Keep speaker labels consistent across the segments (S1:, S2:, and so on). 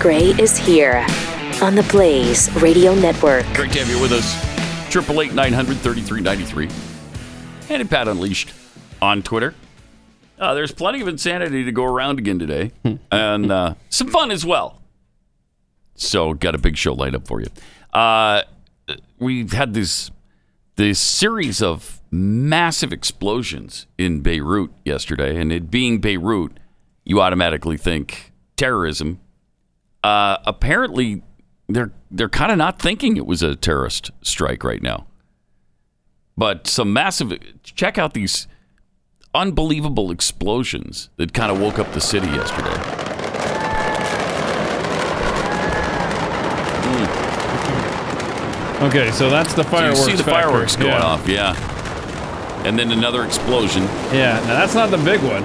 S1: Gray is here on the Blaze Radio Network.
S2: Great to have you with us. 888 900 3393. And at Pat Unleashed on Twitter. Uh, there's plenty of insanity to go around again today, and uh, some fun as well. So, got a big show lined up for you. Uh, we've had this this series of massive explosions in Beirut yesterday, and it being Beirut, you automatically think terrorism. Uh, apparently, they're they're kind of not thinking it was a terrorist strike right now, but some massive. Check out these unbelievable explosions that kind of woke up the city yesterday.
S3: Okay, so that's the
S2: So Mm. you
S3: fireworks.
S2: see the
S3: factory.
S2: fireworks going
S3: Yeah.
S2: off, yeah. And then another explosion.
S3: Yeah, now that's not the big one.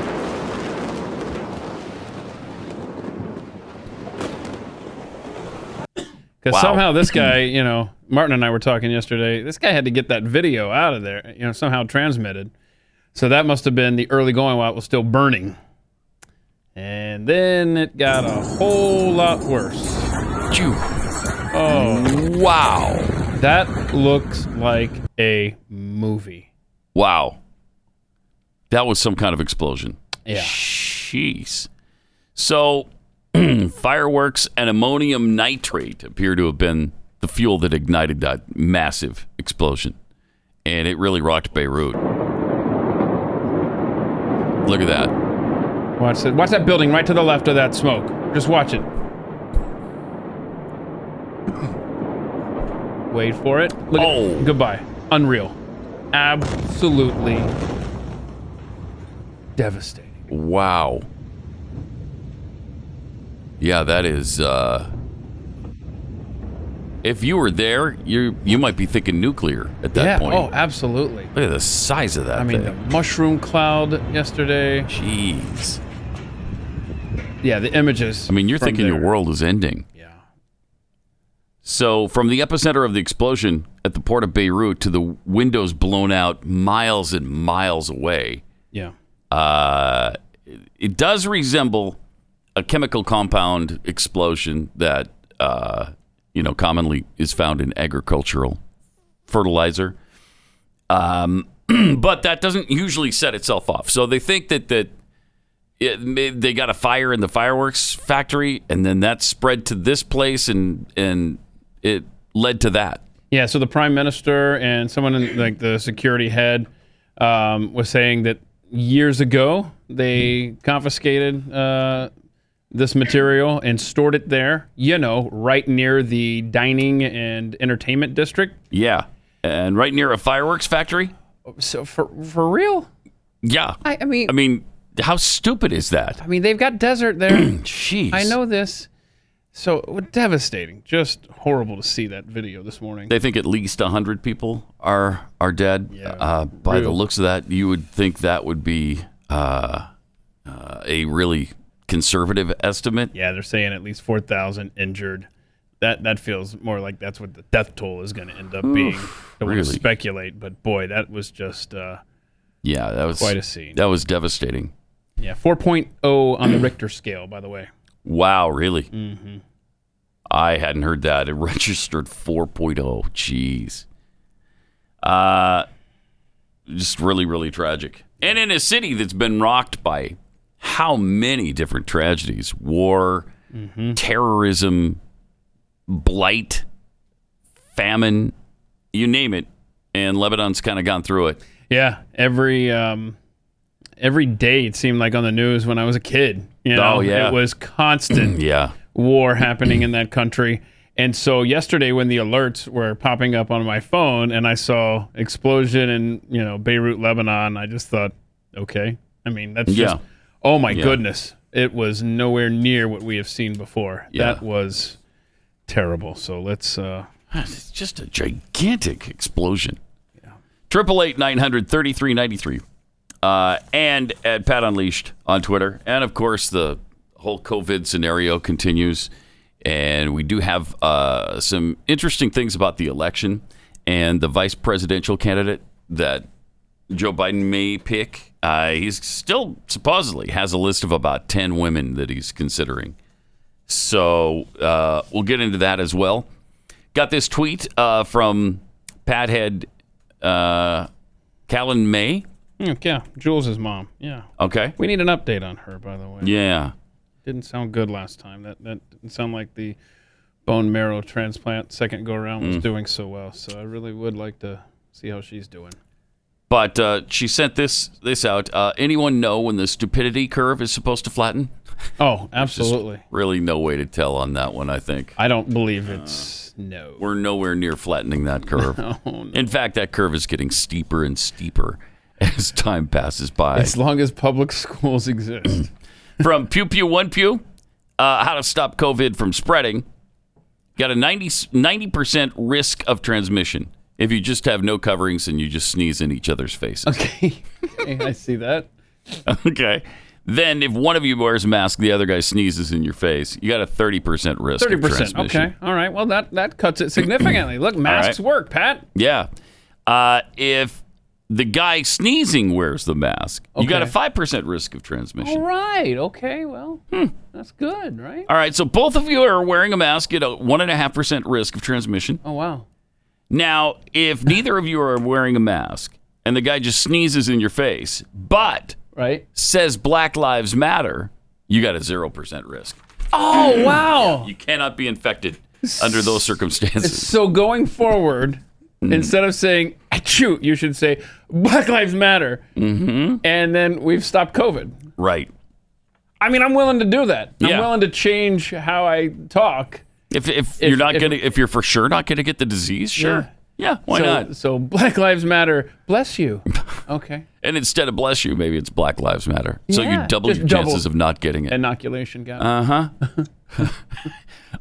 S3: Because
S2: Wow.
S3: somehow this guy, you know, Martin and I were talking yesterday. This guy had to get that video out of there, you know, somehow transmitted. So that must have been the early going while it was still burning. And then it got a whole lot worse.
S2: Phew.
S3: Oh,
S2: Wow.
S3: that looks like a movie.
S2: Wow. That was some kind of explosion.
S3: Yeah.
S2: Jeez. So fireworks and ammonium nitrate appear to have been the fuel that ignited that massive explosion. And it really rocked Beirut. Look at that.
S3: Watch that. Watch that building right to the left of that smoke. Just watch it. Wait for it. Look at-
S2: Oh.
S3: goodbye. Unreal. Absolutely devastating.
S2: Wow. Yeah, that is. Uh, if you were there, you you might be thinking nuclear at that
S3: yeah.
S2: point.
S3: Oh, absolutely.
S2: Look at the size of that
S3: I mean, the
S2: thing.
S3: mushroom cloud yesterday.
S2: Jeez.
S3: Yeah, the images.
S2: I mean, you're
S3: from
S2: thinking your
S3: there.
S2: world is ending.
S3: Yeah.
S2: So, from the epicenter of the explosion at the port of Beirut to the windows blown out miles and miles away,
S3: Yeah.
S2: uh, it does resemble a chemical compound explosion that uh, you know commonly is found in agricultural fertilizer. Um, but that doesn't usually set itself off. So they think that that it, may- they got a fire in the fireworks factory, and then that spread to this place, and and it led to that.
S3: Yeah, so the prime minister and someone in, like the security head um, was saying that years ago they confiscated uh, this material and stored it there, you know, right near the dining and entertainment district.
S2: Yeah, and right near a fireworks factory.
S3: So for for real?
S2: Yeah,
S3: I, I mean,
S2: I mean, how stupid is that?
S3: I mean, they've got desert there.
S2: Jeez.
S3: I know this. So it was devastating, just horrible to see that video this morning.
S2: They think at least 100 people are are dead. uh, by the
S3: real.
S2: looks of that, you would think that would be uh, uh, a really conservative estimate.
S3: Yeah, they're saying at least four thousand injured. That that feels more like that's what the death toll is going to end up being. Don't want
S2: really?
S3: to speculate, but boy, that was just uh,
S2: Yeah, that was
S3: Quite a scene.
S2: That was devastating.
S3: yeah, 4.0 on the Richter scale, by the way.
S2: Wow, really? Mm-hmm. I hadn't heard that. It registered 4.0. Jeez. Uh, just really, really tragic. And in a city that's been rocked by how many different tragedies war, terrorism, blight, famine, you name it. And Lebanon's kind of gone through it.
S3: Yeah, every um, every day it seemed like on the news when I was a kid. You know,
S2: Oh, yeah.
S3: it was constant.
S2: Yeah.
S3: war happening in that country. And so yesterday when the alerts were popping up on my phone and I saw explosion in, you know, Beirut, Lebanon, I just thought, okay. I mean, that's just
S2: Yeah.
S3: oh my goodness. It was nowhere near what we have seen before.
S2: Yeah.
S3: That was terrible. So let's uh
S2: It's just a gigantic explosion. Triple eight nine hundred thirty three ninety three, uh, and at Pat Unleashed on Twitter, and of course the whole COVID scenario continues, and we do have uh, some interesting things about the election and the vice presidential candidate that Joe Biden may pick. Uh, he's still supposedly has a list of about ten women that he's considering. So uh, we'll get into that as well. Got this tweet uh, from Pathead uh, Callan May.
S3: Mm, yeah, Jules' mom. Yeah.
S2: Okay.
S3: We need an update on her, by the way.
S2: Yeah.
S3: Didn't sound good last time. That that didn't sound like the bone marrow transplant second go around was doing so well. So I really would like to see how she's doing.
S2: But uh, she sent this this out. Uh, anyone know when the stupidity curve is supposed to flatten?
S3: Oh, absolutely.
S2: Really, no way to tell on that one. I think
S3: I don't believe it's no.
S2: we're nowhere near flattening that curve. In fact, that curve is getting steeper and steeper as time passes by.
S3: As long as public schools exist.
S2: from Pew Pew One Pew, uh, how to stop COVID from spreading. Got a 90 percent risk of transmission if you just have no coverings and you just sneeze in each other's faces.
S3: okay. I see that.
S2: Okay. Then if one of you wears a mask, the other guy sneezes in your face, you got a thirty percent risk.
S3: Thirty
S2: Thirty
S3: percent. Okay. All right. Well, that that cuts it significantly. Look, masks
S2: right.
S3: work, Pat.
S2: Yeah. Uh, if the guy sneezing wears the mask, you got a
S3: Okay.
S2: five percent risk of transmission.
S3: All right. Okay. Well, that's good, right?
S2: All right, so both of you are wearing a mask at a one and a half percent risk of transmission.
S3: Oh wow.
S2: Now, if neither of you are wearing a mask and the guy just sneezes in your face, but
S3: Right.
S2: says Black Lives Matter, you got a 0% risk.
S3: Oh wow.
S2: You cannot be infected under those circumstances.
S3: So going forward,
S2: Mm.
S3: instead of saying "achoo," you should say "Black Lives Matter,"
S2: Mm-hmm.
S3: and then we've stopped COVID.
S2: Right.
S3: I mean, I'm willing to do that.
S2: Yeah.
S3: I'm willing to change how I talk.
S2: If, if, you're not
S3: if-
S2: going to if you're for sure not going to get the disease, sure. Yeah, why
S3: so,
S2: not?
S3: So Black Lives Matter. Bless you. Okay.
S2: And instead of bless you, maybe it's Black Lives Matter. So you
S3: Yeah,
S2: double
S3: just
S2: your chances
S3: double.
S2: of not getting it.
S3: Inoculation guy.
S2: Uh.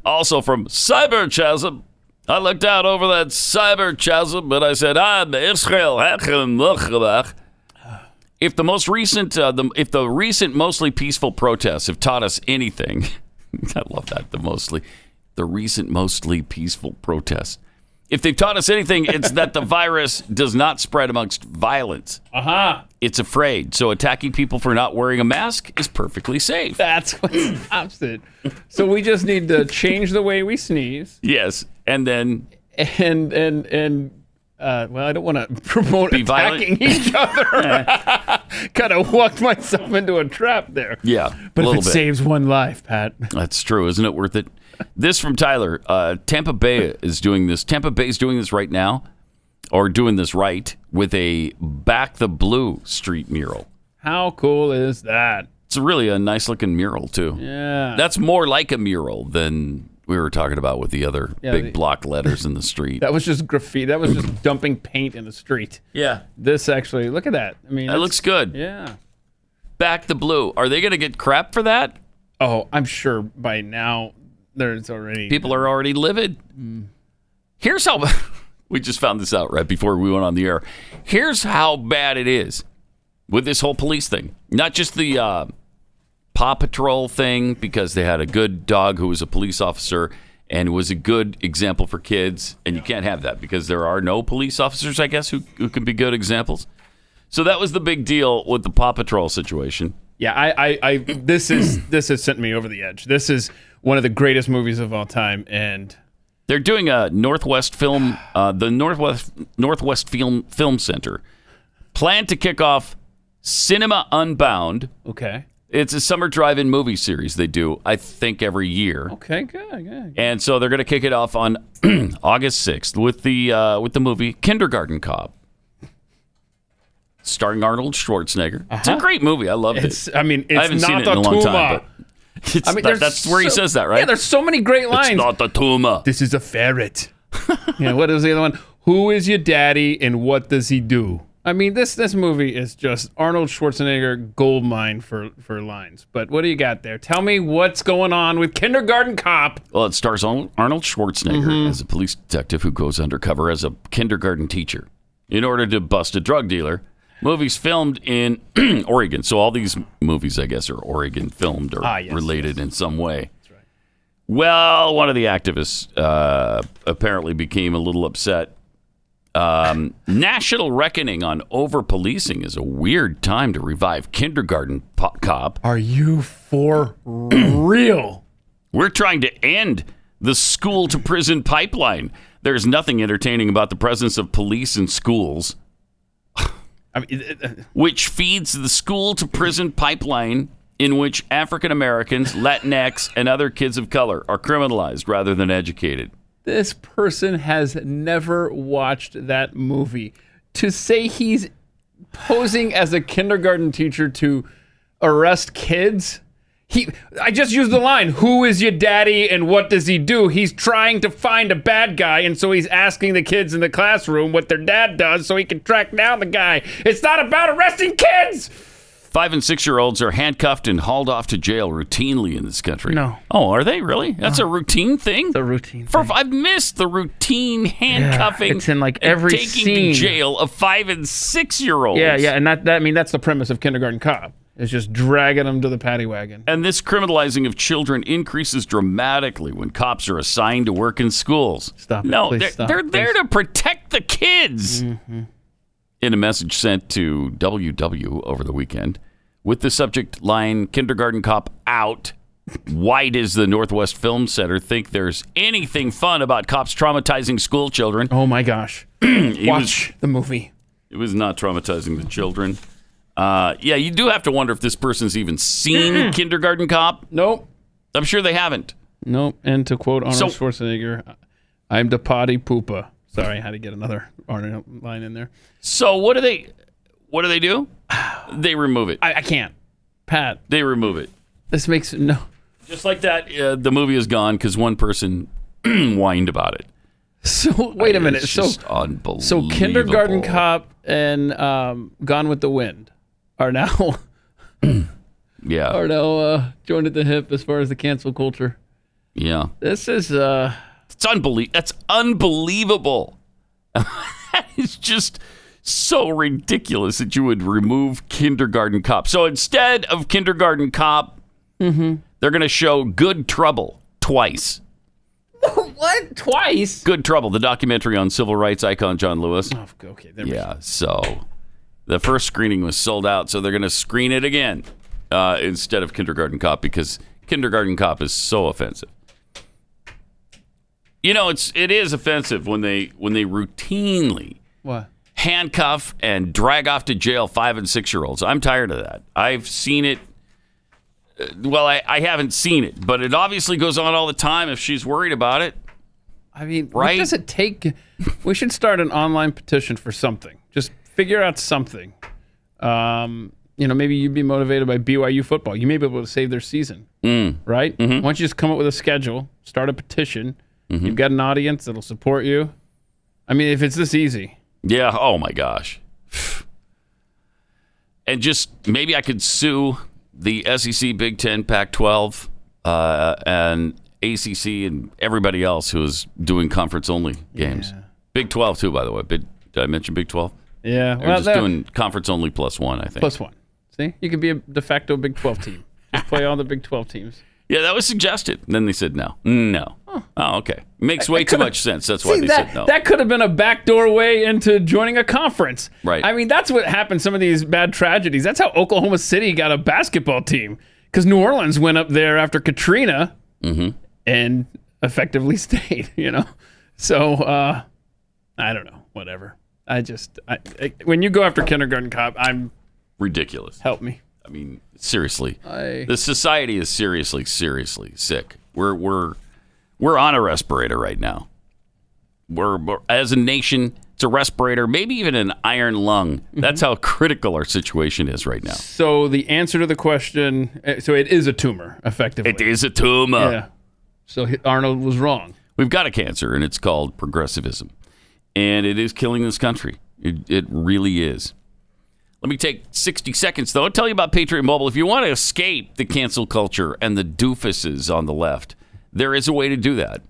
S2: also from Cyberchasm. I looked out over that cyberchasm, but I said, "I'm Israel Hachem If the most recent, uh, the, if the recent mostly peaceful protests have taught us anything, I love that the mostly, the recent mostly peaceful protests. If they've taught us anything, it's that the virus does not spread amongst violence. Aha! It's afraid, so attacking people for not wearing a mask is perfectly safe.
S3: That's what stops it. So we just need to change the way we sneeze.
S2: Yes, and then
S3: and and and uh, well, I don't want to promote
S2: Be violent.
S3: attacking each other. kind of walked myself into a trap there.
S2: yeah,
S3: but
S2: a
S3: if
S2: little
S3: it
S2: bit.
S3: saves one life, Pat,
S2: That's true. Isn't it worth it? This from Tyler. Uh, Tampa Bay is doing this. Tampa Bay is doing this right now, or doing this right with a Back the Blue Street mural.
S3: how cool is that?
S2: It's really a nice looking mural, too.
S3: Yeah,
S2: That's more like a mural than we were talking about with the other
S3: Yeah,
S2: big
S3: the-
S2: block letters in the street.
S3: that was just graffiti. That was just dumping paint in the street.
S2: yeah.
S3: This actually, look at that. I mean,
S2: That
S3: it's-
S2: looks good.
S3: Yeah.
S2: Back the Blue. Are they going to get crap for that?
S3: Oh, I'm sure by now there's already
S2: People are already livid. Here's how we just found this out right before we went on the air. Here's how bad it is with this whole police thing. Not just the uh, Paw Patrol thing, because they had a good dog who was a police officer and was a good example for kids. And you can't have that because there are no police officers, I guess, who, who can be good examples. So that was the big deal with the Paw Patrol situation.
S3: Yeah, I, I, I this is this has sent me over the edge. This is one of the greatest movies of all time, and
S2: They're doing a Northwest film, uh, the Northwest Northwest Film Film Center, plan to kick off Cinema Unbound.
S3: okay,
S2: It's a summer drive-in movie series they do, I think, every year,
S3: okay, good, good.
S2: and so they're going to kick it off on August sixth with the uh, with the movie Kindergarten Cop, starring Arnold Schwarzenegger. It's a great movie. I loved
S3: Uh-huh. It's,
S2: it.
S3: I mean, it's
S2: I haven't
S3: not
S2: seen it
S3: the
S2: in a long
S3: Tuma.
S2: time, but it's
S3: I mean,
S2: not-
S3: there's
S2: that's where he
S3: so-
S2: says that, right?
S3: Yeah, there's so many great
S2: it's
S3: lines.
S2: not the Tuma.
S3: this is a ferret. yeah, what is the other one? Who is your daddy, and what does he do? I mean, this this movie is just Arnold Schwarzenegger goldmine for for lines. But what do you got there? Tell me what's going on with Kindergarten Cop.
S2: Well, it stars Arnold Schwarzenegger
S3: Mm-hmm.
S2: as a police detective who goes undercover as a kindergarten teacher in order to bust a drug dealer. Movies filmed in Oregon. So all these movies, I guess, are Oregon filmed or
S3: Ah, yes,
S2: related in some way. That's right. Well, one of the activists uh, apparently became a little upset. Um, national reckoning on over policing is a weird time to revive kindergarten po- cop.
S3: Are you for real?
S2: We're trying to end the school to prison pipeline. There's nothing entertaining about the presence of police in schools,
S3: I mean, it- it-
S2: which feeds the school to prison pipeline in which African Americans, Latinx, and other kids of color are criminalized rather than educated.
S3: this person has never watched that movie. To say he's posing as a kindergarten teacher to arrest kids. He, I just used the line, who is your daddy and what does he do? He's trying to find a bad guy, and so he's asking the kids in the classroom what their dad does so he can track down the guy. It's not about arresting kids!
S2: Five and six year olds are handcuffed and hauled off to jail routinely in this country.
S3: No.
S2: Oh, are they really? That's a routine thing?
S3: The routine.
S2: For, I've missed the routine handcuffing.
S3: Yeah, it's in, like,
S2: and
S3: every
S2: taking
S3: scene.
S2: to jail of five and six year olds.
S3: Yeah, yeah, and that, that I mean that's the premise of kindergarten cop. Is just dragging them to the paddy wagon.
S2: And this criminalizing of children increases dramatically when cops are assigned to work in schools.
S3: Stop it.
S2: No,
S3: Please
S2: they're,
S3: stop.
S2: they're there
S3: Please. Mm-hmm.
S2: to protect the kids. In a message sent to WW over the weekend with the subject line Kindergarten Cop out. Why does the Northwest Film Center think there's anything fun about cops traumatizing school children?
S3: Oh my gosh.
S2: He was-
S3: Watch the movie.
S2: It was not traumatizing the children. Uh, yeah, you do have to wonder if this person's even seen Kindergarten Cop.
S3: Nope.
S2: I'm sure they haven't.
S3: Nope. And to quote Arnold
S2: So-
S3: Schwarzenegger, I'm the potty pooper. Sorry, I had to get another Arnold line in there.
S2: So what do they? What do they do? They remove it.
S3: I, I can't. Pat,
S2: They remove it.
S3: this makes no
S2: Just like that, uh, the movie is gone because one person whined about it.
S3: So wait a minute.
S2: It's
S3: So
S2: just unbelievable.
S3: so kindergarten cop and um, Gone with the Wind are now
S2: Yeah,
S3: are now uh, joined at the hip as far as the cancel culture.
S2: yeah.
S3: This is uh
S2: It's unbelievable. That's unbelievable. it's just so ridiculous that you would remove kindergarten cop. So instead of kindergarten cop,
S3: Mm-hmm.
S2: they're going to show Good Trouble twice.
S3: what twice.
S2: Good Trouble, the documentary on civil rights icon John Lewis.
S3: Oh, okay, there we
S2: Yeah, so the first screening was sold out, so they're going to screen it again uh, instead of Kindergarten Cop because Kindergarten Cop is so offensive. You know, it's it is offensive when they when they routinely
S3: What?
S2: handcuff and drag off to jail five and six year olds. I'm tired of that. I've seen it. uh, Well, I, I haven't seen it, but it obviously goes on all the time. If she's worried about it,
S3: I mean,
S2: Right?
S3: what does it take? we should start an online petition for something. Just figure out something. Um, you know, maybe you'd be motivated by BYU football. You may be able to save their season,
S2: Mm.
S3: right?
S2: Mm-hmm.
S3: Why don't you just come up with a schedule, start a petition? You've got an audience that'll support you. I mean, if it's this easy,
S2: Yeah. Oh my gosh. And just maybe I could sue the SEC, Big Ten, Pac-12, uh, and ACC, and everybody else who is doing conference-only games. Big 12 too, by the way. Big, did I mention Big 12?
S3: yeah.
S2: They're just doing conference-only plus one, I think.
S3: plus one. See, you could be a de facto Big 12 team. Just play all the Big 12 teams.
S2: yeah, that was suggested. And then they said no, no. Oh, okay. Makes way too much sense. That's why
S3: See,
S2: they
S3: that,
S2: said no.
S3: that could have been a backdoor way into joining a conference.
S2: Right.
S3: I mean, that's what happened. Some of these bad tragedies. That's how Oklahoma City got a basketball team because New Orleans went up there after Katrina
S2: Mm-hmm.
S3: and effectively stayed. You know, so uh, I don't know. Whatever. I just I, I, when you go after kindergarten cop, I'm
S2: Ridiculous.
S3: help me.
S2: I mean, seriously.
S3: I
S2: The society is seriously, seriously sick. We're we're we're on a respirator right now. We're, we're as a nation, it's a respirator, maybe even an iron lung. That's how critical our situation is right now.
S3: so the answer to the question. eh, So it is a tumor, effectively.
S2: It is a tumor.
S3: Yeah. So he- Arnold was wrong.
S2: We've got a cancer, and it's called progressivism, and it is killing this country. It, it really is. Let me take 60 seconds, though, and tell you about Patriot Mobile. If you want to escape the cancel culture and the doofuses on the left, there is a way to do that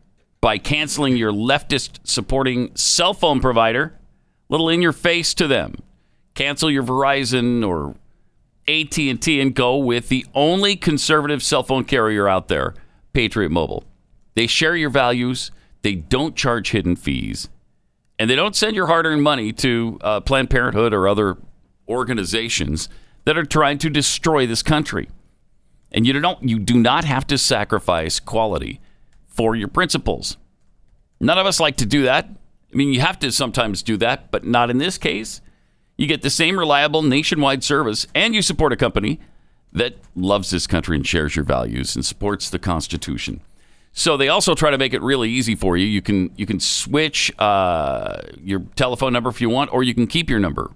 S2: by canceling your leftist supporting cell phone provider, little in your face to them. Cancel your Verizon or AT&T and go with the only conservative cell phone carrier out there, Patriot Mobile. They share your values, they don't charge hidden fees, and they don't send your hard-earned money to uh, Planned Parenthood or other organizations that are trying to destroy this country. And you don't you do not have to sacrifice quality for your principles. None of us like to do that. I mean, you have to sometimes do that, but not in this case. You get the same reliable nationwide service and you support a company that loves this country and shares your values and supports the Constitution. So they also try to make it really easy for you. You can you can switch uh, your telephone number if you want, or you can keep your number.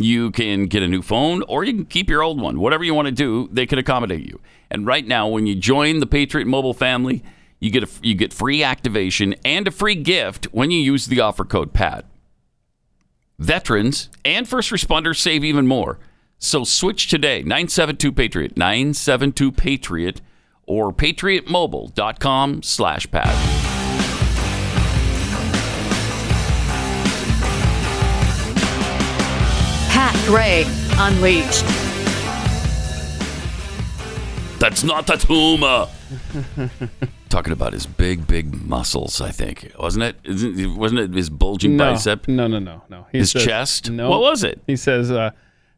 S2: You can get a new phone or you can keep your old one. Whatever you want to do, they can accommodate you. And right now, when you join the Patriot Mobile family, you get a, you get free activation and a free gift when you use the offer code PAT. Veterans and first responders save even more. So switch today, 972 Patriot, 972 Patriot, or patriotmobile.com slash PAT.
S4: Pat Gray Unleashed.
S2: That's not a tumor. Talking about his big, big muscles, I think. Wasn't it? Isn't, wasn't it his bulging
S3: no,
S2: bicep?
S3: No, no, no, no. He
S2: His
S3: says-
S2: chest?
S3: No.
S2: What was it?
S3: He says uh,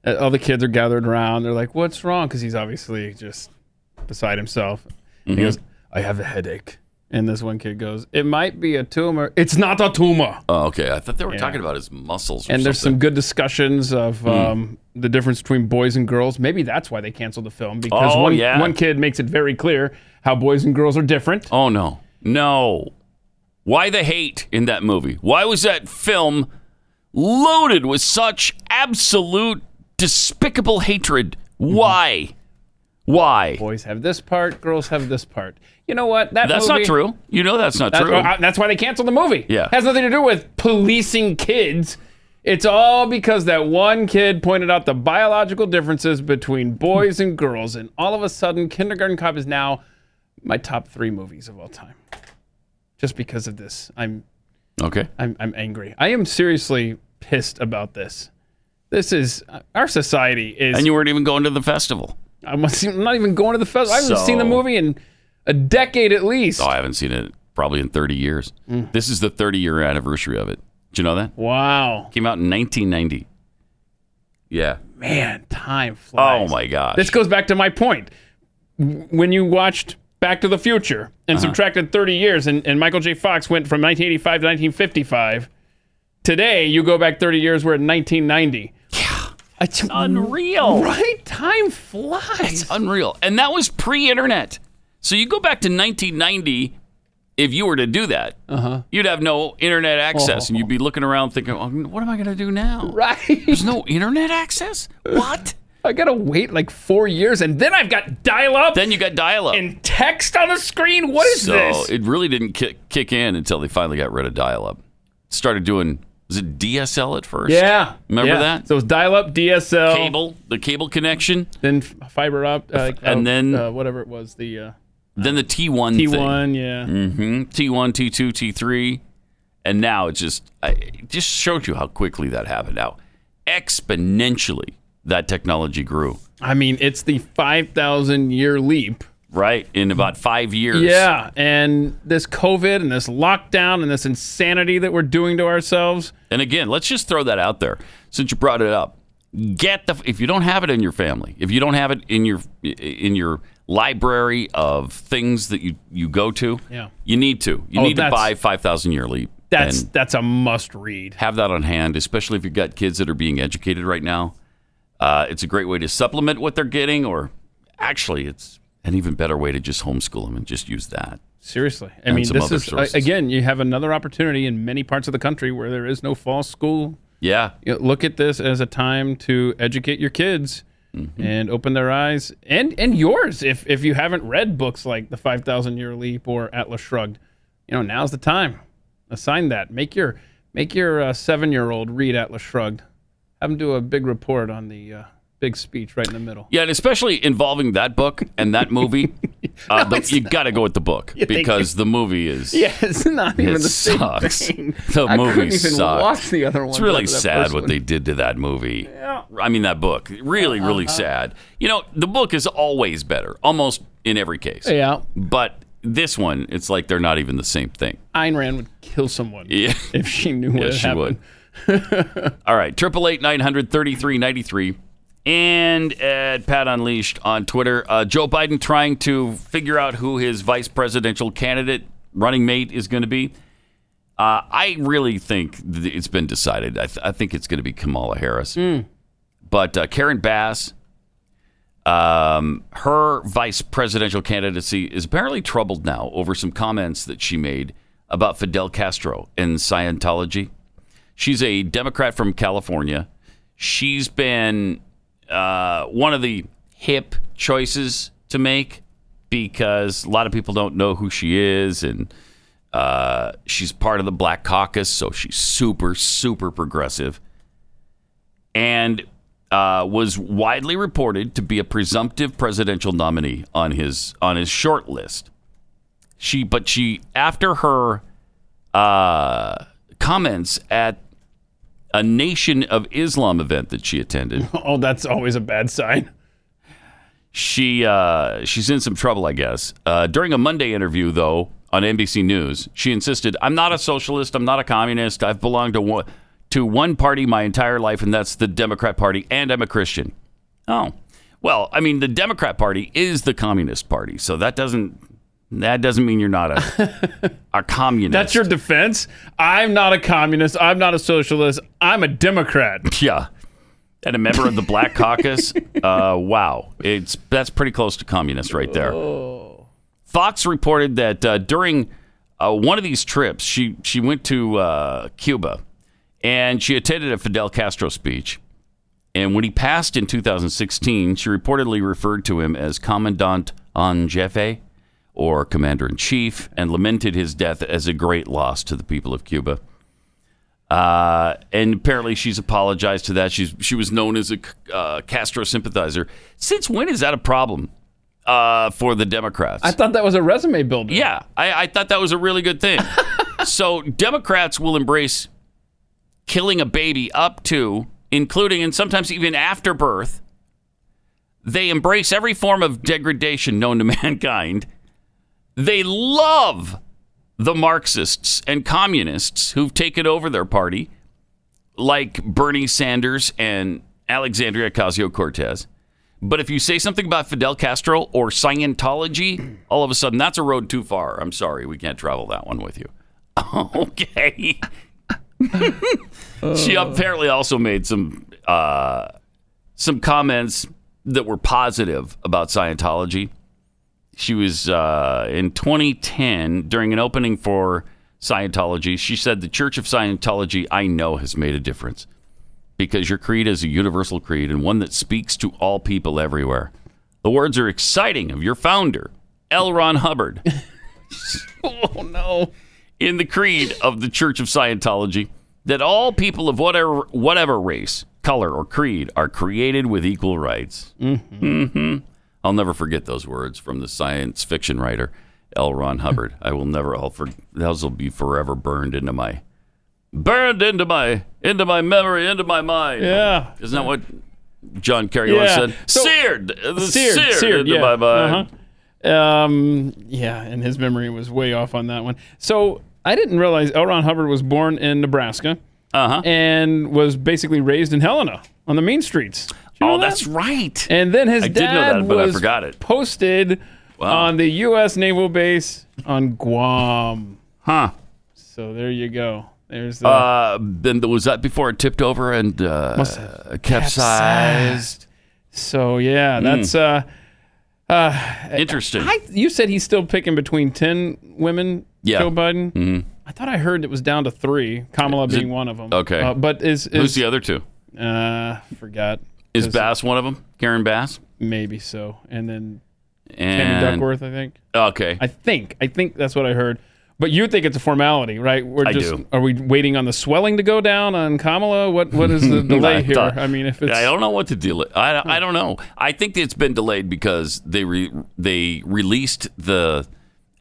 S3: uh, all the kids are gathered around. They're like, "What's wrong?" Because he's obviously just beside himself.
S2: Mm-hmm.
S3: He goes, "I have a headache." And this one kid goes, "It might be a tumor. It's not a tumor."
S2: Oh, okay. I thought they were talking about his muscles or
S3: and there's
S2: something. Hmm.
S3: some good discussions of um, the difference between boys and girls. Maybe that's why they canceled the film because
S2: Oh,
S3: one
S2: yeah.
S3: one kid makes it very clear how boys and girls are different.
S2: Oh no, no! Why the hate in that movie? Why was that film loaded with such absolute despicable hatred?
S3: Mm-hmm.
S2: Why? Why?
S3: Boys have this part, girls have this part. You know what? That
S2: That's
S3: movie-
S2: not true. You know that's not
S3: That's,
S2: true.
S3: uh, that's why they canceled the movie.
S2: Yeah.
S3: Has nothing to do with policing kids. It's all because that one kid pointed out the biological differences between boys and girls, and all of a sudden, Kindergarten Cop is now my top three movies of all time. Just because of this, I'm
S2: okay.
S3: I'm I'm angry. I am seriously pissed about this. This is our society is.
S2: And you weren't even going to the festival.
S3: I'm not even going to the festival. I haven't
S2: So-
S3: seen the movie in a decade at least.
S2: Oh, I haven't seen it probably in 30 years. This is the 30 year anniversary of it. Did you know that?
S3: Wow,
S2: Came out in 1990. Yeah.
S3: man, time
S2: Oh
S3: flies.
S2: my gosh.
S3: This goes back to my point. W- When you watched Back to the Future and
S2: Uh-huh.
S3: subtracted 30 years, and, and Michael J. Fox went from 1985 to 1955, today you go back 30 years, we're in 1990. Yeah. It's
S2: Unreal.
S3: Right? Time flies.
S2: It's unreal. And that was pre internet. So you go back to 1990, if you were to do that, you'd have no internet access and you'd be looking around thinking, "Oh, what am I going to do now?
S3: right.
S2: There's no internet access? What?
S3: I gotta wait like four years, and then I've got dial up
S2: then you got dial up.
S3: and text on the screen. What is
S2: so
S3: this?
S2: it really didn't kick, kick in until they finally got rid of dial up. Started doing, was it DSL at first?
S3: yeah.
S2: Remember
S3: Yeah.
S2: that?
S3: So it was dial up, DSL,
S2: Cable, the cable connection,
S3: then f- fiber up, uh, like,
S2: and then-
S3: uh, whatever it was, the uh,
S2: then the T1 thing.
S3: T1, yeah.
S2: hmm T1, T2, T3, and now it's just I, it just showed you how quickly that happened. Now, exponentially, that technology grew.
S3: I mean, it's the 5,000 year leap.
S2: Right in about five years.
S3: Yeah. And this COVID and this lockdown and this insanity that we're doing to ourselves.
S2: And again, let's just throw that out there since you brought it up. Get the if you don't have it in your family, if you don't have it in your in your library of things that you you go to,
S3: Yeah.
S2: you need to. You
S3: Oh,
S2: need to
S3: that's-
S2: buy five thousand year leap.
S3: That's
S2: and-
S3: that's a must read.
S2: have that on hand, especially if you've got kids that are being educated right now. Uh, it's a great way to supplement what they're getting, or actually, it's an even better way to just homeschool them and just use that.
S3: Seriously. I
S2: And
S3: mean,
S2: some
S3: this
S2: other
S3: is,
S2: sources.
S3: a- again, you have another opportunity in many parts of the country where there is no fall school.
S2: Yeah,
S3: You know, look at this as a time to educate your kids. And open their eyes and and yours if if you haven't read books like the Five Thousand Year Leap or Atlas Shrugged, you know now's the time. Assign that. Make your make your uh, seven year old read Atlas Shrugged. Have him do a big report on the uh, big speech right in the middle.
S2: yeah, and especially involving that book and that movie, uh, the- you got to go with the book
S3: think-
S2: because the movie is
S3: Yeah, it's not even
S2: it
S3: the same
S2: sucks.
S3: thing.
S2: The
S3: I
S2: movie
S3: couldn't even
S2: sucks.
S3: watch the other one.
S2: It's really
S3: after that
S2: sad
S3: first
S2: what
S3: one.
S2: they did to that movie. I mean, that book. Really, really
S3: Uh-huh.
S2: sad. You know, the book is always better, almost in every case.
S3: Yeah,
S2: But this one, it's like they're not even the same thing.
S3: Ayn Rand would kill someone
S2: Yeah.
S3: if she knew what
S2: Yes,
S3: had
S2: she
S3: happened.
S2: would. All right, triple eight nine hundred thirty three ninety three. and at Pat Unleashed on Twitter. Uh, Joe Biden trying to figure out who his vice presidential candidate running mate is going to be. Uh, I really think th- it's been decided. I, th- I think it's going to be Kamala Harris. But uh, Karen Bass, um, her vice presidential candidacy is apparently troubled now over some comments that she made about Fidel Castro and Scientology. She's a Democrat from California. She's been uh, one of the hip choices to make because a lot of people don't know who she is, and uh, she's part of the Black Caucus, so she's super, super progressive, and uh, was widely reported to be a presumptive presidential nominee on his on his short list. She, but she after her uh, comments at a Nation of Islam event that she attended.
S3: Oh, that's always a bad sign.
S2: She uh, she's in some trouble, I guess. Uh, during a Monday interview, though, on NBC News, she insisted, "I'm not a socialist. I'm not a communist. I've belonged to one, to one party my entire life, and that's the Democrat Party. And I'm a Christian." Oh, well, I mean, the Democrat Party is the Communist Party, so that doesn't that doesn't mean you're not a a communist.
S3: That's your defense. I'm not a communist. I'm not a socialist. I'm a Democrat.
S2: Yeah. And a member of the Black Caucus. Uh, wow, it's that's pretty close to communist right there. Fox reported that uh, during uh, one of these trips, she she went to uh, Cuba, and she attended a Fidel Castro speech. And when he passed in 2016, she reportedly referred to him as Commandant en Jefe, or Commander in Chief, and lamented his death as a great loss to the people of Cuba. Uh, and apparently, she's apologized to that. She's she was known as a uh, Castro sympathizer. Since when is that a problem uh, for the Democrats?
S3: I thought that was a resume builder.
S2: Yeah, I, I thought that was a really good thing. so Democrats will embrace killing a baby up to, including, and sometimes even after birth. They embrace every form of degradation known to mankind. They love the Marxists and communists who've taken over their party, like Bernie Sanders and Alexandria Ocasio Cortez. But if you say something about Fidel Castro or Scientology, all of a sudden that's a road too far. I'm sorry, we can't travel that one with you. Okay. she apparently also made some uh, some comments that were positive about Scientology. She was uh, in 2010 during an opening for Scientology. She said, "The Church of Scientology, I know, has made a difference." because your creed is a universal creed and one that speaks to all people everywhere. The words are exciting of your founder, L. Ron Hubbard.
S3: Oh no.
S2: in the creed of the Church of Scientology that all people of whatever whatever race, color, or creed are created with equal rights. Mm-hmm. I'll never forget those words from the science fiction writer L. Ron Hubbard. I will never. I'll for, those will be forever burned into my burned into my into my memory, into my mind.
S3: Yeah.
S2: Isn't that what John Kerry once
S3: Yeah.
S2: said?
S3: So-
S2: seared, seared,
S3: Seared,
S2: seared,
S3: seared,
S2: into
S3: yeah.
S2: my mind.
S3: Uh-huh. Um, yeah, and his memory was way off on that one. So I didn't realize L. Ron Hubbard was born in Nebraska
S2: Uh-huh.
S3: and was basically raised in Helena on the mean streets. Did
S2: Oh,
S3: you know that?
S2: that's right.
S3: And then his
S2: I
S3: dad
S2: did know that, but I
S3: was
S2: forgot it.
S3: Posted
S2: Wow.
S3: on the U.S. naval base on Guam.
S2: Huh.
S3: So there you go. There's the
S2: Uh, then was that before it tipped over and uh,
S3: Must have
S2: capsized?
S3: so
S2: Hmm.
S3: yeah, that's uh,
S2: Interesting.
S3: I, you said he's still picking between ten women.
S2: Yeah. Mm-hmm.
S3: Joe Biden. I thought I heard it was down to three. Kamala being one of them.
S2: okay.
S3: Uh, but is
S2: Who's
S3: is
S2: the other two?
S3: uh forgot
S2: Is Bass one of them? Karen Bass
S3: maybe so. And then Tammy
S2: and
S3: Duckworth, I think.
S2: okay.
S3: I think I think that's what I heard. But you think it's a formality, right? We're
S2: I
S3: just
S2: do.
S3: are we waiting on the swelling to go down on Kamala? What what is the delay
S2: I
S3: here?
S2: thought-
S3: I mean, if it's Hmm.
S2: I don't know what to deal. I don't- I don't know. I think it's been delayed because they re, they released the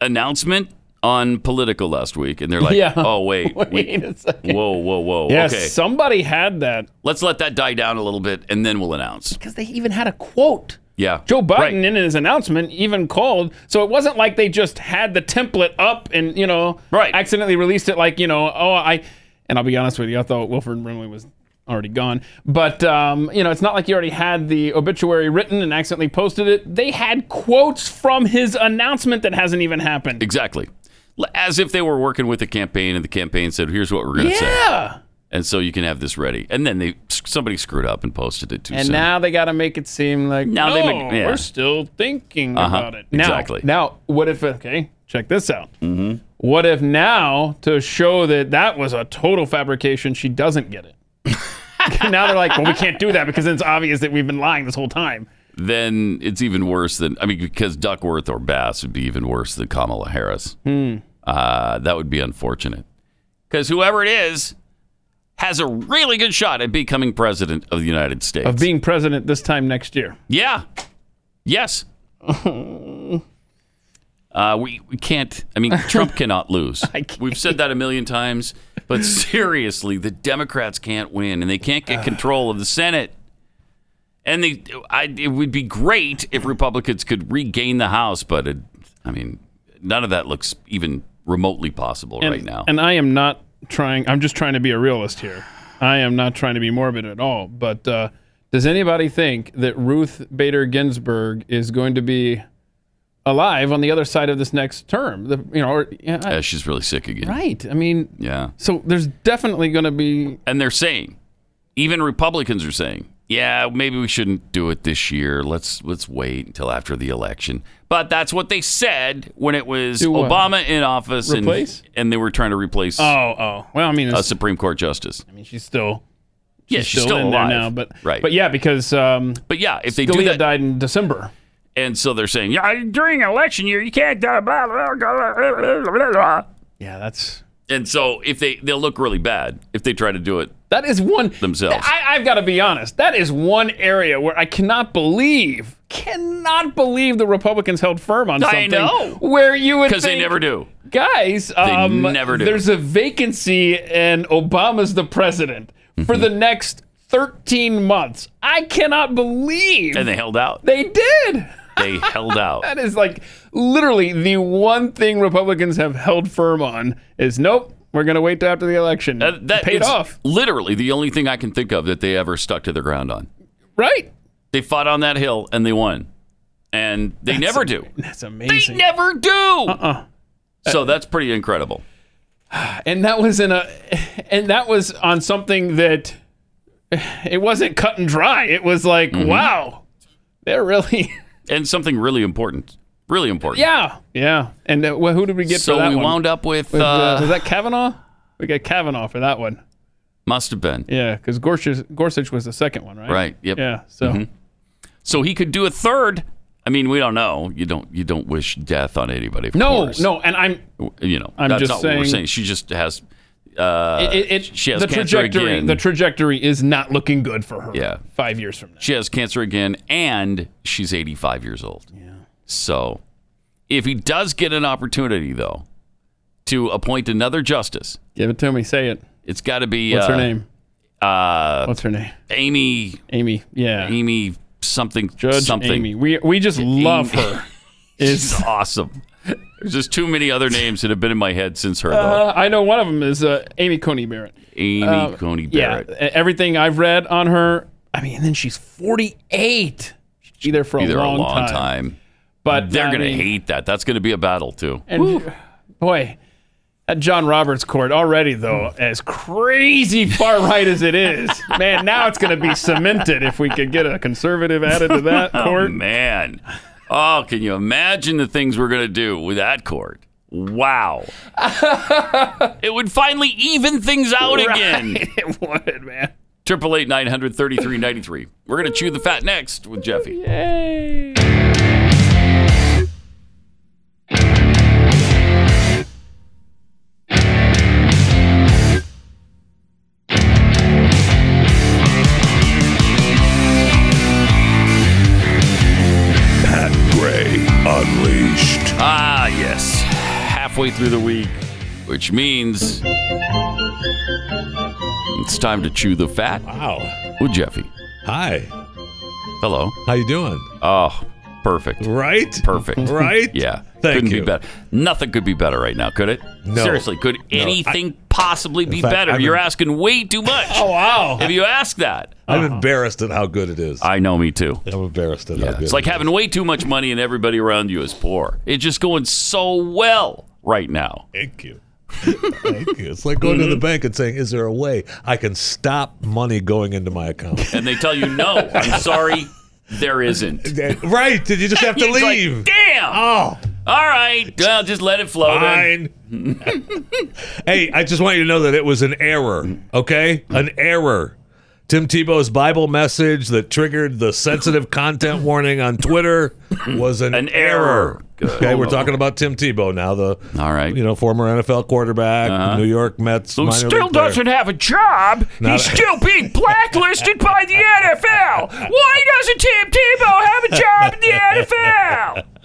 S2: announcement on political last week, and they're like,
S3: Yeah.
S2: oh wait, we-
S3: wait a second.
S2: whoa, whoa, whoa.
S3: Yes,
S2: Okay,
S3: somebody had that
S2: let's let that die down a little bit, and then we'll announce.
S3: because they even had a quote.
S2: Yeah,
S3: Joe Biden
S2: Right.
S3: in his announcement even called, so it wasn't like they just had the template up and you know
S2: Right.
S3: accidentally released it like you know oh I and I'll be honest with you I thought Wilford Brimley was already gone. But um, you know, it's not like he already had the obituary written and accidentally posted it. They had quotes from his announcement that hasn't even happened.
S2: Exactly. L- As if they were working with the campaign and the campaign said, here's what we're going to say.
S3: Yeah.
S2: And so you can have this ready. And then they somebody screwed up and posted it too
S3: And
S2: soon.
S3: now they got to make it seem like
S2: Now
S3: no,
S2: they make- yeah.
S3: we're still thinking about it. Now,
S2: exactly.
S3: Now, what if? Okay, check this out. Mm-hmm. What if now to show that that was a total fabrication, she doesn't get it? now they're like, well, we can't do that because it's obvious that we've been lying this whole time.
S2: then it's even worse than I mean, because Duckworth or Bass would be even worse than Kamala Harris.
S3: Hmm.
S2: Uh, that would be unfortunate because whoever it is has a really good shot at becoming president of the United States.
S3: Of being president this time next year.
S2: yeah, yes. uh, we we can't. I mean, Trump cannot lose. We've said that a million times. But seriously, the Democrats can't win, and they can't get control of the Senate. And they, I, it would be great if Republicans could regain the House, but it, I mean, none of that looks even remotely possible
S3: And-
S2: right now.
S3: And I am not trying. I'm just trying to be a realist here. I am not trying to be morbid at all. But uh, does anybody think that Ruth Bader Ginsburg is going to be alive on the other side of this next term? The, you know, or, yeah, I-
S2: Uh, she's really sick again.
S3: right? I mean,
S2: Yeah.
S3: so there's definitely going to be.
S2: And they're saying, even Republicans are saying, yeah, maybe we shouldn't do it this year. Let's let's wait until after the election. But that's what they said when it was
S3: Do what?
S2: Obama in office
S3: Replace?
S2: and and they were trying to replace
S3: Oh, oh. Well, I mean,
S2: a
S3: it's,
S2: Supreme Court justice.
S3: I mean, she's still.
S2: yeah,
S3: she's
S2: she's still,
S3: in
S2: alive
S3: there now, but
S2: right.
S3: but yeah, because um,
S2: But yeah, if they do
S3: Scalia
S2: that,
S3: died in December.
S2: and so they're saying, yeah, during election year, you can't. Blah, blah, blah, blah, blah, blah, blah.
S3: Yeah, that's
S2: And so if they they'll look really bad if they try to do it
S3: That is one
S2: Themselves.
S3: I, I've got to be honest. That is one area where I cannot believe, cannot believe the Republicans held firm on
S2: I
S3: something.
S2: know.
S3: Where you would
S2: because they
S3: think,
S2: never do.
S3: guys. um,
S2: never do.
S3: There's a vacancy, and Obama's the president for the
S2: Mm-hmm.
S3: next 13 months. I cannot believe
S2: And they held out.
S3: they did.
S2: They held out.
S3: That is like literally the one thing Republicans have held firm on is nope. We're gonna wait till after the election.
S2: Uh, that
S3: paid
S2: is
S3: off,
S2: Literally, the only thing I can think of that they ever stuck to the ground on.
S3: right?
S2: They fought on that hill and they won, and they never do.
S3: That's
S2: They
S3: amazing.
S2: never do. Uh-uh. So that's pretty incredible.
S3: and that was in a and that was on something that it wasn't cut and dry it was like
S2: Mm-hmm.
S3: wow they're really
S2: And something really important. Really important.
S3: yeah yeah and uh, wh- who did we get
S2: So
S3: for that
S2: we
S3: one?
S2: wound up with,
S3: was,
S2: uh,
S3: uh, was that kavanaugh we got kavanaugh for that one
S2: must have been
S3: yeah because gorsuch, gorsuch was the second one right
S2: right. Yep. Mm-hmm.
S3: yeah so
S2: So he could do a third. I mean, we don't know. You don't. You don't wish death on anybody. Of
S3: no
S2: course.
S3: no and i'm
S2: You know.
S3: I'm
S2: that's
S3: just
S2: not what we're
S3: saying-
S2: saying. She just has. Uh,
S3: it, it,
S2: she has
S3: the
S2: cancer
S3: trajectory
S2: again.
S3: the trajectory is not looking good for her
S2: Yeah.
S3: five years from now
S2: She has cancer again, and she's 85 years old. Yeah. So, if he does get an opportunity, though, to appoint another justice,
S3: give it to me say it
S2: it's got to be
S3: what's
S2: uh,
S3: her name
S2: Uh,
S3: what's her name
S2: Amy,
S3: amy yeah
S2: Amy something,
S3: Judge
S2: something.
S3: Amy. We we just love
S2: Amy.
S3: her.
S2: She's
S3: Is
S2: awesome. There's just too many other names that have been in my head since her. though.
S3: uh, I know one of them is uh, Amy Coney Barrett.
S2: Amy
S3: uh,
S2: Coney
S3: Yeah,
S2: Barrett.
S3: e- everything I've read on her. I mean, and then she's 48. She's been there for
S2: Be there
S3: a long,
S2: a long time.
S3: time. But
S2: They're
S3: I
S2: gonna
S3: mean,
S2: hate that. That's gonna be a battle too.
S3: And boy, that John Roberts court already though, as crazy far right as it is, man. Now it's going to be cemented if we could get a conservative added to that court.
S2: Oh, Man. Oh, can you imagine the things we're going to do with that court? Wow. it would finally even things out again.
S3: it would, man.
S2: Triple eight nine hundred thirty three ninety three. We're gonna chew the fat next with Jeffy.
S5: Gray Unleashed.
S2: Ah, yes. Halfway through the week, which means it's time to chew the fat
S5: Wow.
S2: with Jeffy.
S5: Hi.
S2: Hello.
S5: How you doing?
S2: Oh, perfect.
S5: Right?
S2: Perfect.
S5: Right?
S2: Yeah.
S5: Thank
S2: Couldn't
S5: you.
S2: be better. Nothing could be better right now, could it?
S5: No.
S2: Seriously, could
S5: I-
S2: anything possibly be
S5: fact,
S2: better?
S5: I'm
S2: You're
S5: em-
S2: asking way too much.
S3: Oh wow.
S2: If you ask that,
S5: I'm embarrassed at how good it is. I,
S2: I know me too.
S5: am embarrassed at how good
S2: It's like
S5: it is.
S2: having way too much money and everybody around you is poor. It's just going so well right now.
S5: Thank you. Thank you. It's like going to the bank and saying, "Is there a way I can stop money going into my account?"
S2: And they tell you, no, I'm sorry, there isn't.
S5: right? Did you just have to
S2: It's like,
S5: leave?
S2: Damn.
S5: oh,
S2: All right. Well, just let it flow. then.
S5: fine. hey, I just want you to know that it was an error. Okay, an error. Tim Tebow's Bible message that triggered the sensitive content warning on Twitter was an,
S2: An error. Good.
S5: Okay, we're talking about Tim Tebow now, the
S2: All right. Uh-huh.
S5: you know former NFL quarterback, New York Mets,
S2: Who
S5: minor
S2: still
S5: league player.
S2: doesn't have a job.
S5: Not
S2: He's
S5: a-
S2: still being blacklisted by the NFL. Why doesn't Tim Tebow have a job in the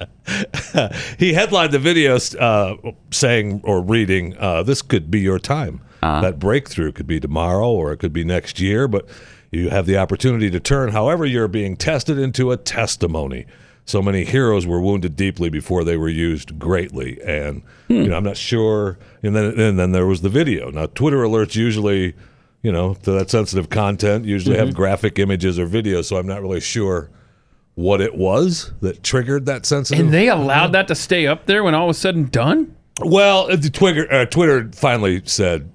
S2: NFL?
S5: he headlined the video uh, saying or reading, uh, "This could be your time.
S3: Uh-huh.
S5: That breakthrough could be tomorrow, or it could be next year. But you have the opportunity to turn, however, you're being tested into a testimony." So many heroes were wounded deeply before they were used greatly, and
S3: Hmm.
S5: you know I'm not sure. And then and then there was the video. Now Twitter alerts usually, you know, to that sensitive content usually
S3: Mm-hmm.
S5: have graphic images or videos. So I'm not really sure what it was that triggered that sensitive.
S3: And they allowed that to stay up there when all was said and done?
S5: Well, the Twitter, uh, Twitter finally said,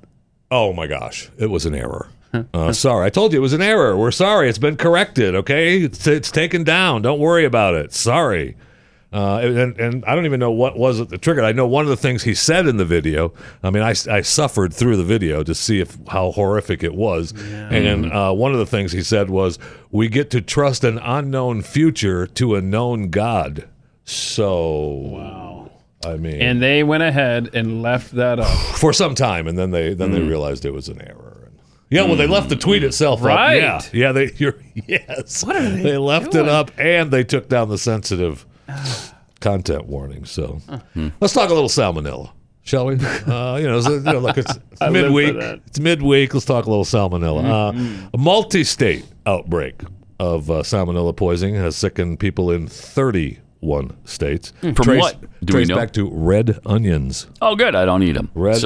S5: "Oh my gosh, it was an error. Uh, sorry, I told you it was an error. We're sorry. It's been corrected. Okay, it's, it's taken down. Don't worry about it. Sorry." Uh, and, and I don't even know what was it that triggered. I know one of the things he said in the video. I mean, I, I suffered through the video to see if how horrific it was. And uh, one of the things he said was, "We get to trust an unknown future to a known God." So, I mean,
S3: And they went ahead and left that up.
S5: for some time, and then they then they realized it was an error. And- Yeah, well, they left the tweet itself
S3: Right.
S5: up. Yeah, yeah, they you're, yes, they, left it up, and they took down the sensitive content warning. So Hmm. let's talk a little salmonella, shall we? Uh, you know, it's, you know, look, it's, it's
S3: live for
S5: midweek.
S3: that.
S5: It's midweek. Let's talk a little salmonella. Uh, a multi-state outbreak of uh, salmonella poisoning has sickened people in 31 states. From
S2: what do we
S5: traced
S2: know?
S5: back to red onions.
S2: Oh, good. I don't eat them.
S5: Red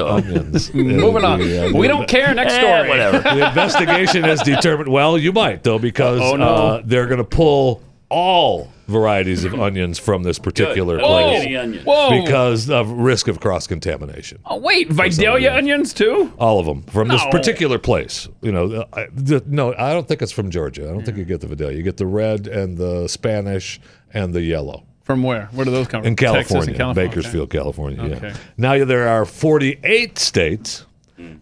S5: onions.
S3: Moving on.
S5: Yeah,
S3: We don't care. Next story.
S2: Eh, whatever.
S5: the investigation has determined. Well, you might though because
S3: Oh, no.
S5: uh, they're going to pull all varieties of onions from this particular
S2: I like
S5: place
S2: any onion.
S3: Whoa.
S5: because of risk of cross contamination.
S3: oh, wait, Vidalia
S5: else.
S3: onions too?
S5: All of them from this
S3: No.
S5: particular place. You know, uh, I, the, no, I don't think it's from Georgia. I don't
S3: Hmm.
S5: think you get the Vidalia. You get the red and the Spanish and the yellow.
S3: From where? Where do those come from?
S5: In California,
S3: Texas and California.
S5: Bakersfield, California.
S3: Okay.
S5: Yeah. Now there are 48 states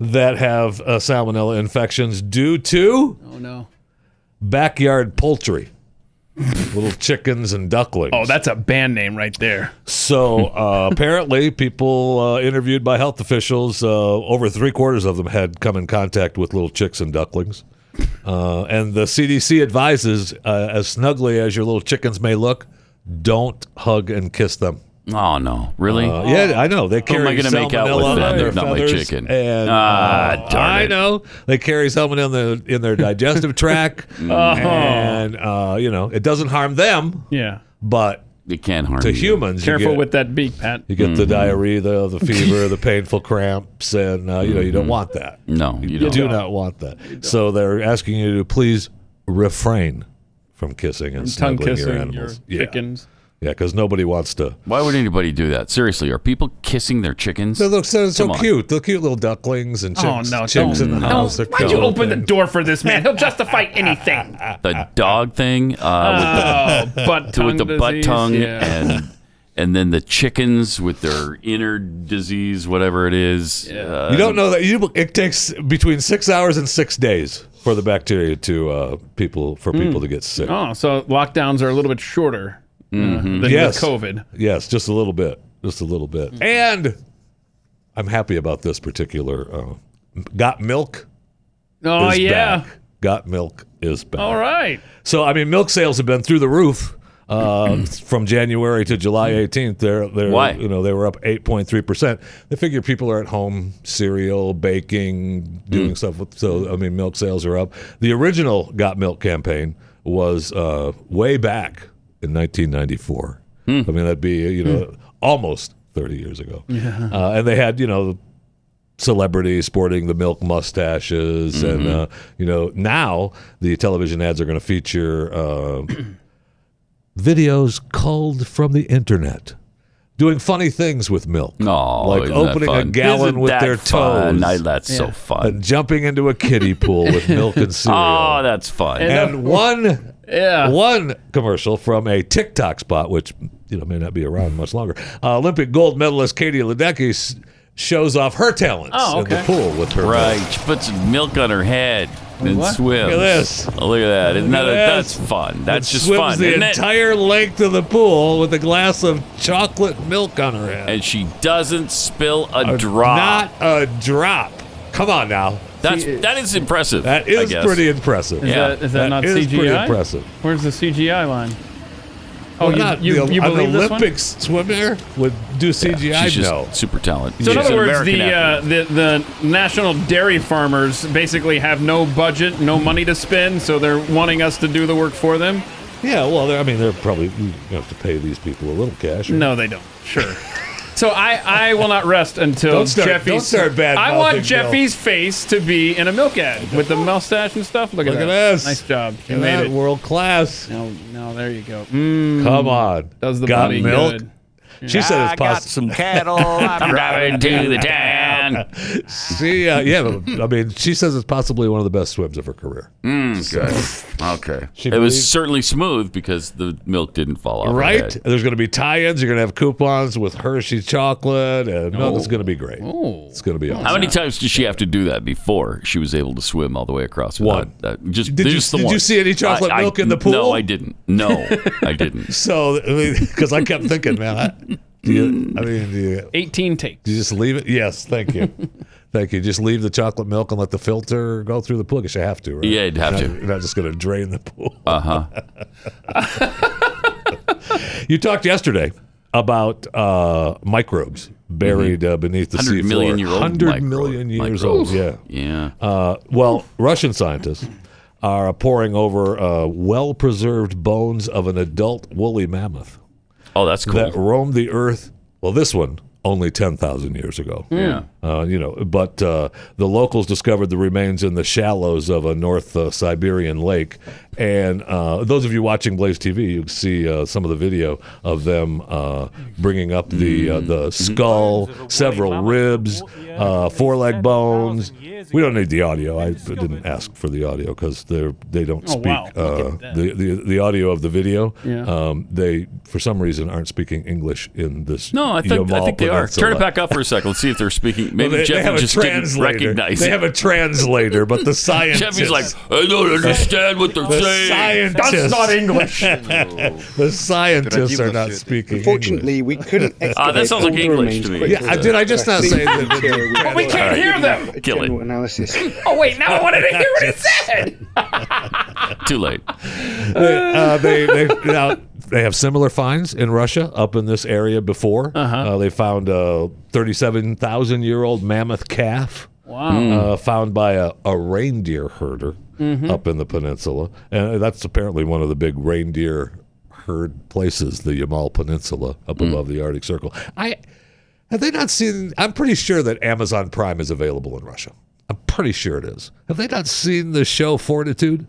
S5: that have uh, salmonella infections due to
S3: Okay. Oh no.
S5: backyard poultry, little chickens and ducklings.
S3: Oh, that's a band name right there.
S5: so uh, apparently people uh, interviewed by health officials, uh, over three quarters of them had come in contact with little chicks and ducklings. Uh, and the CDC advises, uh, as snugly as your little chickens may look, don't hug and kiss them.
S2: Oh no, really?
S5: Uh, yeah, I know they
S2: Oh. Who
S5: carry
S2: am I gonna make out with
S5: salmonella
S2: that?
S5: on their
S2: They're not my
S5: feathers,
S2: chicken.
S5: And,
S2: Ah,
S5: uh,
S2: darn
S5: I
S2: it.
S5: know they carry salmonella in their, in their digestive tract,
S2: Mm. Oh.
S5: and uh, you know it doesn't harm them,
S3: Yeah.
S5: but
S2: it can't harm
S5: to
S2: you.
S5: humans,
S3: Careful
S5: you get,
S3: with that beak, Pat.
S5: you get the
S2: Mm-hmm.
S5: diarrhea, the, the fever, the painful cramps, and uh, you know you don't want that.
S2: No, Mm-hmm. you
S5: You
S2: don't.
S5: do not want that. So they're asking you to please refrain from kissing and
S3: Tongue
S5: snuggling your
S3: kissing your
S5: animals. yeah,
S3: chickens.
S5: yeah, because nobody wants to.
S2: Why would anybody do that? Seriously, are people kissing their chickens?
S5: They look so, so
S2: Come on.
S5: cute. They're cute little ducklings and chicks,
S3: Oh no!
S5: chicks
S3: don't,
S5: in the
S3: don't-
S5: house. They're
S3: Why'd you
S5: cute.
S3: open the door for this man? He'll justify anything.
S2: The dog thing uh,
S3: Oh, butt
S2: with, the,
S3: tongue
S2: with the butt
S3: disease,
S2: tongue
S3: yeah.
S2: and and then the chickens with their inner disease, whatever it is. Uh,
S5: You don't know that you. It takes between six hours and six days for the bacteria to uh, people
S3: Hmm.
S5: for people to get sick.
S3: Oh, so lockdowns are a little bit shorter uh,
S2: Mm-hmm.
S3: than with
S5: Yes.
S3: COVID.
S5: Yes, just a little bit, just a little bit.
S3: Hmm.
S5: And I'm happy about this particular. Uh, got milk
S3: Oh
S5: is
S3: yeah.
S5: back. Got milk is back.
S3: All right.
S5: So I mean, milk sales have been through the roof uh, from January to July 18th. They're, they're
S2: Why?
S5: You know, they were up 8.3 percent. They figure people are at home, cereal, baking, doing stuff. With, so I mean, milk sales are up. The original Got Milk campaign was uh, way back in 1994. I mean, that'd be you know almost 30 years ago. Yeah. Uh, and they had, you know, celebrities sporting the milk mustaches. And,
S3: Mm-hmm.
S5: uh, you know, now the television ads are going to feature uh, videos culled from the internet. Doing funny things with milk,
S2: No,
S5: like
S2: oh, isn't that
S5: opening a
S2: fun?
S5: gallon
S2: Isn't
S5: with
S2: that
S5: their
S2: fun?
S5: toes
S2: I- that's so
S5: and
S2: fun.
S5: uh, jumping into a kiddie pool with milk and cereal.
S2: Oh, that's fun.
S5: and one
S3: Yeah.
S5: one commercial from a TikTok spot, which you know may not be around much longer. Uh, Olympic gold medalist Katie Ledecky s- shows off her talents
S3: Oh,
S5: in the
S3: okay.
S5: pool with her.
S2: Right. She puts milk on her head and
S3: What?
S2: swims.
S5: Look at this.
S2: Oh, look at that. Isn't
S5: Look
S2: that
S5: at
S2: a,
S5: this.
S2: that's fun. That's just
S5: swims
S2: fun.
S5: the
S2: isn't it?
S5: entire length of the pool with a glass of chocolate milk on her head.
S2: and she doesn't spill a, drop.
S5: Not a drop. Come on now.
S2: that's that is impressive.
S5: That
S2: I
S5: is
S2: guess.
S5: pretty impressive.
S3: Is
S2: Yeah.
S3: that, is that,
S5: That
S3: not
S5: is
S3: CGI?
S5: pretty impressive.
S3: Where's the CGI line? Oh,
S5: Well,
S3: you,
S5: not
S3: you,
S5: the,
S3: you
S5: an
S3: believe this one?
S5: Olympics swimmer would do CGI?
S2: She's just
S5: no.
S2: super talented.
S3: So in
S2: She's
S3: other
S2: an
S3: words,
S2: American
S3: the,
S2: athlete.
S3: uh, the the national dairy farmers basically have no budget, no money to spend, so they're wanting us to do the work for them.
S5: Yeah, well, they're- I mean, they're probably you have to pay these people a little cash. or-
S3: No, they don't. Sure. so I, I will not rest until
S5: Don't start-
S3: Jeffy's.
S5: don't start bad
S3: I want
S5: mouthing,
S3: Jeffy's face to be in a milk ad with the mustache and stuff. Look,
S5: Look
S3: at
S5: at
S3: that.
S5: this.
S3: Nice job. You
S5: Look at that,
S3: made it.
S5: world class.
S3: No, no, there you go. Mm,
S5: Come on,
S3: does the
S5: got
S3: body
S5: milk?
S3: good?
S5: She said it's
S6: got
S5: possible.
S6: some cattle. I'm
S2: driving to the town.
S5: She, uh, yeah, but, I mean, she says it's possibly one of the best swims of her career.
S2: Okay.
S5: She
S2: it was
S5: believed-
S2: certainly smooth because the milk didn't fall off. her
S5: Right?
S2: head.
S5: There's going to be tie-ins. You're going to have coupons with Hershey chocolate, and no, it's going to be great. It's going to be awesome.
S2: Oh. How many times did she have to do that before she was able to swim all the way across? without
S5: One.
S2: That, just
S5: Did you-
S2: just the
S5: did you
S2: one.
S5: see any chocolate
S2: I- I-
S5: milk in the
S2: No,
S5: pool?
S2: I didn't. No, I didn't.
S5: So, because I kept thinking, man, I, do you, I mean, do you,
S3: 18 takes.
S5: do you just leave it? Yes, thank you, thank you. Just leave the chocolate milk and let the filter go through the pool. 'cause you have to, right?
S2: Yeah, you'd have
S5: You're
S2: to. Uh-huh.
S5: not- You're not just going to drain the pool. Uh huh. you talked yesterday about uh, microbes buried uh, beneath the sea
S2: 100 million year old
S5: Hundred
S2: micro-
S5: million years
S2: microbes.
S5: old. Yeah.
S2: Yeah.
S5: Uh, well, Russian scientists are poring over uh, well-preserved bones of an adult woolly mammoth
S2: Oh, that's cool.
S5: that roamed the earth. Well, this one only ten thousand years ago.
S3: Hmm.
S2: yeah.
S5: Uh, you know, but uh, the locals discovered the remains in the shallows of a North uh, Siberian lake. And uh, those of you watching Blaze TV, you can see uh, some of the video of them uh, bringing up the
S3: Hmm.
S5: uh, the skull, several ribs, uh, foreleg bones. We don't need the audio. I didn't ask for the audio because they they don't
S3: Oh,
S5: speak
S3: wow. Look at
S5: uh,
S3: that.
S5: the, the the audio of the video.
S3: Yeah.
S5: Um, they for some reason aren't speaking English in this.
S2: No, I think, I
S5: Yamal
S2: think they are. Turn
S5: Peninsula.
S2: it back up for a second. Let's see if they're speaking. Maybe
S5: Well, they, they
S2: Jeffy
S5: have
S2: just
S5: a
S2: didn't
S5: translator.
S2: recognize
S5: they
S2: it.
S5: have a translator, but the scientist.
S2: Jeffy's like, I don't understand what they're
S5: the
S2: saying.
S5: scientists.
S3: English.
S5: the scientists are not speaking. English.
S7: Unfortunately, we couldn't excavate
S2: Ah, that sounds like
S7: all the
S2: English
S7: remains
S2: to me.
S7: quickly.
S5: Yeah, I- did I just not say that-
S7: But we
S3: can't hear them.
S7: A
S2: Kill it.
S7: general analysis.
S3: Oh, wait, now I wanted to hear what it said.
S2: Too late.
S5: They, uh, they, they, now, they have similar finds in Russia up in this area before. Uh-huh. they found a 37,000 year old mammoth calf.
S3: Wow.
S5: uh, found by a, a reindeer herder up in the peninsula. And that's apparently one of the big reindeer herd places, the Yamal Peninsula up above the Arctic Circle. I have they not seen I'm pretty sure that Amazon Prime is available in Russia. I'm pretty sure it is. Have they not seen the show Fortitude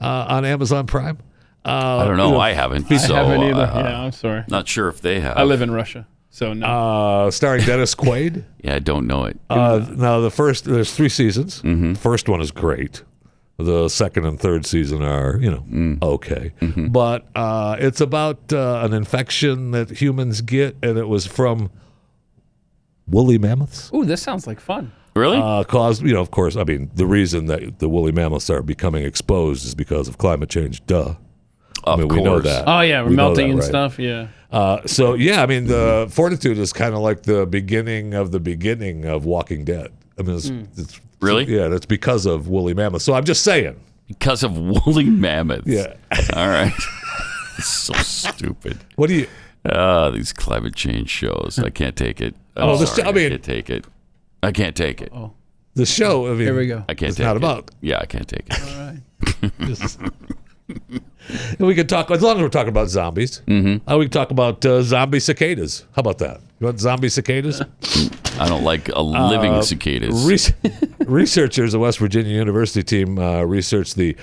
S5: uh, on Amazon Prime? Uh,
S2: I don't know. I haven't.
S3: I
S2: so,
S3: haven't either.
S2: uh,
S3: yeah, I'm sorry.
S2: Not sure if they have.
S3: I live in Russia, so no.
S5: uh, starring Dennis Quaid.
S2: yeah, I don't know it.
S5: Uh, now the first there's three seasons.
S2: Mm-hmm.
S5: The first one is great. The second and third season are you know
S2: Mm.
S5: okay,
S2: Mm-hmm.
S5: but uh, it's about uh, an infection that humans get, and it was from woolly mammoths.
S3: Ooh, this sounds like fun.
S2: Really?
S5: Uh, caused you know of course I mean the reason that the woolly mammoths are becoming exposed is because of climate change. Duh.
S2: of
S5: I mean
S2: course.
S5: we know that.
S3: Oh yeah, we're
S5: We know
S3: melting
S5: that,
S3: and
S5: right.
S3: stuff. Yeah.
S5: Uh, so yeah, I mean the fortitude is kind of like the beginning of the beginning of Walking Dead. I mean,
S3: Hmm.
S5: it's, it's
S2: Really?
S5: yeah, that's because of woolly mammoth. So I'm just saying,
S2: Because of woolly mammoths.
S5: yeah.
S2: All right. It's so stupid.
S5: What do you?
S2: Ah, these climate change shows. I can't take it. I'm
S5: Oh, the
S2: sorry,
S5: show- I mean- Oh,
S2: can't take it. I can't take it.
S5: The show. I mean,
S3: Here we go.
S2: I can't
S5: it's
S2: take
S5: not
S2: it.
S5: about.
S2: Yeah, I can't take it.
S5: just- And we could talk as long as we're talking about zombies. Mm-hmm. we can talk about uh, zombie cicadas. How about that? You want zombie cicadas?
S2: I don't like a living
S5: Uh,
S2: cicadas.
S5: Re- researchers at West Virginia University team uh, researched the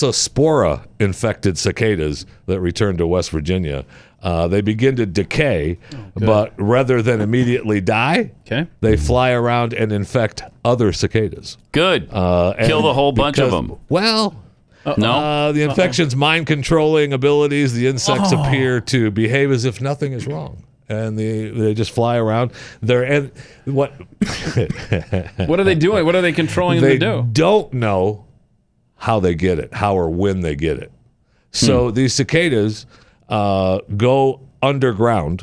S5: Massospora infected cicadas that returned to West Virginia. Uh, they begin to decay,
S2: Oh,
S5: but rather than immediately die,
S3: Okay.
S5: they fly around and infect other cicadas.
S2: Good.
S5: Uh, and
S2: Kill the whole bunch of
S5: because-
S2: them.
S5: Well,
S2: no.
S5: uh, the infection's mind controlling abilities. The insects
S2: Oh.
S5: appear to behave as if nothing is wrong. And they, they just fly around. They're and what
S3: What are they doing? What are they controlling
S5: they
S3: them to do?
S5: not know how they get it, how or when they get it.
S2: Hmm.
S5: So these cicadas uh, go underground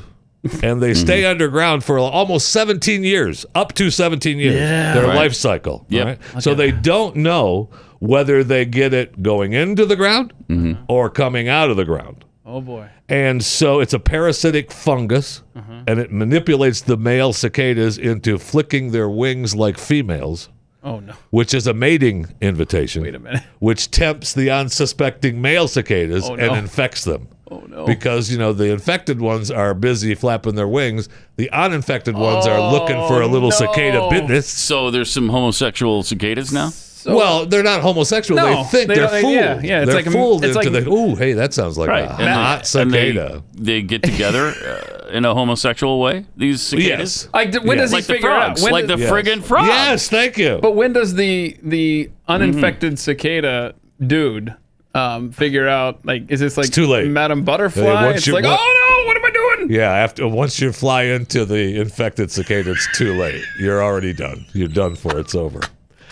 S5: and
S2: Mm-hmm.
S5: they stay underground for almost 17 years, up to 17 years, their
S2: Right.
S5: life cycle.
S2: Yep.
S5: right? So they don't know whether they get it going into the ground
S2: Mm-hmm.
S5: or coming out of the ground.
S3: Oh boy.
S5: And so it's a parasitic fungus,
S2: Mm-hmm.
S5: and it manipulates the male cicadas into flicking their wings like females
S3: Oh no.
S5: which is a mating invitation. Wait
S3: a minute.
S5: Which tempts the unsuspecting male cicadas
S3: Oh, no.
S5: and infects them.
S3: Oh no.
S5: Because you know the infected ones are busy flapping their wings. The uninfected ones are looking for a little cicada
S3: Oh, no.
S5: business.
S2: so there's some homosexual cicadas now.
S5: well, they're not homosexual.
S3: No,
S5: they think
S3: they
S5: they are
S3: don't-
S5: fooled.
S3: yeah, yeah, it's
S5: they're
S3: like a-
S5: fooled
S3: it's
S5: into
S3: like-
S5: the. Ooh, hey, that sounds like a
S2: And
S5: hot
S2: they- and they-
S5: cicada.
S2: They, get together uh, in a homosexual way. These cicadas.
S5: Yes.
S3: Like d- when
S5: Yeah.
S3: does he
S2: Like the
S3: figure it out?
S2: frogs.
S3: When
S2: Like the
S3: does-
S5: Yes.
S2: friggin' frogs.
S5: Yes, thank you.
S3: but when does the the uninfected cicada dude um, figure out? Like, is this like
S5: too late.
S3: Madam Butterfly?
S5: Yeah, once
S3: it's
S5: you-
S3: like,
S5: what-
S3: oh no, what am I doing?
S5: Yeah, after once you fly into the infected cicada, it's too late. You're already done. You're done for. It's over.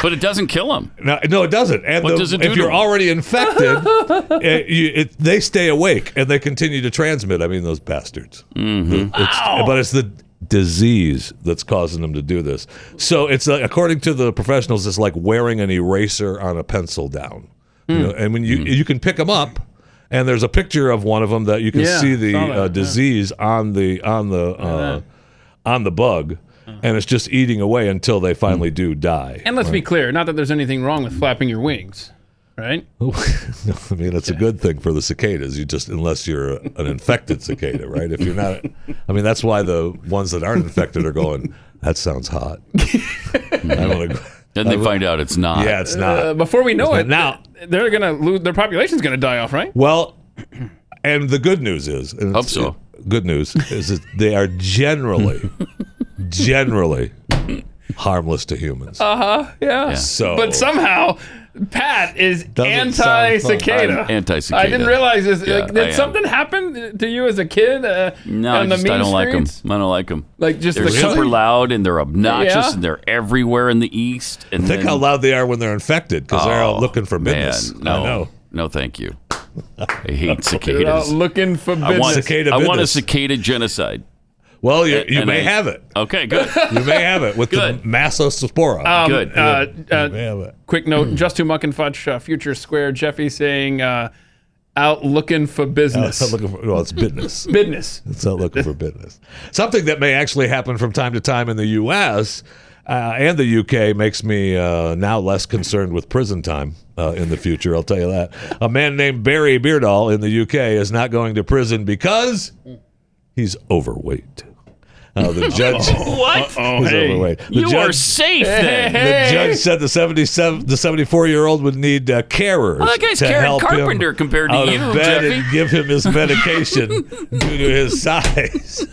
S2: But it doesn't kill them.
S5: No, no, it doesn't. And
S2: What
S5: the-
S2: does it do
S5: if
S2: to
S5: you're
S2: them?
S5: already infected, it, you, it, they stay awake and they continue to transmit. I mean, those bastards.
S2: Mm-hmm.
S5: The- it's- But it's the disease that's causing them to do this. So it's like, according to the professionals, it's like wearing an eraser on a pencil down. You
S2: Hmm.
S5: know, and when you you can pick them up, and there's a picture of one of them that you can
S3: Yeah,
S5: see
S3: I
S5: the
S3: saw that,
S5: uh,
S3: yeah.
S5: disease on the on the uh, on the bug. And it's just eating away until they finally
S2: Hmm.
S5: do die.
S3: And let's be clear, not that there's anything wrong with flapping your wings, right?
S5: No, I mean, it's a good thing for the cicadas. You just, unless you're an infected cicada, right? If you're not, I mean, that's why the ones that aren't infected are going, that sounds hot. I want to go.
S2: Then they find out it's not.
S5: Yeah, it's
S3: Uh,
S5: not.
S3: before we know
S5: not-
S3: it,
S5: now-
S3: they're gonna lose. Their population's gonna die off, right?
S5: Well, and the good news is, and
S2: Hope
S5: it's-
S2: so.
S5: Good news is that they are generally, generally harmless to humans.
S2: Uh,
S3: Yeah.
S5: So-
S3: but somehow Pat is
S5: Doesn't sound fun.
S3: anti-cicada.
S2: I'm anti-cicada.
S3: I didn't realize this.
S2: Yeah,
S3: like,
S2: I
S3: did
S2: am.
S3: something happen to you as a kid? Uh,
S2: No, I,
S3: on the
S2: just, I
S3: mean
S2: don't like 'em. like
S3: streets?
S2: them. I don't like them.
S3: Like just
S2: they're
S3: the
S2: super
S3: color-
S2: loud and they're obnoxious
S3: Yeah.
S2: and they're everywhere in the east. And
S5: Think
S2: then,
S5: how loud they are when they're infected because they're
S2: Oh,
S5: out looking for
S2: man,
S5: business.
S2: no,
S5: I know.
S2: no, thank you. I hate
S3: They're out
S2: cicadas.
S3: looking for
S2: I want,
S3: business.
S5: Cicada
S2: I want a
S5: business.
S2: cicada genocide.
S5: Well, you, you
S2: And
S5: may
S2: I-
S5: have it.
S2: Okay, good.
S5: You may have it with the
S2: Good.
S5: Massospora.
S3: Um,
S2: Good.
S3: Uh, uh,
S5: you may have it.
S3: quick note: Just to muck and fudge, uh, future square. Jeffy saying, uh, "Out looking for
S5: It's
S3: business."
S5: not looking for well, it's business.
S3: business.
S5: It's not looking for business. Something that may actually happen from time to time in the U.S. Uh, and the UK makes me uh, now less concerned with prison time uh, in the future. I'll tell you that. A man named Barry Beardall in the UK is not going to prison because he's overweight. Uh, the judge
S2: what?
S5: he's overweight. The
S2: Oh, You are
S5: judge,
S2: safe then.
S5: the judge said the seventy-seven, the seventy-four-year-old would need uh, carers.
S2: Well, that guy's
S5: to
S2: Karen
S5: help him
S2: Carpenter compared to
S5: out of
S2: you,
S5: bed
S2: Jeffy.
S5: and give him his medication due to his size.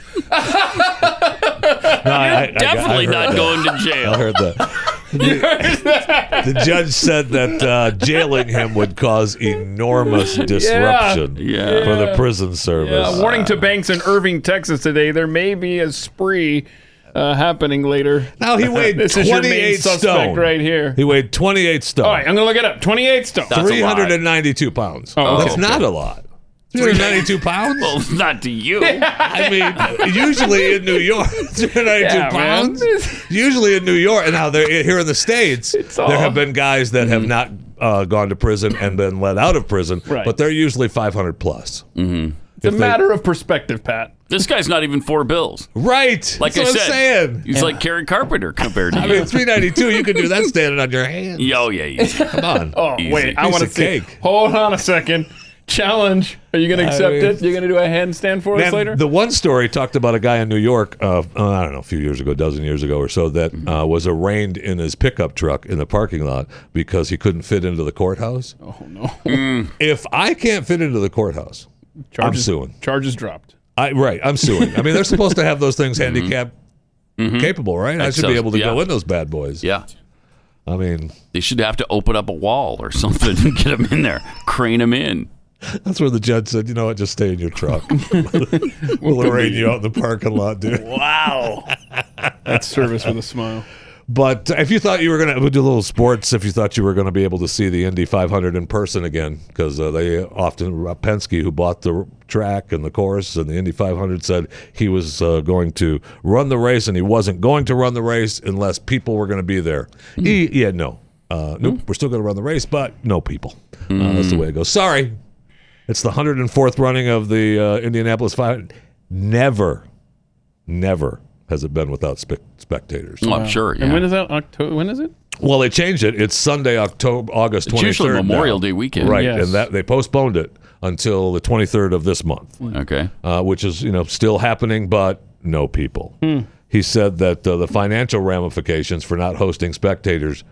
S5: No, I- I- I- I
S2: Definitely
S5: heard
S2: not
S5: that.
S2: going to
S5: I
S2: jail.
S5: heard that. The, the judge said that uh, jailing him would cause enormous disruption
S2: Yeah.
S5: for the prison service.
S3: Uh, warning to banks in Irving, Texas today. There may be a spree uh, happening later.
S5: Now he weighed
S3: This is your main
S5: 28
S3: suspect
S5: stone.
S3: right here.
S5: He weighed 28 stone.
S3: All right, I'm gonna look it up. 28 stone.
S2: That's Oh, a lot.
S5: 392 pounds.
S3: Oh,
S5: That's
S2: okay.
S5: not a lot. 392 pounds?
S2: Well, not to you.
S5: I mean, usually in New York, 392
S3: Yeah, man.
S5: pounds. Usually in New York, and now they're here in the states.
S3: all-
S5: There have been guys that
S3: Mm-hmm.
S5: have not uh, gone to prison and been let out of prison,
S3: Right. Mm-hmm.
S5: but they're usually 500 plus.
S3: It's a matter of perspective, Pat.
S2: This guy's not even four bills.
S5: Right.
S2: Like
S5: That's
S2: I
S5: what
S2: said,
S5: I'm saying.
S2: he's like Karen Carpenter compared to
S5: I
S2: you.
S5: mean, 392. You could do that standing on your hands.
S2: Yo, Oh, yeah, yeah.
S5: Come on.
S3: Oh
S2: Easy.
S3: wait, I
S5: Piece
S3: want to
S5: of
S3: see.
S5: cake.
S3: Hold on a second. challenge. Are you going to
S5: I
S3: accept
S5: mean-
S3: it? You're going to do a handstand for us
S5: Man,
S3: later?
S5: The one story talked about a guy in New York, uh, uh, I don't know, a few years ago, a dozen years ago or so, that uh, was arraigned in his pickup truck in the parking lot because he couldn't fit into the courthouse. Oh, no.
S2: Mm.
S5: if I can't fit into the courthouse,
S3: Charges-
S5: I'm suing.
S3: Charges dropped.
S5: I, right, I'm suing. I mean, they're supposed to have those things handicap capable, right? I
S2: Mm-hmm. That
S5: should be
S2: sounds-
S5: able to go
S2: yeah.
S5: in those bad boys.
S2: Yeah.
S5: I mean,
S2: They should have to open up a wall or something and get them in there, crane them in.
S5: that's where the judge said, you know what, just stay in your truck. we'll arraign you out in the parking lot, dude.
S3: That's service with a smile.
S5: But if you thought you were gonna we'll do a little sports, if you thought you were gonna be able to see the Indy 500 in person again, because uh, they often Penske, who bought the track and the course and the Indy 500, said he was uh, going to run the race, and he wasn't going to run the race unless people were going to be there. E- yeah, no, uh, nope, we're still going to run the race, but no people. Uh, that's the way it goes. Sorry, it's the 104th running of the uh, Indianapolis 500. Never, never has it been without spec spectators.
S2: Well, Oh, I'm sure. Yeah.
S3: And when is that? October? When is it?
S5: Well, they changed it. It's Sunday, October, August 23rd.
S2: It's usually Memorial Day weekend.
S5: Right,
S3: Yes.
S5: and that they postponed it until the 23rd of this month,
S2: Okay.
S5: uh, which is you know still happening, but no people. He said that uh, the financial ramifications for not hosting spectators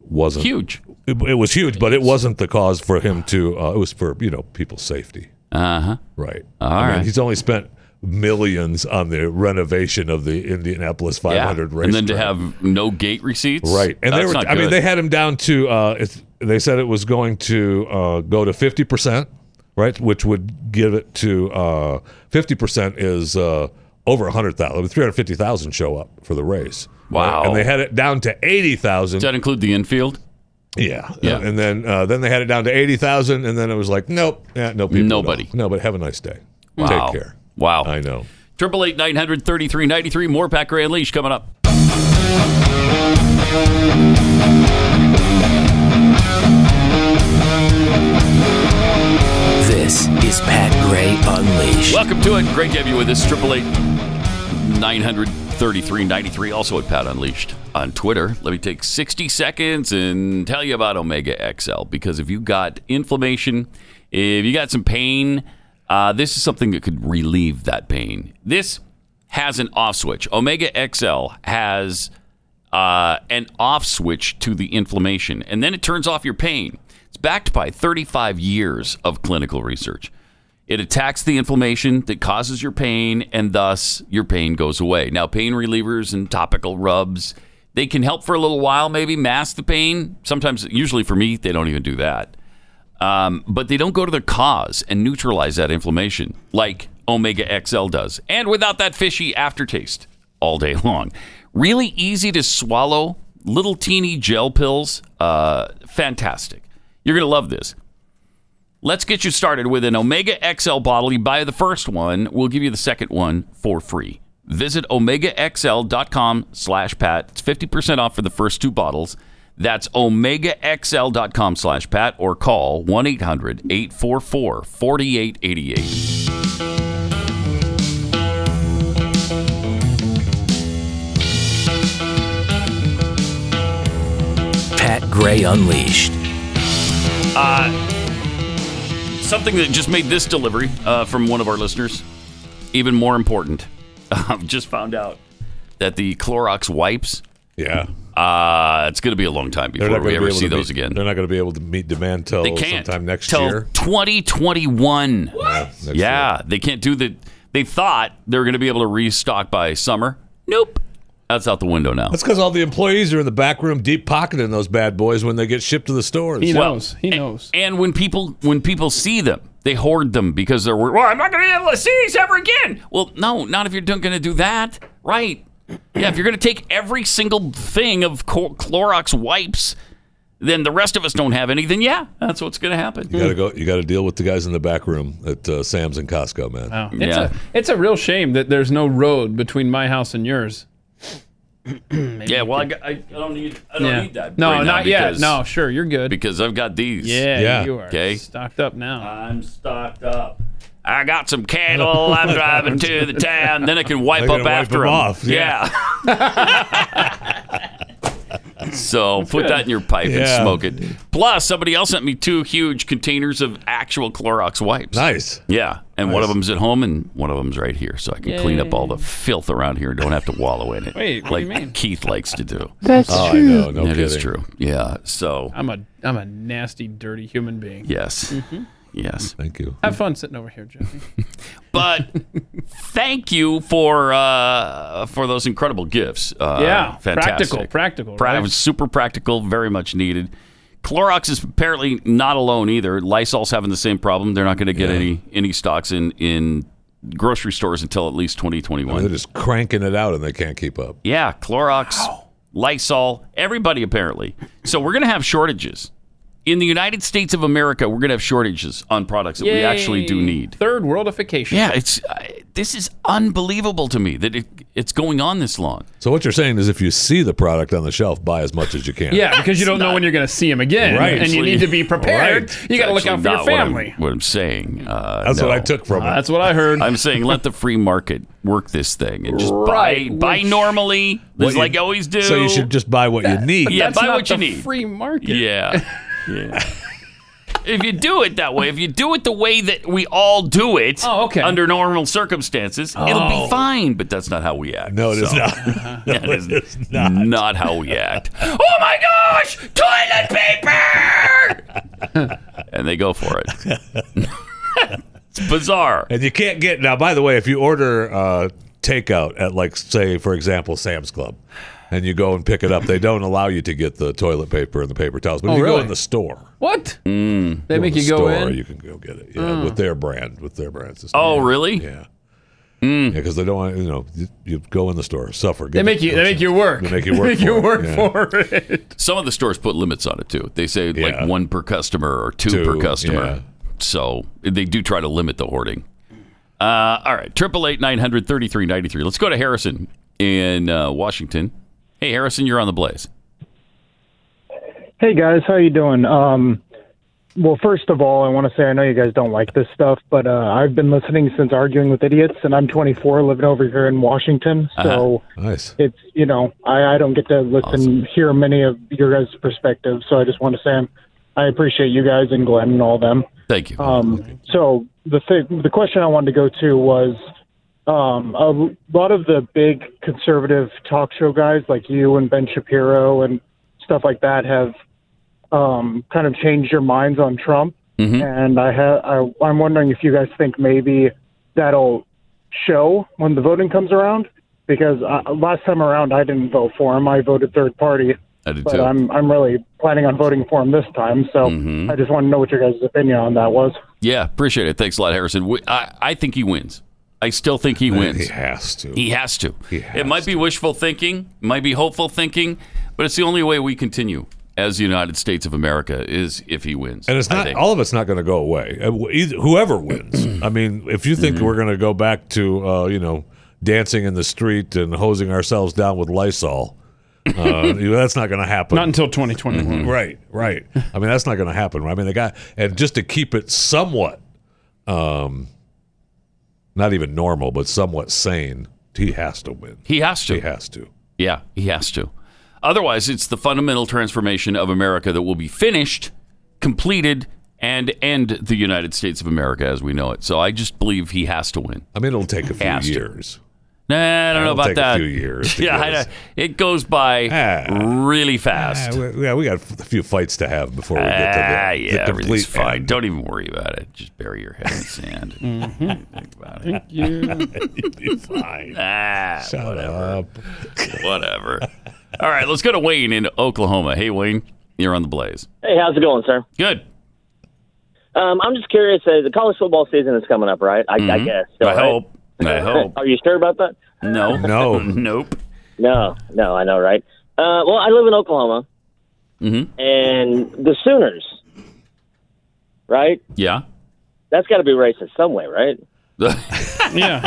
S5: wasn't
S2: Huge.
S5: It, it was huge, but it wasn't the cause for him to. Uh, it was for you know people's safety.
S2: Uh huh.
S5: Right.
S2: All
S5: I mean,
S2: right.
S5: He's only spent millions on the renovation of the Indianapolis 500 race.
S2: And then to have no gate receipts.
S5: Right, and
S2: that's
S5: they were.
S2: not
S5: I mean,
S2: good.
S5: they had him down to. Uh, if they said it was going to uh, go to fifty percent, right, which would give it to uh, fifty percent is uh, over a hundred thousand. Three hundred fifty thousand show up for the race.
S2: Wow.
S5: and they had it down to eighty thousand.
S2: Does that include the infield?
S5: Yeah,
S2: Yeah.
S5: and then uh, then they had it down to eighty thousand, and then it was like, nope, yeah, no people, at all.
S2: Nobody.
S5: no. But have a nice day.
S2: Wow.
S5: Take care.
S2: Wow.
S5: I know.
S2: Triple eight nine hundred thirty three ninety three. More Pat Gray Unleashed coming up.
S6: This is Pat Gray Unleashed.
S2: Welcome to it. Great to have you with us. Triple eight nine hundred thirty three ninety three. Also at Pat Unleashed on Twitter. Let me take sixty seconds and tell you about Omega XL because if you got inflammation, if you got some pain, uh, this is something that could relieve that pain. This has an off switch. Omega XL has uh, an off switch to the inflammation, and then it turns off your pain. It's backed by 35 years of clinical research. It attacks the inflammation that causes your pain, and thus your pain goes away. Now, pain relievers and topical rubs, they can help for a little while, maybe mask the pain. Sometimes, usually for me, they don't even do that. Um, but they don't go to the cause and neutralize that inflammation like Omega XL does, and without that fishy aftertaste all day long. Really easy to swallow, little teeny gel pills. Uh, fantastic. You're going to love this. Let's get you started with an Omega XL bottle. You buy the first one, we'll give you the second one for free. Visit omegaxl.com slash pat. It's 50% off for the first two bottles. That's omegaxl.com slash pat or call 1 800 844 4888.
S6: Pat Gray Unleashed.
S2: Something that just made this delivery uh, from one of our listeners even more important. I've just found out that the Clorox wipes,
S5: Yeah,
S2: uh, it's going to be a long time before
S5: gonna
S2: we ever
S5: able
S2: see
S5: to
S2: those
S5: meet-
S2: again.
S5: They're not going to be able to meet demand till
S2: They can't
S5: Oh, sometime next
S2: till
S5: year.
S2: 2021.
S5: Yeah, next year.
S2: Yeah, they can't do the. They thought they were going to be able to restock by summer. Nope, that's out the window now.
S5: That's because all the employees are in the back room deep pocketing those bad boys when they get shipped to the stores.
S3: He
S2: Well,
S3: knows. He
S5: eh,
S3: knows.
S2: And when people when people see them, they hoard them because they're wor- well. I'm not going to be able to see these ever again. Well, no, not if you're going to do that, right? Yeah, if you're going to take every single thing of Cl- Clorox wipes, then the rest of us don't have anything. Yeah, that's what's going to happen.
S5: You gotta go. You gotta deal with the guys in the back room at uh, Sam's and Costco, man.
S3: It's,
S2: Yeah.
S3: a, it's a real shame that there's no road between my house and yours.
S2: Yeah, well, I, got- I, I don't need I don't need that.
S3: No,
S2: right now
S3: not yet.
S2: because-
S3: No, sure, you're good.
S2: because I've got these.
S3: yeah,
S5: Yeah.
S3: you are
S2: Okay.
S3: stocked up now.
S2: I'm stocked up. I got some cattle. I'm driving to the town. Then I can wipe
S5: They're
S2: up
S5: gonna wipe
S2: after 'em.
S5: them off, yeah.
S2: Yeah. so put that in your pipe and
S5: Yeah.
S2: smoke it. Plus, somebody else sent me two huge containers of Axe actual Clorox wipes.
S5: Nice.
S2: Yeah, and one
S5: Nice.
S2: of them's at home, and one of them's right here, so I can clean up all the filth around here and don't have to wallow in it.
S3: Wait, what
S2: like
S3: do you mean?
S2: Keith likes to do.
S8: That's
S5: Oh, I
S8: true.
S5: know. No
S2: That
S5: kidding.
S2: is true. Yeah. So
S3: I'm a I'm a nasty, dirty human being.
S2: yes,
S5: Mm-hmm.
S2: yes.
S5: Thank you.
S3: Have fun sitting over here, Jeffy.
S2: But thank you for uh, for those incredible gifts. Uh,
S3: Yeah,
S2: fantastic.
S3: practical, practical,
S2: Pra-
S3: right?
S2: Super practical, very much needed. Clorox is apparently not alone either. Lysol's having the same problem. They're not going to get any any stocks in in grocery stores until at least 2021.
S5: They're just cranking it out and they can't keep up.
S2: Yeah, Clorox, Lysol, everybody apparently. So we're going to have shortages. In the United States of America, we're going to have shortages on products that we actually do
S3: Yay.
S2: need.
S3: Third worldification.
S2: Yeah, it's I this is unbelievable to me that it, it's going on this long.
S5: So what you're saying is, if you see the product on the shelf, buy as much as you can.
S3: Yeah, because you don't know when you're going to see him again,
S5: Right.
S3: and you need to be prepared.
S5: Right.
S3: You got to look
S2: Actually,
S3: out for your
S2: not what I'm-
S3: family.
S2: What I'm, saying. Uh,
S5: that's
S2: no.
S5: what I took from it.
S3: That's what I heard.
S2: I'm saying let the free market work this thing and just
S3: Right,
S2: buy buy
S3: which-
S2: normally, just
S5: What you-
S2: like I always do.
S5: So you should just buy what you need.
S2: yeah,
S3: That's
S2: buy
S3: not
S2: what you
S3: the
S2: need.
S3: Free market.
S2: Yeah. Yeah. if you do it that way, if you do it the way that we all do it
S3: Oh, okay. Oh.
S2: under normal circumstances, it'll be fine, but that's not how we act.
S5: No, it is
S2: So,
S5: not.
S2: That is
S5: it's
S2: not.
S5: not.
S2: how we act. oh my gosh! Toilet paper! and they go for it. it's bizarre.
S5: And you can't get now. By the way, if you order uh, takeout at like say for example Sam's Club, and you go and pick it up, they don't allow you to get the toilet paper and the paper towels. But if you go
S3: Oh, really?
S5: in the store,
S3: What? They make
S5: Mm. the
S3: you go
S5: store,
S3: in. Hmm.
S5: you can go get it. Yeah, with their brand, with their brand system.
S2: Oh,
S5: yeah.
S2: really?
S5: Yeah. because they don't want you know you, you go in the store suffer.
S3: Hmm. They make you. They make you work.
S5: They make you work. for it, yeah.
S3: for it.
S2: Some of the stores put limits on it too. They say
S5: Yeah.
S2: like one per customer or two,
S5: Two,
S2: per customer.
S5: yeah.
S2: So they do try to limit the hoarding. Uh, all right, triple eight nine hundred thirty three ninety three. Let's go to Harrison in uh, Washington. Hey, Harrison, you're on the blaze.
S9: Hey guys, how you doing? Um, well, first of all, I want to say I know you guys don't like this stuff, but uh, I've been listening since arguing with idiots, and I'm 24, living over here in Washington, so
S5: Nice.
S9: it's you know I, I don't get to listen hear many of your guys' perspectives. So I just want to say I'm, I appreciate you guys and Glenn and all them.
S2: Thank you.
S9: Um, so the thing, the question I wanted to go to was um, a lot of the big conservative talk show guys like you and Ben Shapiro and stuff like that have um, kind of changed their minds on Trump, and I ha- I, I'm wondering if you guys think maybe that'll show when the voting comes around because uh, last time around I didn't vote for him, I voted third party.
S2: I did
S9: But
S2: too.
S9: I'm I'm really planning on voting for him this time, so
S2: Mm-hmm.
S9: I just want to know what your guys' opinion on that was.
S2: yeah, appreciate it. Thanks a lot, Harrison. We, I, I think he wins. I still think he
S5: He
S2: wins.
S5: has to.
S2: He has to. it
S5: has
S2: might be wishful thinking, might be hopeful thinking, but it's the only way we continue as the United States of America is if he wins.
S5: And it's
S2: I
S5: not
S2: think.
S5: all of it's not going to go away. Uh, wh- Either, whoever wins, I mean, if you
S2: Mm-hmm.
S5: think we're going to go back to uh, you know dancing in the street and hosing ourselves down with Lysol, uh, you know, that's not going to happen.
S3: Not until 2021.
S5: right, right. I mean, that's not going to happen. I mean, the guy, and just to keep it somewhat, um, not even normal, but somewhat sane, he has to win.
S2: he has to.
S5: He has to.
S2: Yeah, he has to. Otherwise, it's the fundamental transformation of America that will be finished, completed, and end the United States of America as we know it. So I just believe he has to win.
S5: I mean, it'll take a few
S2: Has to.
S5: years.
S2: Nah, I don't know
S5: It'll
S2: about
S5: take a
S2: that.
S5: few years to
S2: Yeah,
S5: get
S2: I
S5: us-
S2: know. it goes by
S5: Ah.
S2: really fast.
S5: Yeah, we, yeah, we got a few fights to have before we get to the,
S2: Ah,
S5: the
S2: yeah, everything's
S5: complete
S2: fine.
S5: end. Mm.
S2: Don't even worry about it. Just bury your head in the sand. and Think about it.
S5: Be fine.
S2: Ah,
S5: Shut up.
S2: whatever. All right, let's go to Wayne in Oklahoma. Hey, Wayne, you're on the blaze.
S10: Hey, how's it going, sir?
S2: Good.
S10: Um, I'm just curious. Uh, the college football season is coming up, right? I, I guess.
S2: Mm-hmm.
S10: still,
S2: I
S10: right?
S2: hope. I hope.
S10: Are you sure about that?
S2: No.
S5: No.
S2: nope.
S10: No, no, I know, right? Uh, well, I live in Oklahoma, mm-hmm. and the Sooners, right?
S2: Yeah.
S10: That's got to be racist some way, right?
S3: yeah,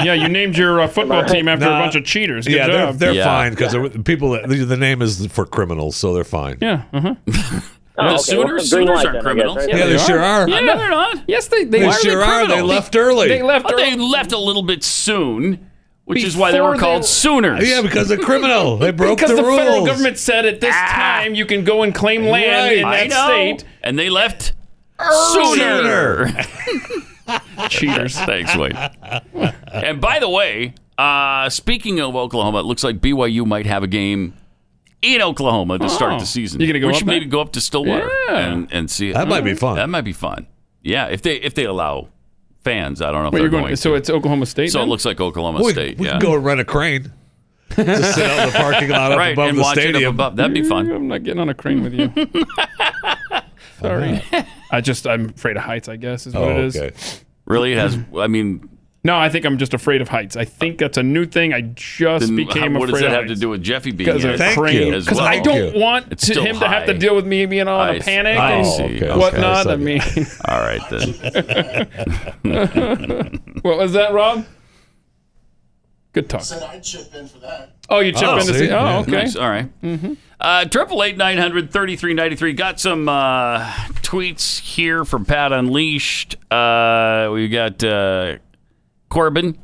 S3: yeah. You named your uh, football team after
S5: Mm-hmm. Nah.
S3: a bunch of cheaters. Good
S5: Yeah, they're,
S3: job.
S5: they're
S2: Yeah.
S5: fine because people. that- The, the name is for criminals, so they're fine. Yeah,
S3: yeah. Uh-huh.
S10: Oh, okay.
S2: Sooners-
S10: green
S2: Sooners aren't
S10: light then, I guess,
S2: criminals.
S10: right?
S2: Yeah,
S5: they, sure are.
S3: Yeah.
S2: No, they're not.
S3: Yes, they they,
S5: They
S3: were
S5: sure are. They
S2: criminals?
S5: left early.
S3: They left.
S2: Oh,
S3: early.
S2: they left a little bit soon, which is why they
S3: Before
S2: were
S3: they-
S2: called Sooners.
S5: Yeah, because they're criminal. They broke
S3: because
S5: the,
S3: the,
S5: rules. Ah.
S3: federal government said at this time you can go and claim land
S5: Right.
S3: in
S2: I
S3: that
S2: know.
S3: state.
S2: And they left Sooner. Cheaters. Thanks, Wade. And by the way, uh, speaking of Oklahoma, it looks like BYU might have a game in Oklahoma to
S3: Oh.
S2: start the season.
S3: You gonna go
S2: We
S3: up
S2: should
S3: there?
S2: maybe go up to Stillwater
S3: Yeah.
S2: and, and see it.
S5: That might be fun.
S2: That might be fun. Yeah, if they if they allow fans, I don't know if
S3: Wait,
S2: they're
S3: you're
S2: going.
S3: going, so it's Oklahoma State.
S2: so it
S3: then?
S2: looks like Oklahoma
S5: we,
S2: State.
S5: we
S2: yeah,
S5: can go and rent a crane. Just sit out in the parking lot up
S2: right
S5: above
S2: and
S5: the
S2: watch it up
S5: stadium.
S2: above. That'd be fun.
S3: I'm not getting on a crane with you. Sorry. I just I'm afraid of heights. I guess is what
S5: Oh,
S3: it is.
S5: okay.
S2: Really, it has. I mean,
S3: No, I think I'm just afraid of heights. I think that's a new thing. I just
S2: then
S3: became
S2: how- what
S3: afraid
S2: does that
S3: of
S2: have to
S3: heights.
S2: do with Jeffy being
S3: because
S2: in
S3: of
S2: it?
S3: a
S5: Thank
S3: crane.
S5: you.
S2: as
S3: Because
S2: well?
S3: I don't
S5: you.
S3: want
S2: It's
S3: to-
S2: still
S3: him to have to
S2: high.
S3: deal with me being on
S2: I
S3: a
S2: see.
S3: panic Oh,
S2: I
S3: and
S2: see. Okay, I
S3: whatnot.
S5: see.
S3: I mean,
S2: All right then.
S3: what was that, Rob? Good talk.
S8: I'd chip in for that.
S3: Oh, you chip
S5: Oh,
S3: in to
S5: see?
S3: see? Oh,
S5: Yeah.
S3: okay.
S2: Nice. All
S3: Mm-hmm.
S2: right. Triple eight nine hundred thirty three ninety three. Got some uh, tweets here from Pat Unleashed. Uh, we got uh, Corbin.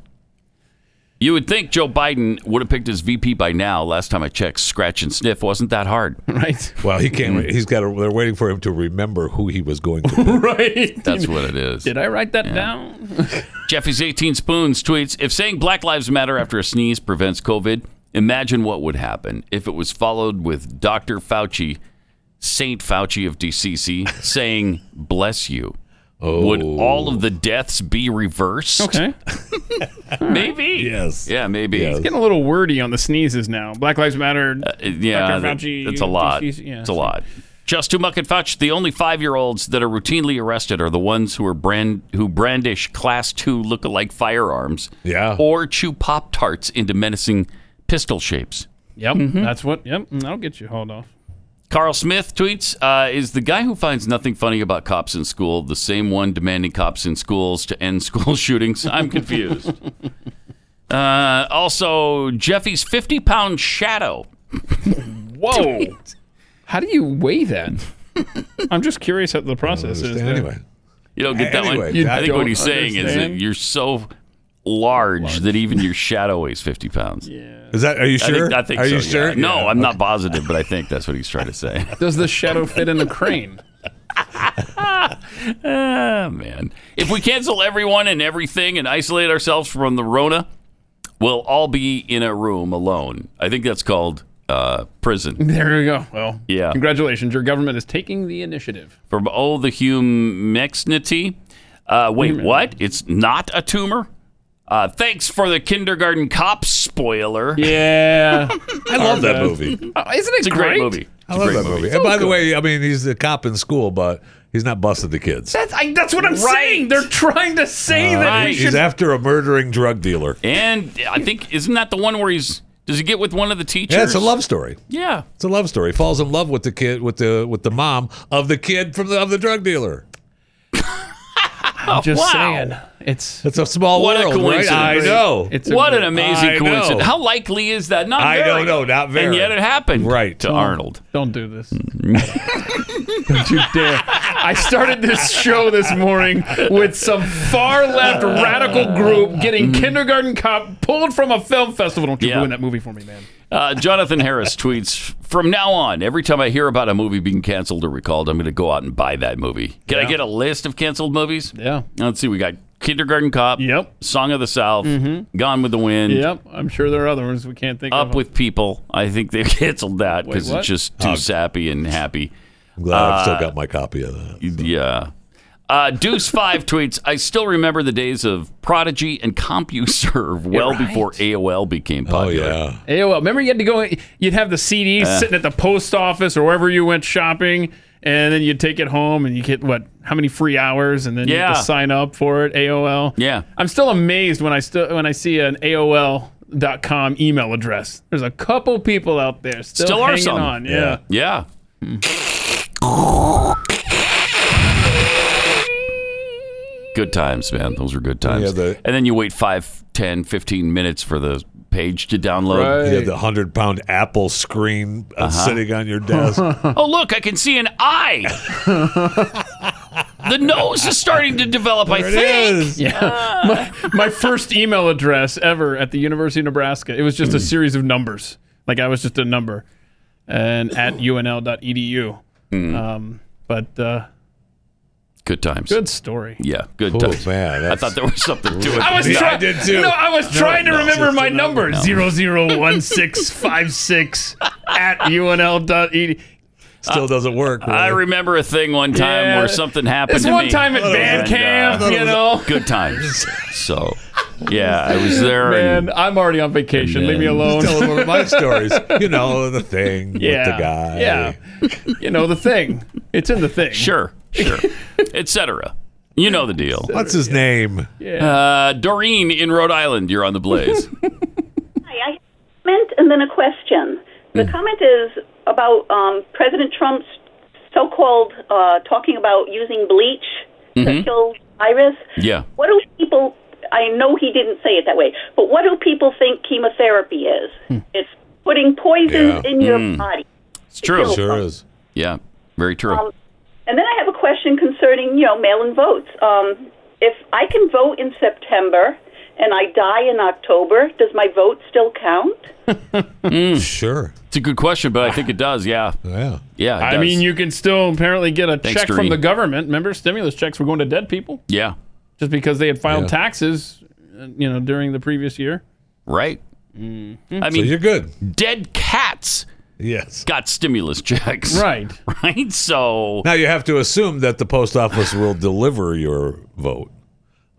S2: You would think Joe Biden would have picked his VP by now. Last time I checked, scratch and sniff wasn't that hard.
S3: Right.
S5: Well, he can't. He's got. To, they're waiting for him to remember who he was going to. pick.
S3: Right.
S2: That's what it is.
S3: Did I write that down?
S2: Jeffy's 18 Spoons tweets If saying Black Lives Matter after a sneeze prevents COVID, imagine what would happen if it was followed with Dr. Fauci, St. Fauci of DCC, saying, Bless you. Would all of the deaths be reversed?
S3: Okay.
S2: Maybe.
S5: Yes.
S2: Yeah, maybe.
S5: Yes.
S3: Getting a little wordy on the sneezes now. Black Lives Matter.
S2: Uh, Yeah,
S3: Dr.
S2: that-
S3: Fauci,
S2: it's a lot.
S3: DCC, yeah.
S2: it's a lot. Just Muck and Fauci, the only five-year-olds that are routinely arrested are the ones who are brand who brandish Class Two look-alike firearms,
S5: Yeah.
S2: or chew Pop Tarts into menacing pistol shapes.
S3: Yep. That's what. Yep. I'll get you. Hold off.
S2: Carl Smith tweets: uh, Is the guy who finds nothing funny about cops in school the same one demanding cops in schools to end school shootings? I'm confused. uh, also, Jeffy's 50-pound shadow
S3: Whoa. How do you weigh that? I'm just curious how the process is.
S5: Understand? Anyway,
S2: You don't get that one.
S5: Anyway, You
S2: I think what
S3: don't
S2: he's saying is that
S3: understand.
S2: you're so large, that even your shadow weighs 50 pounds.
S5: is that? Are you
S2: I
S5: sure?
S2: think, I think
S5: are
S2: so,
S5: you
S2: yeah.
S5: sure?
S2: No,
S5: Yeah.
S2: I'm not positive, but I think that's what he's trying to say.
S3: Does the shadow fit in the crane?
S2: Ah, man. If we cancel everyone and everything and isolate ourselves from the Rona, we'll all be in a room alone. I think that's called uh, prison.
S3: There we go. Well,
S2: Yeah.
S3: Congratulations, your government is taking the initiative.
S2: From oh the humexnity. Uh, wait, what? It's not a tumor? Uh, thanks for the kindergarten cop spoiler.
S3: Yeah,
S5: I love that movie.
S3: isn't it
S2: It's a great movie.
S5: I love that movie. And by the way, I mean he's a cop in school, but he's not busting the kids.
S3: That's, I, that's what I'm saying. They're trying to say that we
S2: Right.
S5: He's
S3: should.
S5: after a murdering drug dealer.
S2: And I think isn't that the one where he's does he get with one of the teachers?
S5: Yeah, it's a love story.
S2: Yeah.
S5: It's a love story. Falls in love with the kid, with the with the mom of the kid from the of the drug dealer.
S3: I'm just
S2: Wow.
S3: saying, it's
S5: It's a small
S2: What a
S5: world, right?
S2: coincidence.
S5: I know.
S3: it's a
S2: What an
S3: great-
S2: amazing
S5: I know.
S2: coincidence. How likely is that? Not
S5: I
S2: very.
S5: don't know, not very.
S2: And yet it happened
S5: Right.
S2: to Arnold.
S3: Don't do this. Don't you dare. I started this show this morning with some far left radical group getting kindergarten cop pulled from a film festival. Don't you
S2: Mm-hmm. Yeah.
S3: ruin that movie for me, man.
S2: Uh, Jonathan Harris tweets From now on, every time I hear about a movie being canceled or recalled, I'm going to go out and buy that movie. Can I get a list of canceled movies?
S3: Yeah.
S2: Let's see. We got Kindergarten Cop,
S3: Yep.
S2: Song of the South,
S5: Mm-hmm.
S2: Gone with the Wind,
S3: Yep. I'm sure there are other ones we can't think of.
S2: Up with People. I think they canceled that
S3: Wait,
S2: because
S3: what?
S2: it's just
S5: Uh,
S2: too sappy and happy.
S5: I'm glad I've
S2: Uh,
S5: still got my copy of that.
S2: Yeah. Uh, Deuce Five tweets. I still remember the days of Prodigy and CompuServe, well before AOL became
S5: Oh
S2: popular.
S5: yeah.
S3: AOL. Remember, you had to go. You'd have the CD sitting at the post office or wherever you went shopping, and then you'd take it home and you get what? How many free hours? And then you have
S2: Yeah.
S3: to sign up for it. AOL.
S2: Yeah.
S3: I'm still amazed when I still when I see an AOL.com email address. There's a couple people out there still,
S2: Still are
S3: hanging
S2: some.
S3: on. Yeah.
S2: Yeah. Good times, man. Those were good times.
S5: Yeah, the-
S2: and then you wait 5, 10, 15 minutes for the page to download.
S5: You have the hundred pound Apple screen
S2: Uh-huh.
S5: uh, sitting on your desk.
S2: Oh, look, I can see an eye. the nose is starting to develop, I
S5: There it
S2: think.
S5: is.
S3: My first email address ever at the University of Nebraska. It was just a
S2: Hmm.
S3: series of numbers. Like I was just a number, E
S2: Hmm.
S3: and at unl.edu. Um, but uh,
S2: Good times.
S3: Good story.
S2: Yeah, good
S5: Oh,
S2: times.
S5: man,
S2: I thought there was something to it.
S3: I was
S5: Yeah, I
S3: trying.
S5: did too.
S3: No, I was
S5: No,
S3: trying to
S5: no.
S3: remember
S5: Just
S3: my
S5: a number.
S3: number zero zero one six five six at unl.edu.
S5: Still doesn't work.
S2: I
S5: really.
S2: remember a thing one time
S3: Yeah.
S2: where something happened
S3: This
S2: to
S3: one
S2: me.
S3: time at band camp,
S2: uh,
S3: you know.
S2: Good times. So, yeah, I was there.
S3: Man,
S2: and
S3: I'm already on vacation.
S2: And
S3: Leave me
S2: then-
S3: alone.
S5: Tell them one of my stories. You know, the thing
S3: yeah,
S5: with the guy.
S3: yeah. you know the thing. It's in the thing.
S2: Sure, sure, etc. You know the deal.
S5: What's his name?
S2: Uh, Doreen in Rhode Island, you're on the blaze.
S8: I have a comment and then a question. The
S2: Mm.
S8: comment is about um, President Trump's so-called uh, talking about using bleach to kill virus.
S2: Mm-hmm. yeah.
S8: What do people? I know he didn't say it that way, but what do people think chemotherapy is?
S2: Hmm.
S8: It's putting poisons
S5: Yeah.
S8: in your
S2: Mm.
S8: body.
S2: It's true.
S5: Sure is.
S2: Yeah, very true.
S8: And then I have a question concerning, you know, mail-in votes. Um, if I can vote in September and I die in October, does my vote still count?
S5: Sure.
S2: it's a good question, but I think it does. Yeah,
S5: Yeah.
S2: yeah. it
S3: I
S2: does.
S3: mean, you can still apparently get a check from
S2: Doreen.
S3: the government. Remember, stimulus checks were going to dead people
S2: Yeah,
S3: just because they had filed
S5: Yeah.
S3: taxes, uh, you know, during the previous year.
S2: right.
S3: Mm-hmm.
S2: I
S5: So
S2: mean,
S5: you're good.
S2: dead cats
S5: Yes.
S2: got stimulus checks.
S3: Right.
S2: Right. So
S5: Now you have to assume that the post office will deliver your vote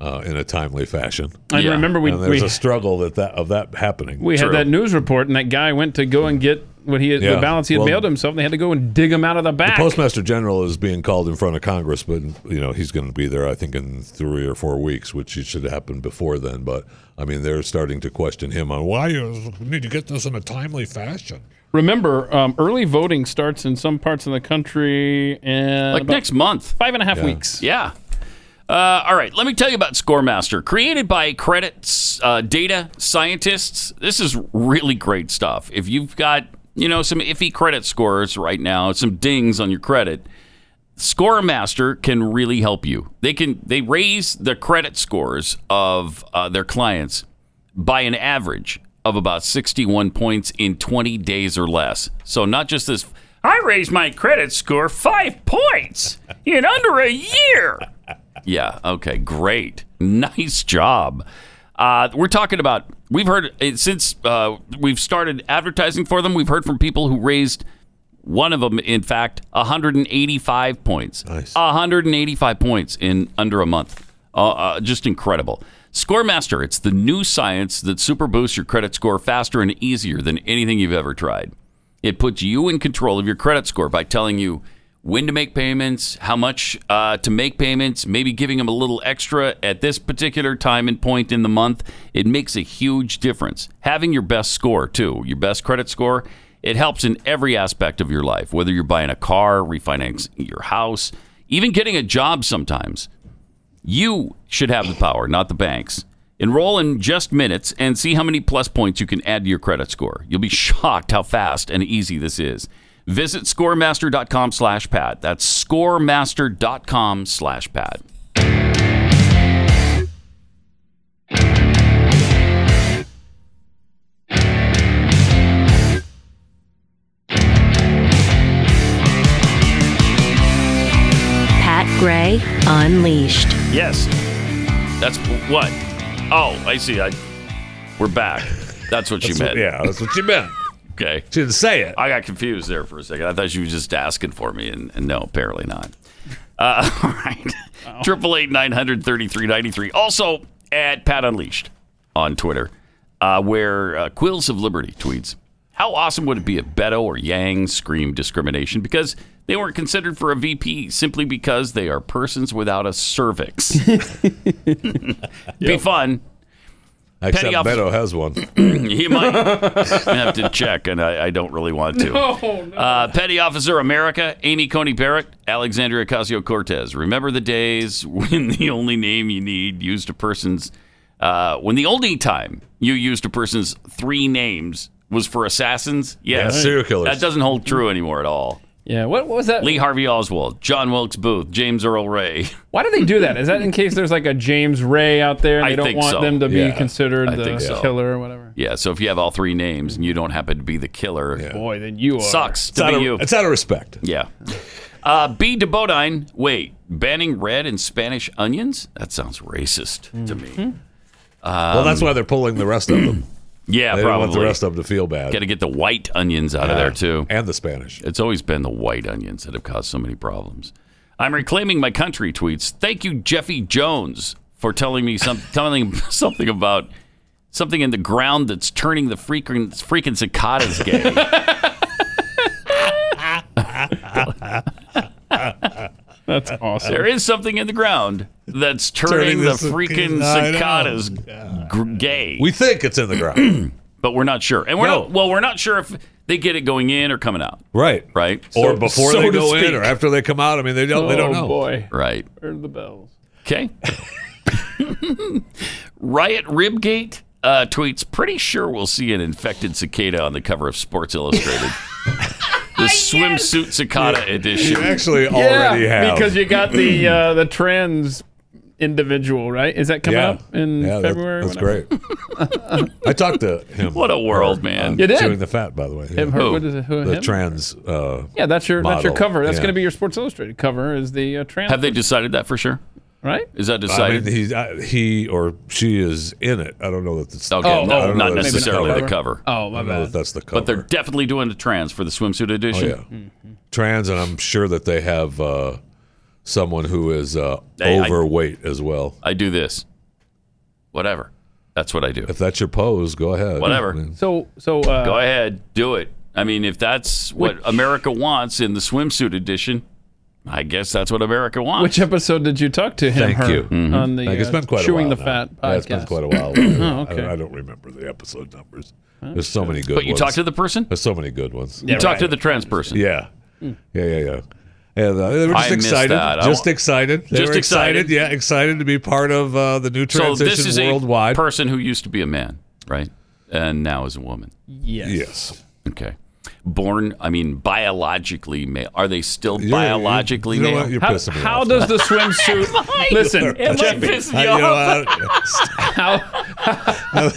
S5: uh, in a timely fashion.
S3: And
S2: Yeah.
S3: remember, we
S5: and there's
S3: we,
S5: a struggle that, that of that happening.
S3: we
S2: True.
S3: had that news report, and that guy went to go and get what he had,
S5: Yeah.
S3: the balance he had
S5: Well-
S3: mailed himself. And they had to go and dig him out of the back.
S5: Postmaster General is being called in front of Congress, but you know he's going to be there. I think in three or four weeks, which it should happen before then. But I mean, they're starting to question him on why you need to get this in a timely fashion.
S3: Remember, um, early voting starts in some parts of the country in
S2: like
S3: about
S2: next month.
S3: five and a half weeks.
S2: Yeah. Uh, all right, let me tell you about Scoremaster. Created by credit uh, data scientists, this is really great stuff. If you've got you know some iffy credit scores right now, some dings on your credit, Scoremaster can really help you. They can they raise the credit scores of uh, their clients by an average of about 61 points in 20 days or less. So not just this I raised my credit score 5 points in under a year. Yeah, okay, great. Nice job. Uh, we're talking about we've heard eh, since uh, we've started advertising for them, we've heard from people who raised one of them, in fact, 185 points. Nice. 185 points in under a month. Uh, uh, just incredible. Scoremaster, it's the new science that super boosts your credit score faster and easier than anything you've ever tried. It puts you in control of your credit score by telling you when to make payments, how much uh, to make payments, maybe giving them a little extra at this particular time and point in the month. It makes a huge difference. Having your best score, too, your best credit score, it helps in every aspect of your life, whether you're buying a car, refinancing your house, even getting a job sometimes. You should have the power, not the banks. Enroll in just minutes and see how many plus points you can add to your credit score. You'll be shocked how fast and easy this is. Visit scoremaster.com slash Pat. That's scoremaster.com slash Pat.
S1: Pat Gray Unleashed.
S2: Yes. That's what? Oh, I see. I, we're back. That's what you meant.
S5: Yeah, that's what you meant.
S2: Okay.
S5: She didn't say it.
S2: I got confused there for a second. I thought she was just asking for me, and, and no, apparently not. Uh, all right. Triple eight nine hundred thirty three ninety three. Also at Pat Unleashed on Twitter, uh, where uh, Quills of Liberty tweets, "How awesome would it be if Beto or Yang screamed discrimination because they weren't considered for a VP simply because they are persons without a cervix? Be fun."
S5: Except
S2: Petty officer-
S5: Beto has one.
S2: He might have to check, and I, I don't really want to. Uh, Petty Officer America, Amy Coney Barrett, Alexandria Ocasio Cortez. Remember the days when the only name you need used a person's, uh, when the only time you used a person's three names was for assassins?
S5: Yeah, serial killers.
S2: That doesn't hold true anymore at all.
S3: Yeah. What, what was that?
S2: Lee Harvey Oswald, John Wilkes Booth, James Earl Ray.
S3: Why do they do that? Is that in case there's like a James Ray out there and
S2: I
S3: they don't
S2: think
S3: want
S2: so.
S3: them to be
S5: Yeah.
S3: considered
S2: I
S3: the
S2: think so.
S3: killer or whatever?
S2: Yeah, so if you have all three names and you don't happen to be the killer,
S3: Boy, then you are.
S2: sucks
S5: It's
S2: to
S5: out,
S2: be
S5: of,
S2: you.
S5: it's out of respect.
S2: Yeah. Uh, B. DeBodine, wait, banning red and Spanish onions? That sounds racist to me.
S5: Mm-hmm. well, that's why they're pulling the rest of them.
S2: Yeah,
S5: they
S2: probably.
S5: Don't want the rest of them to feel bad.
S2: Got to get the white onions out of
S5: Yeah,
S2: there too,
S5: and the Spanish.
S2: It's always been the white onions that have caused so many problems. I'm reclaiming my country tweets. Thank you, Jeffy Jones, for telling me some, telling something about something in the ground that's turning the freaking freaking cicadas gay.
S3: That's awesome.
S2: There is something in the ground that's turning,
S5: Turning
S2: the,
S5: the
S2: freaking
S5: cic- I know.
S2: cicadas gr- gay.
S5: We think it's in the ground,
S2: but we're not sure. And we're
S5: No.
S2: not well, we're not sure if they get it going in or coming out,
S5: right?
S2: right?
S5: Or
S2: So-
S5: before
S2: so
S5: they
S2: to
S5: go
S2: speak.
S5: in, or after they come out. I mean, they don't. they don't know.
S3: Oh, boy.
S2: Right.
S3: Heard the bells.
S2: Okay. Riot Ribgate uh, tweets, pretty sure we'll see an infected cicada on the cover of Sports Illustrated. the swimsuit cicada edition.
S5: You actually already
S3: yeah,
S5: have
S3: because you got the uh, the trans individual, right? Is that coming
S5: yeah.
S3: up in
S5: Yeah, that-
S3: February?
S5: That's, great. I talked to him.
S2: What a world, man.
S3: You did?
S5: Chewing the fat, by the way.
S3: Him, her,
S2: Who?
S3: what is it? Who,
S5: the
S3: him?
S5: trans. Uh,
S3: yeah, that's your that's your
S5: model,
S3: cover. That's
S5: yeah.
S3: going to be your Sports Illustrated cover. Is the uh, trans?
S2: Have they decided that for sure?
S3: right?
S2: Is that
S5: I
S2: decided?
S5: mean, he's, I, he or she is in it. I don't know that it's.
S2: okay,
S5: I
S3: Oh,
S5: don't
S2: no,
S5: know
S2: not
S5: that it's
S2: necessarily the
S5: cover.
S2: cover.
S3: Oh
S5: I
S3: my
S5: don't know that
S3: bad.
S5: that's the cover.
S2: But they're definitely doing the trans for the swimsuit
S5: Oh
S2: edition.
S5: yeah, trans, and I'm sure that they have uh, someone who is uh,
S2: Hey, I-
S5: overweight as well.
S2: I do this. Whatever. That's what I do.
S5: If that's your pose, go ahead.
S2: Whatever.
S5: I mean,
S3: So so uh,
S2: Go ahead, do it. I mean, if that's what
S3: Which-
S2: America wants in the swimsuit edition, I guess that's what America wants.
S3: Which episode did you talk to him?
S5: Thank
S3: her,
S5: you.
S2: Mm-hmm.
S5: Mhm.
S3: On the
S5: like, it's
S3: uh,
S5: been quite
S3: chewing
S5: a while
S3: the
S5: now.
S3: fat
S5: Yeah,
S3: podcast.
S5: it's been quite a while. oh,
S3: okay.
S5: I, I don't remember the episode numbers. There's so many good.
S2: but you
S5: ones.
S2: talked to the person?
S5: There's so many good ones.
S2: you talked to the trans person.
S5: Yeah. Yeah, yeah, yeah. And uh, they were
S2: I
S5: just
S2: missed
S5: excited.
S2: that. I
S5: Just
S2: wa-
S5: excited. They
S2: Just
S5: were excited.
S2: excited.
S5: Yeah, excited to be part of uh, the new
S2: So
S5: transition
S2: this is a
S5: worldwide.
S2: person who used to be a man, right? And now is a woman.
S3: yes.
S5: yes.
S2: Okay. Born, I mean, biologically male. Are they still
S5: You're-
S2: biologically
S5: you know
S2: male?
S5: what? You're
S3: How,
S5: pissing me
S3: how
S5: off.
S3: does the swimsuit? listen,
S2: Am I
S3: Jeffy,
S2: pissing
S5: I,
S2: you
S5: you know, uh,
S2: off?
S5: I-
S3: how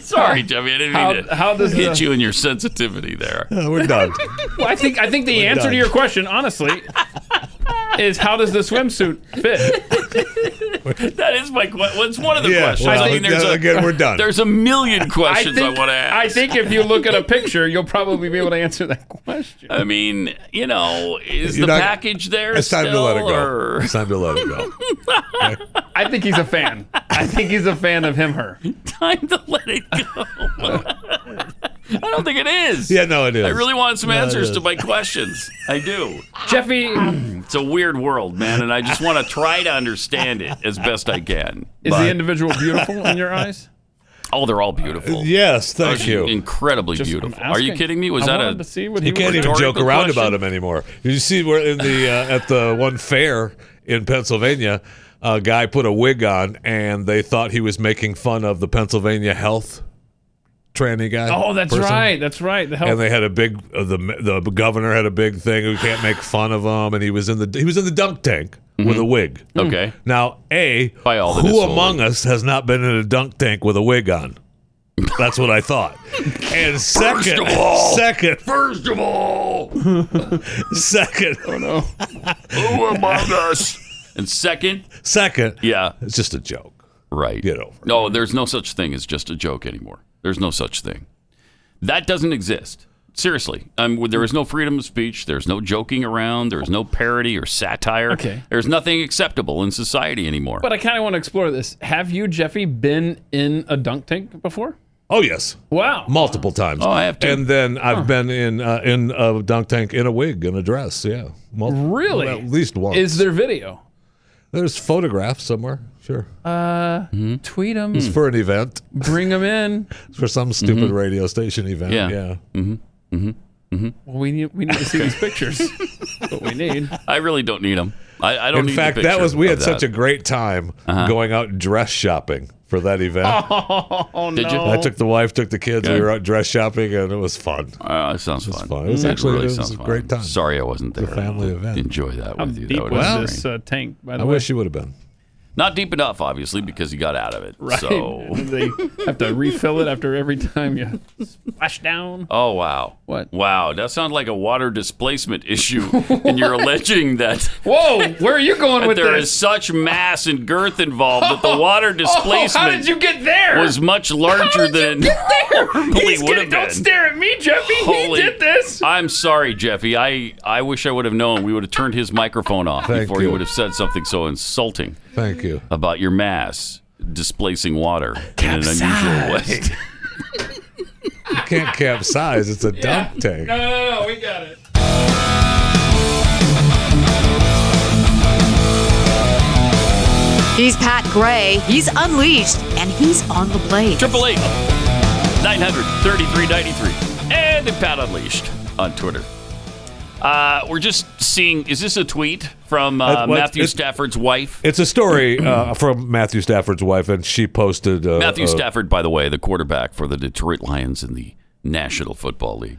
S2: Sorry, Jeffy. I didn't
S3: how-
S2: mean to
S3: how does
S2: hit
S3: the-
S2: you in your sensitivity there.
S5: uh, we're done.
S3: Well, I think I think the answer
S5: done.
S3: to your question, honestly, is how does the swimsuit fit?
S2: That is my question. It's one of the
S5: yeah.
S2: questions.
S5: well,
S2: I mean, there's
S5: yeah,
S2: a,
S5: again, we're done.
S2: There's a million
S3: I
S2: questions
S3: think,
S2: I, want to ask.
S3: I think if you look at a picture, you'll probably be able to answer that question.
S2: I mean, you know, is
S5: You're
S2: the
S5: not-
S2: package there?
S5: It's time to
S2: still,
S5: let it go.
S2: or-
S5: It's time to let it go.
S3: I think he's a fan. I think he's a fan of him, her.
S2: Time to let it go. I don't think it is.
S5: Yeah, no, it is.
S2: I really want some
S5: No, it
S2: answers to
S5: is.
S2: my questions. I do.
S3: Jeffy, is
S2: It's a weird world, man, and I just want to try to understand it as best I can.
S3: the individual beautiful in your eyes?
S2: Oh, they're all beautiful.
S5: Yes, thank you.
S2: Incredibly
S3: Just-
S2: beautiful.
S3: I'm
S2: Are you
S3: asking.
S2: kidding me? Was
S3: I
S2: that
S3: wanted
S2: a
S3: to see what he
S5: You can't
S3: was-
S5: even joke
S2: rhetorical
S5: around
S2: question?
S5: about him anymore. You see, we're in the uh, at the one fair in Pennsylvania. A guy put a wig on, and they thought he was making fun of the Pennsylvania health tranny guy.
S3: Oh, that's
S5: person.
S3: right. That's right. The
S2: Oh.
S5: And
S3: health.
S5: they had a big uh, the the governor had a big thing. We can't make fun of him, and he was in the he was in the dunk tank with a wig.
S2: Mm-hmm. Okay.
S5: Now, a
S2: By all that is
S5: who
S2: holy.
S5: among us has not been in a dunk tank with a wig on? That's what I thought. And second,
S2: of all-
S5: second,
S2: First of all, who
S5: second,
S2: among us? And second,
S5: second,
S2: yeah,
S5: It's just a joke.
S2: Right.
S5: Get over it.
S2: No, there's no such thing as just a joke anymore. There's no such thing. That doesn't exist. Seriously, um, there is no freedom of speech. There's no joking around. There's no parody or satire.
S3: Okay.
S2: There's nothing acceptable in society anymore.
S3: But I kind of want to explore this. Have you, Jeffy, been in a dunk tank before?
S5: Oh yes,
S3: Wow.
S5: multiple times.
S2: Oh, I have to.
S5: And then I've been in uh, in a dunk tank in a wig in a dress. Yeah, Multi-
S3: Really?
S5: At least once.
S3: Is there video?
S5: There's photographs somewhere. Sure,
S3: Tweet them.
S5: for an event,
S3: Bring them in.
S5: for some stupid radio station event.
S2: Mm-hmm. Yeah.
S5: Yeah.
S3: Well, we need we need to see these pictures. That's what we need.
S2: I really don't need them. I, I don't
S5: In
S2: need
S5: fact,
S2: the
S5: that
S2: picture
S5: was we
S2: of
S5: had such a
S2: that. Uh-huh.
S5: great time going out dress shopping for that event.
S3: Oh
S2: Did you?
S3: no.
S5: I took the wife, took the kids.
S2: Good.
S5: We were out dress shopping, and it was fun.
S2: Uh, it sounds fun.
S5: fun. It was actually- it was a great time.
S2: Sorry I wasn't there.
S5: a family event.
S2: Enjoy that with you. That
S3: Deep
S2: would
S3: was
S2: have been great.
S3: this uh, tank, by the
S5: I
S3: way.
S5: wish you would have been.
S2: Not deep enough, obviously, because he got out of it.
S3: Right.
S2: So,
S3: they have to refill it after every time you splash down.
S2: oh wow,
S3: What?
S2: Wow, that sounds like a water displacement issue, and you're alleging that
S3: Whoa, where are you going
S2: that
S3: with
S2: there
S3: this?
S2: is such mass and girth involved that the water displacement
S3: Oh, how did you get there?
S2: was much larger than
S3: it
S2: normally
S3: He's
S2: would
S3: gonna,
S2: have
S3: don't
S2: been.
S3: stare at me, Jeffy.
S2: Holy-
S3: he did this.
S2: I'm sorry, Jeffy. I, I wish I would have known. We would have turned his microphone off
S5: Thank
S2: before he
S5: you.
S2: would have said something so insulting
S5: Thank you.
S2: about your mass displacing water in an unusual way.
S5: You can't capsize. It's a dump tank.
S3: No, no, no, we got it.
S4: He's Pat Gray. He's unleashed, and he's on the blade.
S2: Triple eight, nine hundred thirty-three ninety-three, and at Pat Unleashed on Twitter. Uh, we're just seeing. Is this a tweet from uh,
S5: Uh, well,
S2: Matthew
S5: it's-
S2: Stafford's wife?
S5: It's a story uh, from Matthew Stafford's wife, and she posted. Uh,
S2: Matthew
S5: uh,
S2: Stafford, by the way, the quarterback for the Detroit Lions in the National Football League,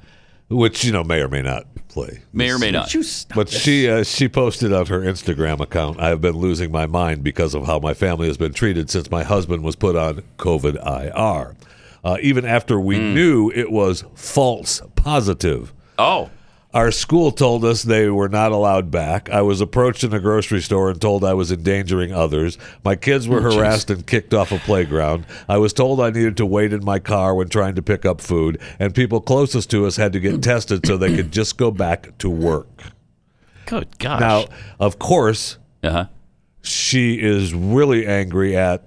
S5: which you know may or may not play.
S2: may or may not.
S5: But she uh, she posted on her Instagram account, "I have been losing my mind because of how my family has been treated since my husband was put on COVID IR, uh, even after we knew it was false positive."
S2: Oh,
S5: Our school told us they were not allowed back. I was approached in a grocery store and told I was endangering others. My kids were
S2: Oh, jeez.
S5: harassed and kicked off a playground. I was told I needed to wait in my car when trying to pick up food, and people closest to us had to get tested so they could just go back to work.
S2: good gosh!
S5: Now, of course,
S2: uh-huh.
S5: she is really angry at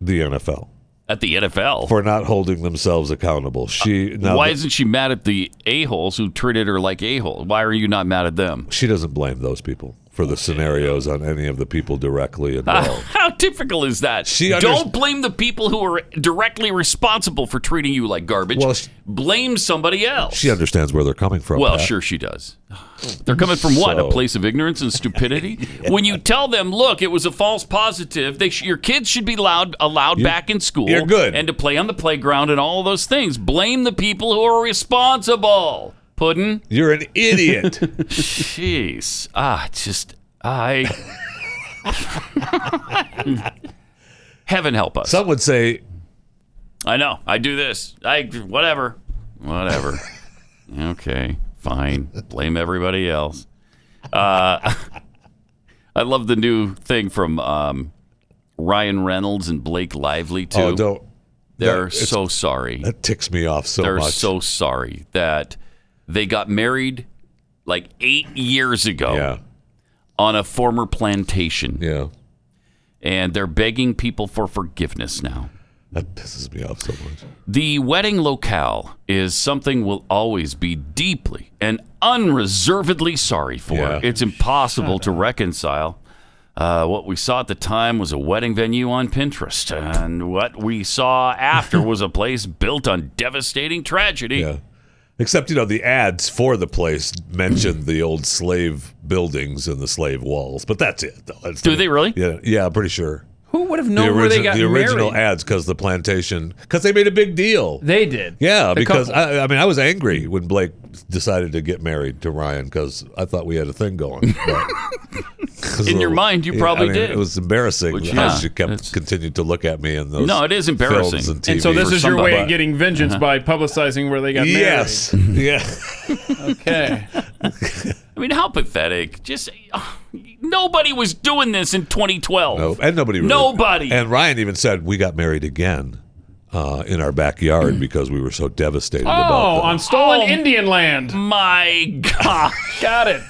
S5: the NFL
S2: At the NFL,
S5: for not holding themselves accountable. She now
S2: Uh, why isn't she mad at the a holes who treated her like a hole? Why are you not mad at them?
S5: she doesn't blame those people for the scenarios on any of the people directly involved.
S2: How typical is that?
S5: She under-
S2: Don't blame the people who are directly responsible for treating you like garbage.
S5: Well, she-
S2: blame somebody else.
S5: She understands where they're coming from.
S2: well,
S5: Pat.
S2: sure she does. They're coming from what?
S5: So-
S2: A place of ignorance and stupidity. When you tell them, "Look, it was a false positive. They sh- your kids should be allowed allowed back in school.
S5: you're good.
S2: and to play on the playground and all those things. Blame the people who are responsible." Puddin.
S5: You're an idiot.
S2: Jeez. Ah, it's just I. Heaven help us.
S5: Some would say,
S2: I know. I do this. I whatever. Whatever. okay. Fine. Blame everybody else. Uh, I love the new thing from um, Ryan Reynolds and Blake Lively too.
S5: oh, don't.
S2: They're
S5: it's-
S2: so sorry.
S5: That ticks me off so
S2: They're
S5: much.
S2: so sorry that they got married like eight years ago
S5: yeah,
S2: on a former plantation,
S5: yeah.
S2: and they're begging people for forgiveness now.
S5: That pisses me off so much.
S2: The wedding locale is something we'll always be deeply and unreservedly sorry for.
S5: Yeah.
S2: It's impossible to reconcile. Uh, what we saw at the time was a wedding venue on Pinterest, and what we saw after was a place built on devastating tragedy.
S5: Yeah. Except you know the ads for the place mentioned the old slave buildings and the slave walls, but that's it. Though. That's
S2: Do they really?
S5: Yeah, yeah. I'm pretty sure.
S3: Who would have known
S5: the
S3: where they
S5: original,
S3: got
S5: the original
S3: married?
S5: ads because the plantation because they made a big deal.
S3: They did.
S5: Yeah,
S3: The
S5: because
S3: couple.
S5: I, I mean, I was angry when Blake decided to get married to Ryan because I thought we had a thing going. but- 'cause
S2: In your
S5: of-
S2: mind, you
S5: yeah,
S2: probably
S5: I mean,
S2: did.
S5: It was embarrassing
S2: Which,
S5: how
S2: yeah,
S5: she kept
S2: it's-
S5: continued to look at me in those.
S2: No, it is embarrassing.
S5: films And,
S3: and so
S5: TV.
S3: this
S2: for
S3: is your way of
S2: somebody. Uh-huh.
S3: getting vengeance by publicizing where they got
S5: yes, yeah.
S3: married. Okay.
S2: I mean, how pathetic! Just uh, nobody was doing this in 2012.
S5: No, and nobody. Really,
S2: Nobody.
S5: And Ryan even said we got married again uh, in our backyard because we were so devastated about
S3: Oh,
S5: that.
S3: on stolen
S2: Oh.
S3: Indian land.
S2: My God!
S3: Got it.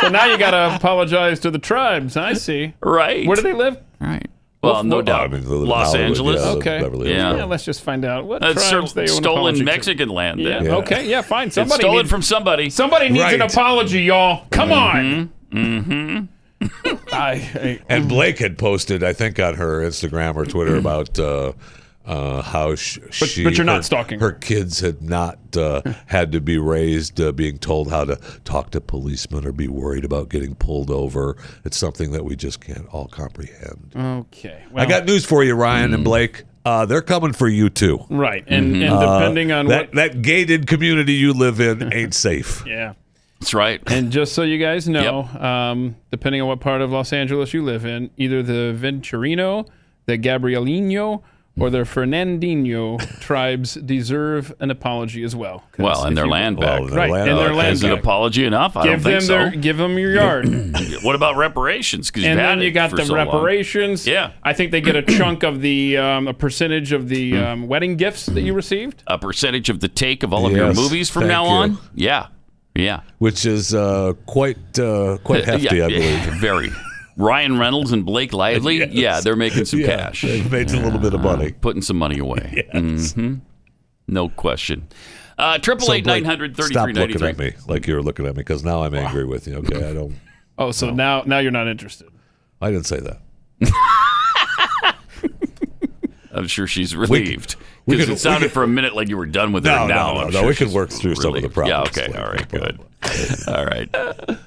S3: so now you got to apologize to the tribes. I see.
S2: Right?
S3: Where do they live?
S2: Right. Well, no
S3: Well,
S5: I
S2: doubt.
S5: mean, they live in
S2: Los
S5: Hollywood,
S2: Angeles.
S5: yeah,
S3: Okay.
S5: Beverly Hills.
S2: Yeah.
S3: Yeah, let's just find out what
S2: That's
S3: tribes
S2: cer-
S3: they owe an apology
S2: stolen
S3: to.
S2: Mexican land.
S3: Yeah.
S2: then.
S3: Okay. Yeah. Fine.
S2: It's
S3: Somebody.
S2: stolen
S3: needs-
S2: from somebody.
S3: Somebody needs an
S5: Right.
S3: apology, y'all. Come on. Mm-hmm. I, I,
S5: And Blake had posted, I think, on her Instagram or Twitter about uh, uh, how sh- she.
S3: but you're not
S5: her-
S3: stalking
S5: Her
S3: her.
S5: kids had not uh, had to be raised uh, being told how to talk to policemen or be worried about getting pulled over. It's something that we just can't all comprehend.
S3: Mm. okay. Well,
S5: I got news for you, Ryan
S3: Mm.
S5: and Blake. Uh, they're coming for you too.
S3: right. And, Mm. and depending on
S5: That
S3: what.
S5: that gated community you live in ain't safe.
S3: yeah.
S2: That's right.
S3: And just so you guys know, um, depending on what part of Los Angeles you live in, either the Venturino, the Gabrielino, or their Fernandinho tribes deserve an apology as well.
S2: Well, and their land back.
S3: their Right, land and their back. land
S2: Is an
S3: back.
S2: apology enough? I
S3: give
S2: don't
S3: them
S2: think
S3: their
S2: so.
S3: give them your yard, and
S2: what about reparations? 'Cause you've had
S3: then
S2: it
S3: you got
S2: for
S3: the
S2: so long.
S3: reparations. Yeah, I think they get a chunk of the um, a percentage of the um, wedding gifts that you received.
S2: A percentage of the take of all of your
S5: Yes,
S2: movies from
S5: thank
S2: now
S5: you.
S2: on? Yeah. Yeah.
S5: Which is uh, quite uh, quite
S2: Yeah,
S5: hefty, I
S2: yeah,
S5: believe.
S2: Very. Ryan Reynolds and Blake Lively?
S5: Yes.
S2: Yeah, they're making some
S5: Yeah,
S2: cash.
S5: they've made a little bit of money.
S2: Putting some money away. hmm No question. Uh,
S5: So,
S2: Triple eight
S5: Blake,
S2: nine hundred thirty
S5: Stop
S2: three ninety
S5: looking
S2: three.
S5: at me like you're looking at me because now I'm angry with you. Okay, I don't.
S3: Oh, so now now you're not interested.
S5: I didn't say that.
S2: I'm sure she's relieved
S5: we
S2: because
S5: could-
S2: it sounded
S5: we could-
S2: for a minute like you were done with her.
S5: No,
S2: and now,
S5: no, no,
S2: I'm
S5: no,
S2: sure
S5: we could
S2: she's
S5: work through some of the
S2: Yeah.
S5: problems,
S2: Okay.
S5: like,
S2: All right. Good. All right.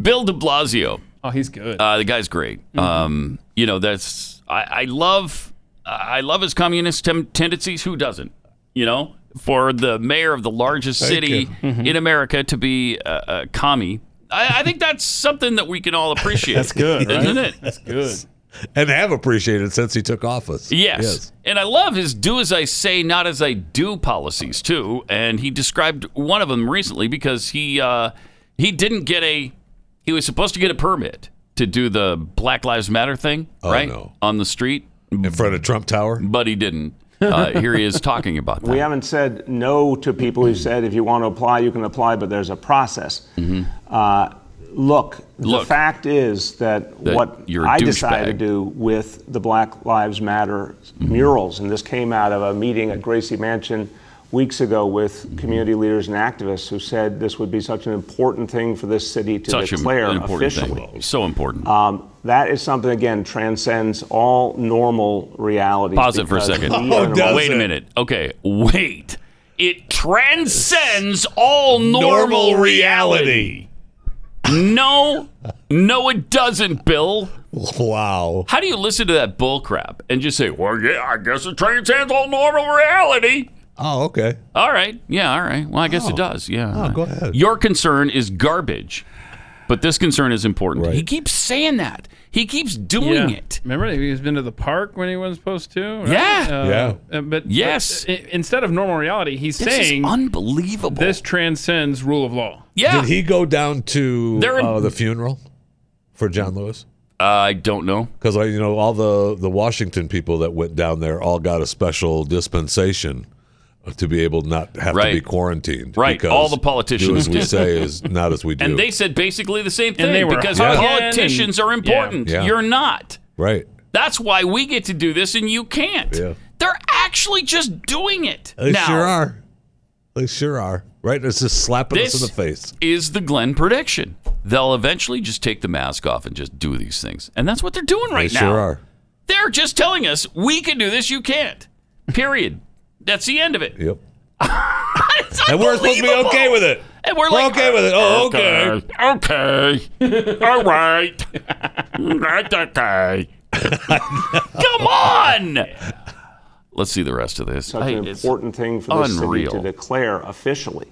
S2: Bill De Blasio.
S3: Oh, he's good.
S2: Uh, the guy's great.
S3: Mm-hmm.
S2: Um, you know, that's I, I love I love his communist tem- tendencies. Who doesn't? You know, for the mayor of the largest
S3: Thank
S2: city
S3: you. Mhm.
S2: in America to be a, a commie, I, I think that's something that we can all appreciate. isn't it?
S3: That's good.
S5: And have appreciated since he took office.
S2: Yes. And I love his do as I say, not as I do policies, too. And he described one of them recently because he uh, he didn't get a he was supposed to get a permit to do the Black Lives Matter thing,
S5: Oh,
S2: right?
S5: no.
S2: On the street.
S5: In front of Trump Tower.
S2: But he didn't. Uh, here he is talking about that.
S11: We haven't said no to people who said if you want to apply, you can apply, but there's a process. Uh, look,
S2: Mm-hmm. Look.
S11: the fact is that,
S2: That
S11: what
S2: you're a
S11: I decided
S2: douchebag.
S11: to do with the Black Lives Matter
S2: Mm-hmm.
S11: murals, and this came out of a meeting at Gracie Mansion weeks ago with
S2: Mm-hmm.
S11: community leaders and activists who said this would be such an important thing for this city to
S2: Such an
S11: declare
S2: important
S11: officially.
S2: thing. So important.
S11: Um, that is something again transcends all normal realities.
S2: Pause Oh, it for a
S11: because
S2: second.
S11: we are
S5: Oh,
S11: in a-
S2: Wait a minute. Okay, wait. It transcends all normal,
S5: Normal
S2: reality. No, no, it doesn't, Bill.
S5: Wow.
S2: How do you listen to that bull crap and just say, well, yeah, I guess it transcends all normal reality?
S5: Oh, okay.
S2: All right. Yeah, all right. Well, I guess it
S5: Oh.
S2: does. Yeah.
S5: Oh, go ahead.
S2: Your concern is garbage, but this concern is important. He keeps saying that. He keeps doing it.
S3: Remember, he's been to the park when he wasn't supposed to. Right?
S2: Yeah. Yeah.
S3: uh, But
S2: Yes.
S3: but, uh, instead of normal reality, he's
S2: This is
S3: saying
S2: unbelievable.
S3: This transcends rule of law.
S5: Did he go down to
S3: They're in-
S5: uh, the funeral for John Lewis?
S2: Uh, I don't know.
S5: Because you know all the the Washington people that went down there all got a special dispensation to be able to not have to
S2: Right.
S5: be quarantined.
S2: Right,
S5: because
S2: all the politicians
S5: do as we
S2: did.
S5: say is not as we do.
S2: And they said basically the same thing
S3: they were
S2: because
S5: Yeah.
S2: politicians
S3: and-
S2: are important.
S5: Yeah. Yeah.
S2: You're not.
S5: right.
S2: That's why we get to do this and you can't.
S5: Yeah.
S2: They're actually just doing it
S5: They
S2: now.
S5: sure are. They sure are. Right? It's just slapping us
S2: This-
S5: in the face.
S2: Is the Glenn prediction? They'll eventually just take the mask off and just do these things, and that's what they're doing right
S5: they
S2: now.
S5: sure are.
S2: They're just telling us we can do this, you can't. Period. that's the end of it.
S5: Yep.
S2: It's
S5: And we're supposed to be
S2: unbelievable.
S5: okay with it.
S2: And we're,
S5: We're
S2: like,
S5: okay with it. Oh, okay.
S2: okay, okay. all right, that's okay. Come on. Let's see the rest of this.
S11: such
S2: I-
S11: an
S2: it's
S11: important thing for this
S2: unreal. Mm-hmm.
S11: city to declare officially.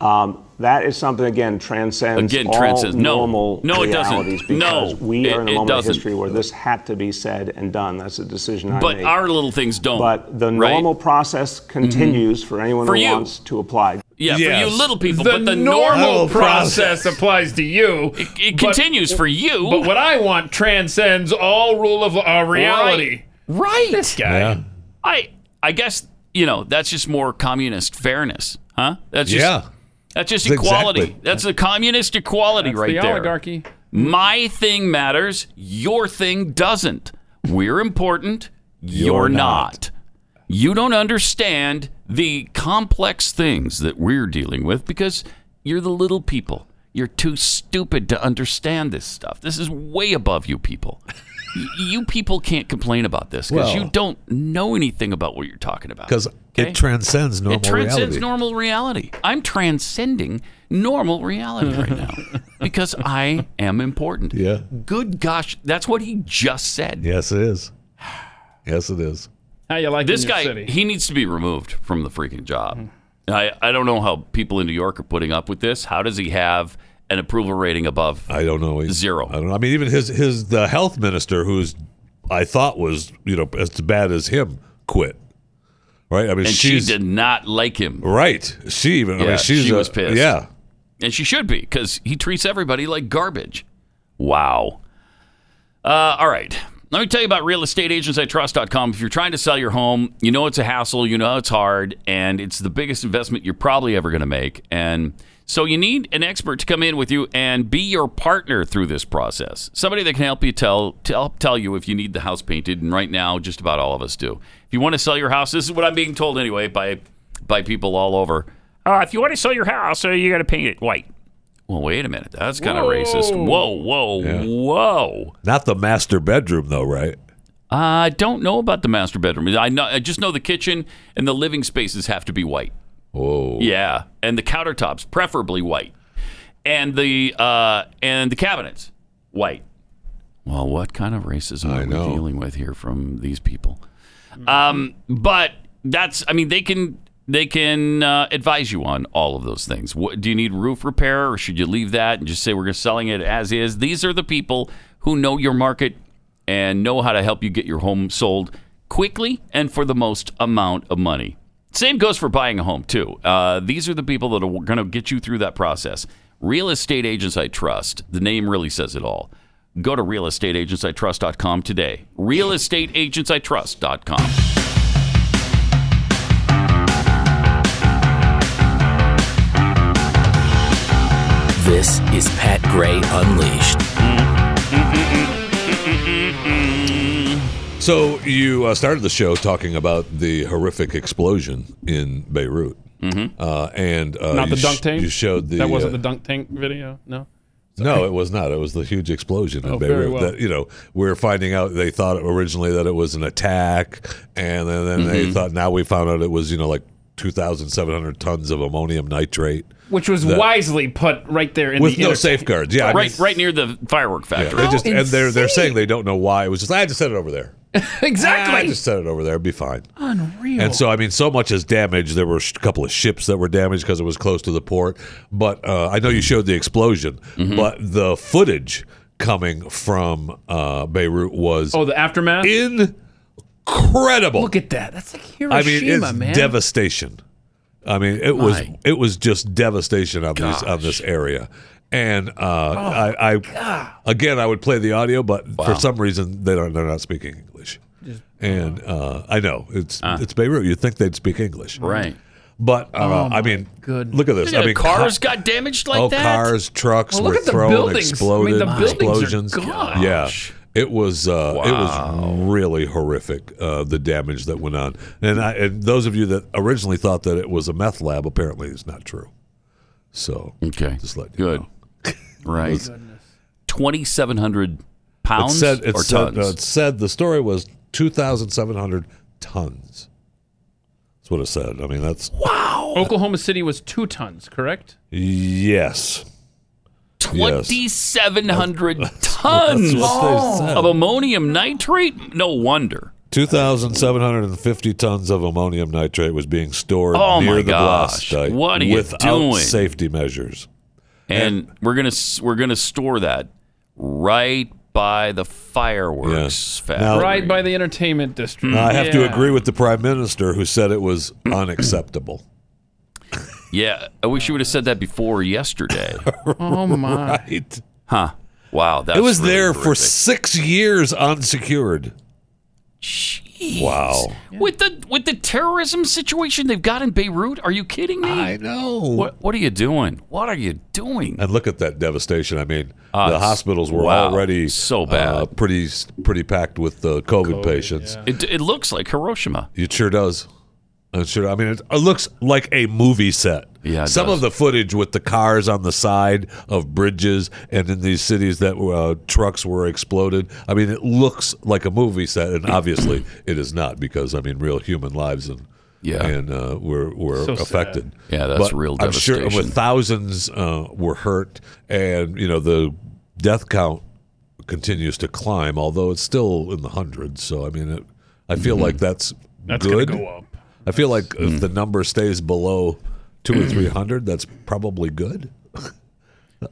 S11: Um, that is something again transcends
S2: Again,
S11: all
S2: transcends- no.
S11: normal
S2: No, it doesn't.
S11: realities
S2: No,
S11: because we
S2: it-
S11: are in a
S2: it
S11: moment
S2: doesn't.
S11: of history where this had to be said and done. That's a decision I
S2: But
S11: made.
S2: our little things don't.
S11: but the
S2: right? Mm-hmm.
S11: normal process continues for anyone
S2: For
S11: who
S2: you.
S11: wants to apply.
S2: Yeah, for you little people,
S3: The
S2: but the
S3: normal,
S2: normal
S3: process applies to you. It,
S2: it continues for you.
S3: But what I want transcends all rule of law, reality.
S2: Right.
S3: This guy.
S2: I I guess you know that's just more communist fairness, huh? That's just,
S5: Yeah.
S2: That's just
S5: Exactly.
S2: equality. That's the communist equality right
S3: the
S2: there.
S3: oligarchy.
S2: My thing matters. Your thing doesn't. We're important. You're,
S5: You're
S2: not. You don't understand the complex things that we're dealing with because you're the little people. You're too stupid to understand this stuff. This is way above you people. Y- you people can't complain about this because you
S5: Well-
S2: don't know anything about what you're talking about.
S5: Because
S2: Okay?
S5: it transcends normal
S2: it transcends
S5: reality.
S2: normal reality. I'm transcending normal reality right now because I am important.
S5: Yeah.
S2: Good gosh, that's what he just said.
S5: Yes, it is. Yes, it is.
S3: How you like
S2: This
S3: in your
S2: guy,
S3: city? Hmm.
S2: he needs to be removed from the freaking job. I, I don't know how people in New York are putting up with this. How does he have an approval rating above?
S5: I don't know.
S2: Zero.
S5: I don't know. I mean, even his his the health minister, who's I thought was you know as bad as him, quit. Right? I mean,
S2: and she
S5: she's
S2: did not like him.
S5: right. She even. I
S2: Yeah,
S5: mean, she's
S2: she
S5: a-
S2: was pissed.
S5: Yeah.
S2: And she should be because he treats everybody like garbage. Wow. Uh, all right. Let me tell you about realestateagentsitrust.com. If you're trying to sell your home, you know it's a hassle, you know it's hard, and it's the biggest investment you're probably ever going to make. And so you need an expert to come in with you and be your partner through this process. Somebody that can help you tell tell tell you if you need the house painted, and right now just about all of us do. If you want to sell your house, this is what I'm being told anyway by by people all over. Uh, if you want to sell your house, uh, you got to paint it white. Well, wait a minute. That's kind of racist. Whoa, whoa, whoa.
S5: Not the master bedroom though, right?
S2: I don't know about the master bedroom. I know, I just know the kitchen and the living spaces have to be white.
S5: Oh.
S2: Yeah, and the countertops preferably white, and the uh, and the cabinets white. Well, what kind of racism are we dealing with here from these people? Um, but that's, I mean, they can they can uh, advise you on all of those things. What, do you need roof repair, or should you leave that and just say we're just selling it as is? These are the people who know your market and know how to help you get your home sold quickly and for the most amount of money. Same goes for buying a home too. Uh, these are the people that are going to get you through that process. Real estate agents I trust. The name really says it all. Go to realestateagentsitrust.com today. Realestateagentsitrust.com.
S6: This is Pat Gray Unleashed.
S5: So you uh, started the show talking about the horrific explosion in Beirut, mm-hmm. uh, and uh,
S3: Not
S5: you
S3: the dunk
S5: sh-
S3: tank.
S5: You showed the
S3: that wasn't
S5: uh,
S3: the dunk tank video. No.
S5: No, it was not. It was the huge explosion in
S3: Oh, very
S5: Beirut.
S3: well.
S5: That you know, we're finding out they thought originally that it was an attack, and then, then they
S3: Mhm.
S5: thought now we found out it was you know like two thousand seven hundred tons of ammonium nitrate,
S3: Which was
S5: That-
S3: wisely put right there in
S5: with
S3: the
S5: no
S3: inter-
S5: safeguards. Yeah, I mean-
S2: right, right near the firework
S5: Yeah,
S2: factory.
S5: they just and they're they're saying they don't know why it was just I just set it over there.
S3: exactly.
S5: I just set it over there. It'd be fine.
S3: Unreal.
S5: And so, I mean, so much is damaged. There were a couple of ships that were damaged because it was close to the port. But uh, I know you showed the explosion, but the footage coming from uh, Beirut was
S3: oh, the aftermath.
S5: incredible.
S3: Look at that. That's like
S5: I
S3: Hiroshima,
S5: mean, it's
S3: man.
S5: devastation. I mean, it was
S3: My.
S5: it was just devastation on these on this area. And uh,
S3: Oh,
S5: I, I again, I would play the audio, but for some reason they don't. They're not speaking English. And
S3: oh.
S5: uh, I know it's
S3: Ah.
S5: it's Beirut. You'd think they'd speak English,
S2: Right.
S5: But uh,
S2: Oh,
S5: I mean,
S3: good.
S5: look at this. I
S2: Yeah,
S5: mean,
S2: cars
S5: ca-
S2: got damaged like
S5: oh,
S2: that.
S5: cars, trucks
S2: Well,
S5: were
S2: look at the
S5: thrown,
S2: buildings. I mean,
S5: exploded,
S2: the buildings are
S5: explosions.
S2: gone.
S5: Yeah, it was uh, it was really horrific. Uh, the damage that went on, and, I, and those of you that originally thought that it was a meth lab, apparently is not true. So
S2: okay,
S5: just let you
S2: Good.
S5: know.
S2: Right. Twenty seven hundred pounds
S5: it said, it
S2: or
S5: said,
S2: tons.
S5: uh, it said the story was two thousand seven hundred tons. That's what it said. I mean, that's
S3: Oklahoma City was two tons, correct?
S5: yes, yes.
S2: Twenty seven hundred tons
S5: what they said.
S2: of ammonium nitrate. No wonder.
S5: 2,750 tons of ammonium nitrate was being stored
S2: Oh,
S5: near
S2: my
S5: the blast
S2: gosh.
S5: site
S2: What are you
S5: without
S2: doing?
S5: safety measures.
S2: and we're gonna s- we're gonna store that right by the fireworks factory.
S5: Now-
S3: right by the entertainment district.
S5: Now, I have to
S3: Yeah.
S5: agree with the prime minister who said it was unacceptable.
S2: Yeah, I wish you would have said that before yesterday.
S3: Oh my!
S5: right?
S2: huh? Wow, that
S5: it was there for six years unsecured. Wow.
S2: with the with the terrorism situation they've got in Beirut. Are you kidding me?
S5: I know.
S3: Oh.
S5: Uh,
S2: What What are you doing? What are you doing?
S5: And look at that devastation. I mean,
S2: Uh,
S5: the hospitals were
S2: wow,
S5: already
S2: so bad.
S5: uh, pretty pretty packed with the COVID, patients.
S2: It, it looks like Hiroshima.
S5: It sure does. It sure. I mean, it, it looks like a movie set.
S2: Yeah, it
S5: Some
S2: does.
S5: of the footage with the cars on the side of bridges and in these cities that uh, trucks were exploded. I mean, it looks like a movie set, and obviously it is not because I mean, real human lives and
S2: Yeah.
S5: and uh, were were
S3: So sad.
S5: affected.
S2: Yeah, that's
S5: But
S2: real
S5: I'm sure
S2: devastation.
S5: with thousands uh, were hurt, and you know the death count continues to climb, although it's still in the hundreds. So I mean, it, I feel
S2: Mm-hmm.
S5: like that's
S3: That's gonna
S5: good.
S3: go up.
S5: I feel like if
S2: mm.
S5: the number stays below two or three hundred, that's probably good.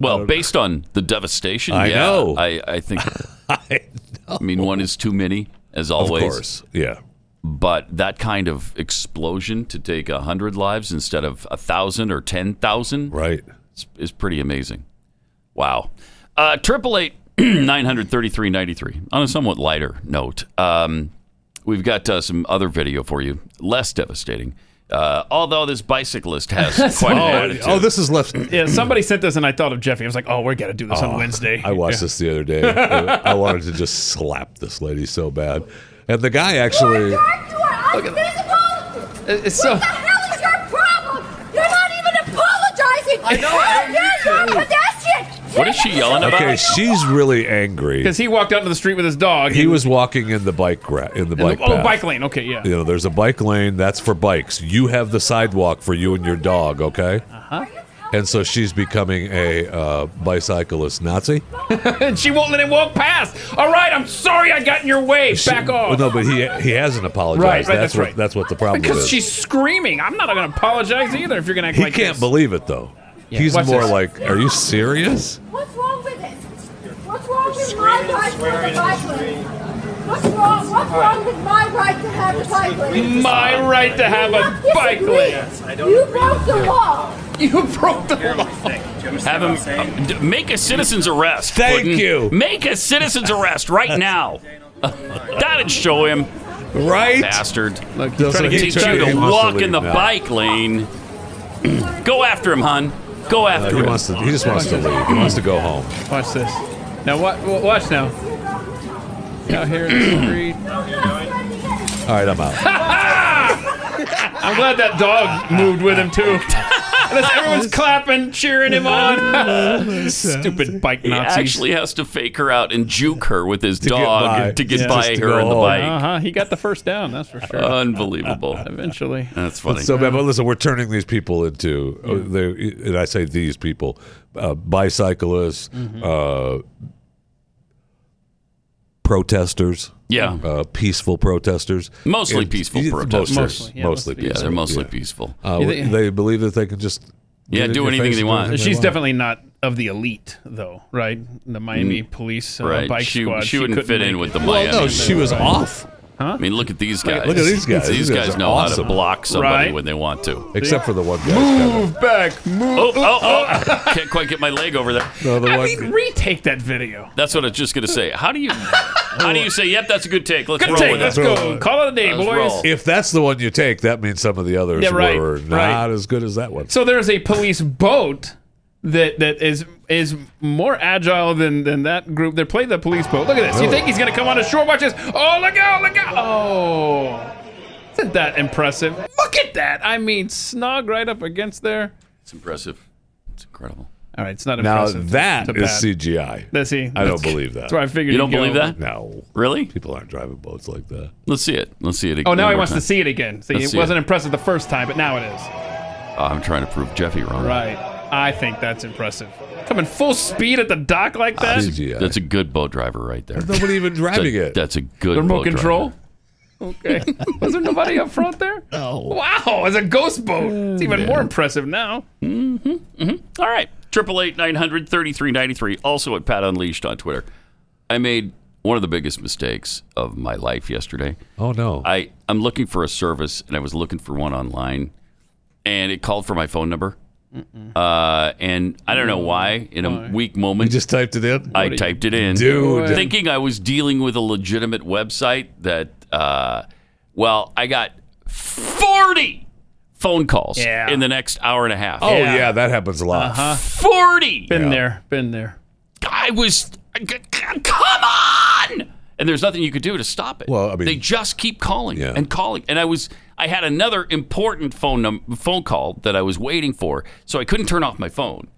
S2: Well, based on the devastation,
S5: I
S2: yeah,
S5: know.
S2: I, I think. I, mean, one is too many, as
S5: Of
S2: always.
S5: course, yeah.
S2: But that kind of explosion to take a hundred lives instead of a thousand or ten thousand, right, is, is pretty amazing. Wow. Uh, Triple eight nine hundred thirty three ninety three. On a somewhat lighter note, um, we've got uh, some other video for you, less devastating. Uh, although this bicyclist has quite
S5: Oh,
S2: an attitude.
S5: this is left.
S3: Yeah, somebody sent this, and I thought of Jeffy. I was like, "Oh, we got to do this on
S5: Oh,
S3: Wednesday."
S5: I watched
S3: Yeah.
S5: this the other day. I wanted to just slap this lady so bad. And the guy actually.
S12: Look at
S3: It's so.
S12: What the hell is your problem? You're not even apologizing.
S3: I know, I
S12: How dare you,
S3: don't
S12: a pedestrian?
S2: What is she yelling about?
S5: Okay, she's really angry.
S3: Because he walked out to the street with his dog.
S5: He was walking in the bike ra- in the
S3: and
S5: bike
S3: the- oh,
S5: path.
S3: bike lane. Okay, yeah.
S5: You know, there's a bike lane that's for bikes. You have the sidewalk for you and your dog, okay?
S3: Huh?
S5: And so she's becoming a uh, bicyclist Nazi.
S3: and she won't let him walk past. All right, I'm sorry I got in your way. Back off.
S5: No, but he he hasn't apologized.
S3: Right, right,
S5: that's,
S3: that's
S5: what
S3: right.
S5: that's what the problem
S3: Because
S5: is.
S3: she's screaming. I'm not going to apologize either if you're going to act
S5: he
S3: like
S5: can't
S3: this.
S5: believe it though.
S3: Yeah.
S5: He's
S3: Watch
S5: more
S3: this.
S5: like, "Are you serious?"
S12: What's wrong with it? What's wrong with my right to have a bike lane? What's wrong? What's wrong with my right to have a bike lane?
S3: My right to have
S12: You
S3: a bike
S12: disagree.
S3: lane.
S12: You broke the law.
S3: You broke the law.
S2: Have him uh, d- make a citizen's arrest.
S5: Thank
S2: Putin.
S5: you.
S2: Make a citizen's arrest right now. That'd show him.
S5: Right?
S2: Bastard.
S5: Look,
S2: he's trying to
S5: he
S2: teach
S5: tried-
S2: you
S5: he
S2: to
S5: wants to
S2: walk in
S5: leave
S2: the
S5: now.
S2: bike lane. Go after him, hun. Go after
S5: Uh, he
S2: him.
S5: wants to. He just wants to leave. He wants to go home.
S3: Watch this. Now, wa- wa- watch now. Out here in the street.
S5: All right, I'm out.
S3: I'm glad that dog moved with him, too. Unless everyone's clapping, cheering him on. Stupid bike
S2: He
S3: Nazis.
S2: actually has to fake her out and juke her with his
S3: get
S2: dog
S3: by.
S2: to get
S3: Yeah.
S2: by
S3: Just to
S2: her
S3: go
S2: on the
S3: home.
S2: bike.
S3: Uh-huh. He got the first down, that's for
S2: Uh,
S3: sure.
S2: Unbelievable.
S3: Eventually.
S2: That's funny.
S5: So bad. But listen, we're turning these people into, uh, they're and I say these people, uh, bicyclists,
S3: Mm-hmm.
S5: uh, protesters.
S2: Yeah.
S5: Uh, peaceful protesters.
S2: Mostly
S5: And-
S2: peaceful
S5: yeah,
S2: protesters.
S5: Mostly,
S2: Mostly, yeah, mostly.
S5: mostly
S2: Yeah,
S5: peaceful.
S2: they're mostly peaceful.
S5: Uh,
S2: You think-
S5: they believe that they can just.
S2: Yeah,
S5: get in
S2: do
S5: your
S2: anything
S5: face
S2: they
S5: and do
S2: want.
S5: anything
S3: She's
S5: they
S3: definitely not of the elite, though, right? The Miami
S2: Mm.
S3: police uh,
S2: right.
S3: bike
S2: she,
S3: squad.
S2: She wouldn't
S3: couldn't
S2: fit
S3: make
S2: in
S3: it.
S2: with the
S5: Well,
S2: Miami.
S5: no, she was off.
S2: I mean, look at these
S5: Look
S2: guys.
S5: at- look at these guys.
S2: These
S5: These guys
S2: guys
S5: are
S2: know how
S5: awesome.
S2: to block somebody
S5: Right.
S2: when they want to.
S5: Except for the one guy.
S3: Move back, move.
S2: Oh, oh, oh! Can't quite get my leg over there.
S5: No, the
S3: I
S5: one.
S3: mean, retake that video.
S2: That's what I was just gonna say. How do you? How do you say? Yep, that's a good take. Let's
S3: Good
S2: roll
S3: take,
S2: with
S3: let's
S2: it.
S3: go. Call it a day,
S2: Let's
S3: boys.
S2: roll.
S5: If that's the one you take, that means some of the others
S3: Yeah, right,
S5: were not
S3: right.
S5: as good as that one.
S3: So there's a police boat that that is is more agile than than that group. They play the police boat. Look at this. You
S5: Really?
S3: think he's gonna come on shore? Watch this. Oh, look out! Look out! Oh, isn't that impressive? Look at that. I mean, snog right up against there.
S2: It's impressive. It's incredible.
S3: All right, it's not
S5: Now
S3: impressive.
S5: that
S3: It's
S5: is
S3: bad.
S5: CGI.
S3: Let's see.
S5: I don't believe that.
S3: That's why I figured
S2: You don't
S3: you'd
S2: believe
S3: go-
S2: that?
S5: No,
S2: Really?
S5: people aren't driving boats like that.
S2: Let's see it. Let's see it.
S3: Oh, now
S2: one
S3: he
S2: more
S3: wants
S2: time.
S3: to see it again. See,
S2: Let's
S3: it
S2: see
S3: wasn't impressive the first time, but now it is.
S2: Oh, I'm trying to prove Jeffy wrong.
S3: Right. I think that's impressive. Coming full speed at the dock like that.
S5: CGI.
S2: That's a good boat driver right there.
S5: Nobody even
S2: That's
S5: driving
S2: a,
S5: it.
S2: that's a good
S3: Remote
S2: boat
S3: control.
S2: driver.
S3: Okay. Was there nobody up front there? No. Wow, it's a ghost boat. It's even more impressive now.
S2: All right. Triple eight nine hundred thirty three ninety three. Also at Pat Unleashed on Twitter. I made one of the biggest mistakes of my life yesterday.
S5: Oh no.
S2: I I'm looking for a service, and I was looking for one online, and it called for my phone number. Uh, and I don't know why. In a weak
S5: You
S2: moment,
S5: just typed it in.
S2: I typed it in,
S5: Dude.
S2: thinking I was dealing with a legitimate website. That uh, well, I got forty phone calls
S3: Yeah.
S2: in the next hour and a half.
S5: Oh yeah. that happens a lot.
S2: Uh-huh. forty!
S3: Been there, been there.
S2: I was I g- c- come on, and there's nothing you could do to stop it.
S5: Well, I mean-
S2: they just keep calling
S5: Yeah.
S2: and calling, and I was I had another important phone num- phone call that I was waiting for, so I couldn't turn off my phone.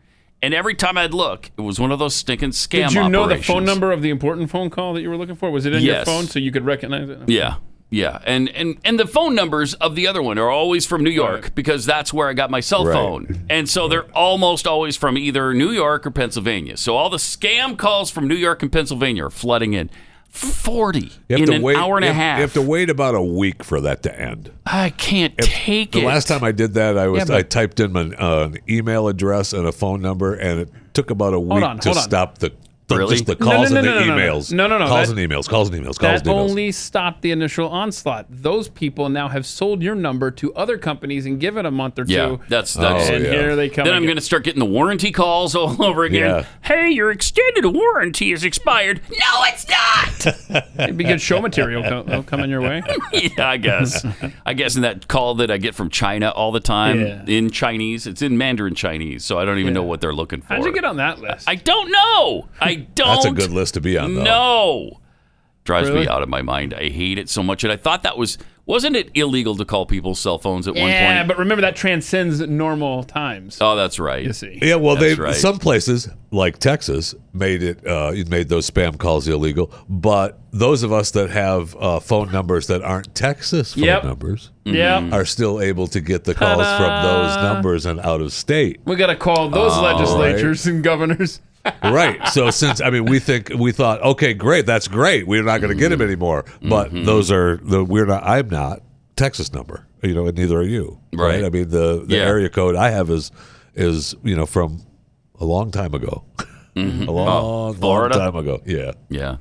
S2: And every time I'd look, it was one of those stinking scam.
S3: Did you know the phone
S2: operations.
S3: number of the important phone call that you were looking for? Was it in your
S2: Yes.
S3: phone so you could recognize it?
S2: Yeah. Yeah. And, and and the phone numbers of the other one are always from New York because that's where I got my cell
S5: Right.
S2: phone. And so they're almost always from either New York or Pennsylvania. So all the scam calls from New York and Pennsylvania are flooding in. 40
S5: You have
S2: in
S5: to
S2: an
S5: wait
S2: hour and
S5: you
S2: a
S5: have-
S2: half.
S5: You have to wait about a week for that to end.
S2: I can't take
S5: The
S2: it.
S5: last time I did that, I was
S3: Yeah, but-
S5: I typed in an, uh, an email address and a phone number, and it took about a week
S3: on,
S5: to
S3: hold on.
S5: stop the The,
S2: Really?
S5: Just the
S2: No,
S5: calls
S3: no, no,
S5: and
S3: no,
S5: the
S3: no, no.
S5: emails.
S3: No, no, no,
S5: Calls
S3: that-
S5: and emails. Calls and emails. Calls
S3: That
S5: and emails.
S3: only stopped the initial onslaught. Those people now have sold your number to other companies and given a month or two.
S2: Yeah, that's
S5: Oh,
S2: that's.
S3: and here they come.
S2: Then I'm
S3: again.
S2: going to start getting the warranty calls all over again.
S3: Yeah.
S2: Hey, your extended warranty is expired. No, it's not.
S3: It'd be good show material co- uh, coming your way.
S2: yeah, I guess. I guess in that call that I get from China all the time
S3: Yeah.
S2: in Chinese, it's in Mandarin Chinese, so I don't even know what they're looking for.
S3: How'd you get on that list?
S2: I don't know. I don't.
S5: That's a good list to be on, though.
S2: No, drives me
S5: Really?
S2: out of my mind. I hate it so much, and I thought that was wasn't it illegal to call people's cell phones at
S3: yeah,
S2: one point?
S3: but remember that transcends normal times.
S2: oh, that's right.
S3: You see.
S5: Yeah, well,
S2: That's
S5: they
S2: right.
S5: some places like Texas made it uh, you made those spam calls illegal. But those of us that have uh, phone numbers that aren't Texas phone
S3: Yep.
S5: numbers,
S2: Mm-hmm.
S3: Yep.
S5: are still able to get the calls from those
S3: Ta-da.
S5: numbers and out of state.
S3: We gotta call those
S5: Oh,
S3: legislatures and governors.
S5: right. So since I mean, we think we thought, okay, great, that's great. We're not going to get him
S2: Mm-hmm.
S5: anymore. But those are the we're not. I'm not Texas number. You know, and neither are you. Right. I mean, the the
S2: Yeah.
S5: area code I have is is you know from a long time ago. A long, long
S2: Mm-hmm. Oh, Florida?
S5: time ago. Yeah.
S2: Yeah.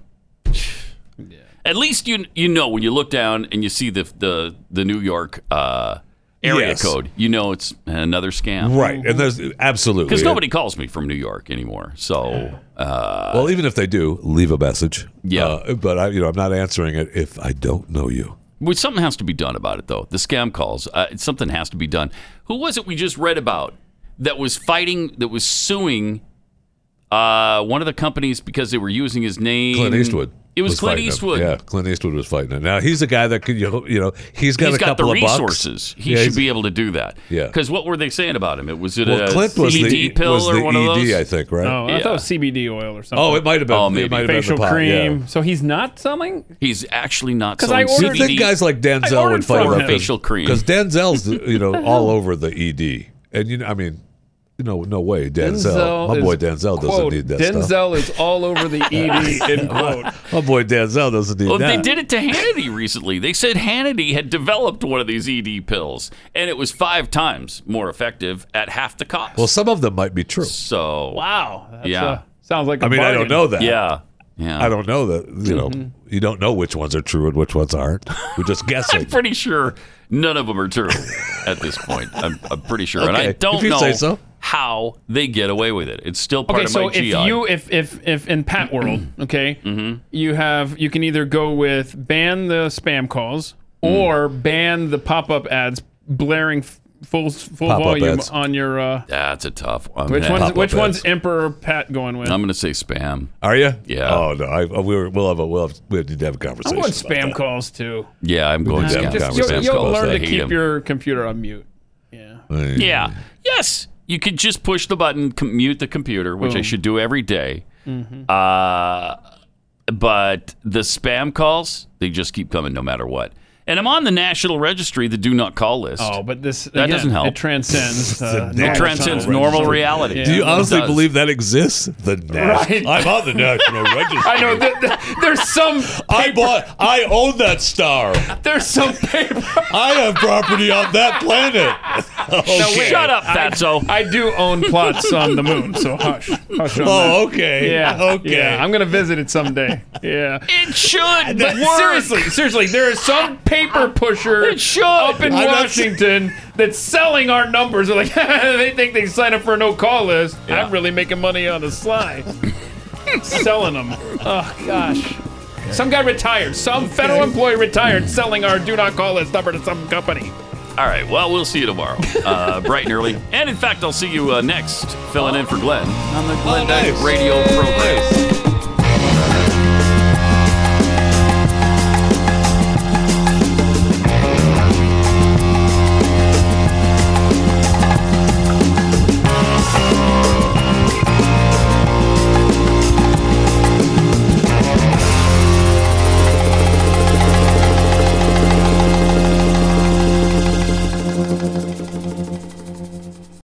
S2: At least you you know when you look down and you see the the the New York uh, area
S5: Yes.
S2: code, you know it's another scam,
S5: Right. And there's absolutely
S2: Because Mm-hmm. nobody calls me from New York anymore. So uh,
S5: Well, even if they do, leave a message.
S2: Yeah.
S5: Uh, but I, you know, I'm not answering it if I don't know you.
S2: well, something has to be done about it, though. The scam calls, uh, something has to be done. Who was it we just read about that was fighting, that was suing uh, one of the companies because they were using his name?
S5: Clint Eastwood.
S2: It was, Clint
S5: fighting him.
S2: Eastwood.
S5: Yeah, Clint Eastwood was fighting it. Now he's a guy that could, you know, you know, he's got
S2: He's
S5: a
S2: got the
S5: couple of bucks.
S2: resources. He
S5: Yeah,
S2: should
S5: he's-
S2: be able to do that.
S5: Yeah.
S2: Because what were they saying about him? It was it
S5: Well,
S2: a
S5: Clint was
S2: CBD
S5: the
S2: pill
S5: was
S2: or
S5: the
S2: one of those?
S5: ED, I think, right?
S3: Oh, I thought it was CBD oil or something.
S5: Oh, it might have been.
S2: Oh,
S5: it
S2: maybe.
S5: might have been the
S3: facial
S5: pot,
S3: cream.
S5: yeah.
S3: So he's not selling.
S2: He's actually not
S3: 'Cause I
S2: selling
S3: ordered-
S2: CBD.
S5: You'd think guys like
S3: I
S5: Denzel
S3: ordered
S5: would fight
S2: from
S5: about
S2: him.
S5: this.
S2: Facial cream.
S5: because Denzel's, you know, all over the ED, and you know, I mean, you know, no way, Denzel, my
S3: is-
S5: boy Denzel doesn't
S3: quote,
S5: need that
S3: Denzel
S5: stuff.
S3: is all over the ED. End quote.
S5: My boy Denzel doesn't need
S2: Well,
S5: that.
S2: they did it to Hannity recently. They said Hannity had developed one of these ED pills, and it was five times more effective at half the cost.
S5: Well, some of them might be true.
S2: So
S3: Wow. That's
S2: Yeah.
S3: a- sounds like. I
S5: I mean, I don't know that.
S2: Yeah. Yeah.
S5: I don't know that. You know,
S3: Mm-hmm.
S5: you don't know which ones are true and which ones aren't. We're just guessing.
S2: I'm pretty sure none of them are true at this point. I'm, I'm pretty sure, and
S5: Okay,
S2: I
S5: if
S2: don't
S5: you
S2: know
S5: say so.
S2: how they get away with it. It's still part
S3: Okay,
S2: of
S3: so
S2: my
S3: if
S2: GI.
S3: you if if if in Pat world, okay, you have you can either go with ban the spam calls
S5: Hmm.
S3: or ban the pop up ads blaring f- full full
S2: Pop-up
S3: volume
S2: ads.
S3: on your. Uh,
S2: That's a tough one.
S3: which
S2: man.
S3: one's which one's Emperor Pat going with?
S2: I'm going to say spam.
S5: Are you?
S2: Yeah.
S5: Oh no, I, we were, we'll have a we'll have, we need to have a
S3: I'm
S5: conversation.
S3: going spam calls too.
S2: Yeah, I'm going
S5: need to
S2: spam.
S5: have a
S2: Just- Spam
S3: You'll,
S5: conversation
S3: you'll
S2: calls,
S3: learn
S2: I
S3: to
S2: hate
S3: keep
S2: 'em.
S3: your computer on mute.
S2: Yeah. Yes. You could just push the button, com- mute the computer, which I
S3: Boom.
S2: should do every day.
S3: Mhm.
S2: Uh, but the spam calls, they just keep coming no matter what. And I'm on the National Registry, the do not call list.
S3: Oh, but this
S2: That
S3: again,
S2: doesn't help.
S3: It transcends. Uh,
S2: It transcends
S3: time.
S2: normal reality.
S5: Do you
S2: Yeah.
S5: honestly
S2: It does.
S5: believe that exists? The national.
S3: Right.
S5: I'm on the national register.
S3: I know. Th- th- there's some.
S5: I bought. I own that star.
S3: There's some paper.
S5: I have property on that planet.
S2: No, wait. Shut up, Fatso.
S3: I do own plots on the moon, so hush. hush on
S5: Oh,
S3: that.
S5: okay.
S3: Yeah.
S5: Okay.
S3: yeah, I'm gonna visit it someday. Yeah.
S2: It should.
S3: But
S2: work.
S3: seriously, seriously, there is some paper pusher up in
S2: I'm not
S3: Washington that's selling our numbers. They're like, they think they sign up for a no-call list. I'm really making money on the sly, selling them. Oh gosh. Some guy retired. Some federal employee retired selling our do not call list number to some company.
S2: All right. Well, we'll see you tomorrow, uh, bright and early. And in fact, I'll see you uh, next, filling in for Glenn
S5: Oh,
S2: on the Glenn Beck Radio program.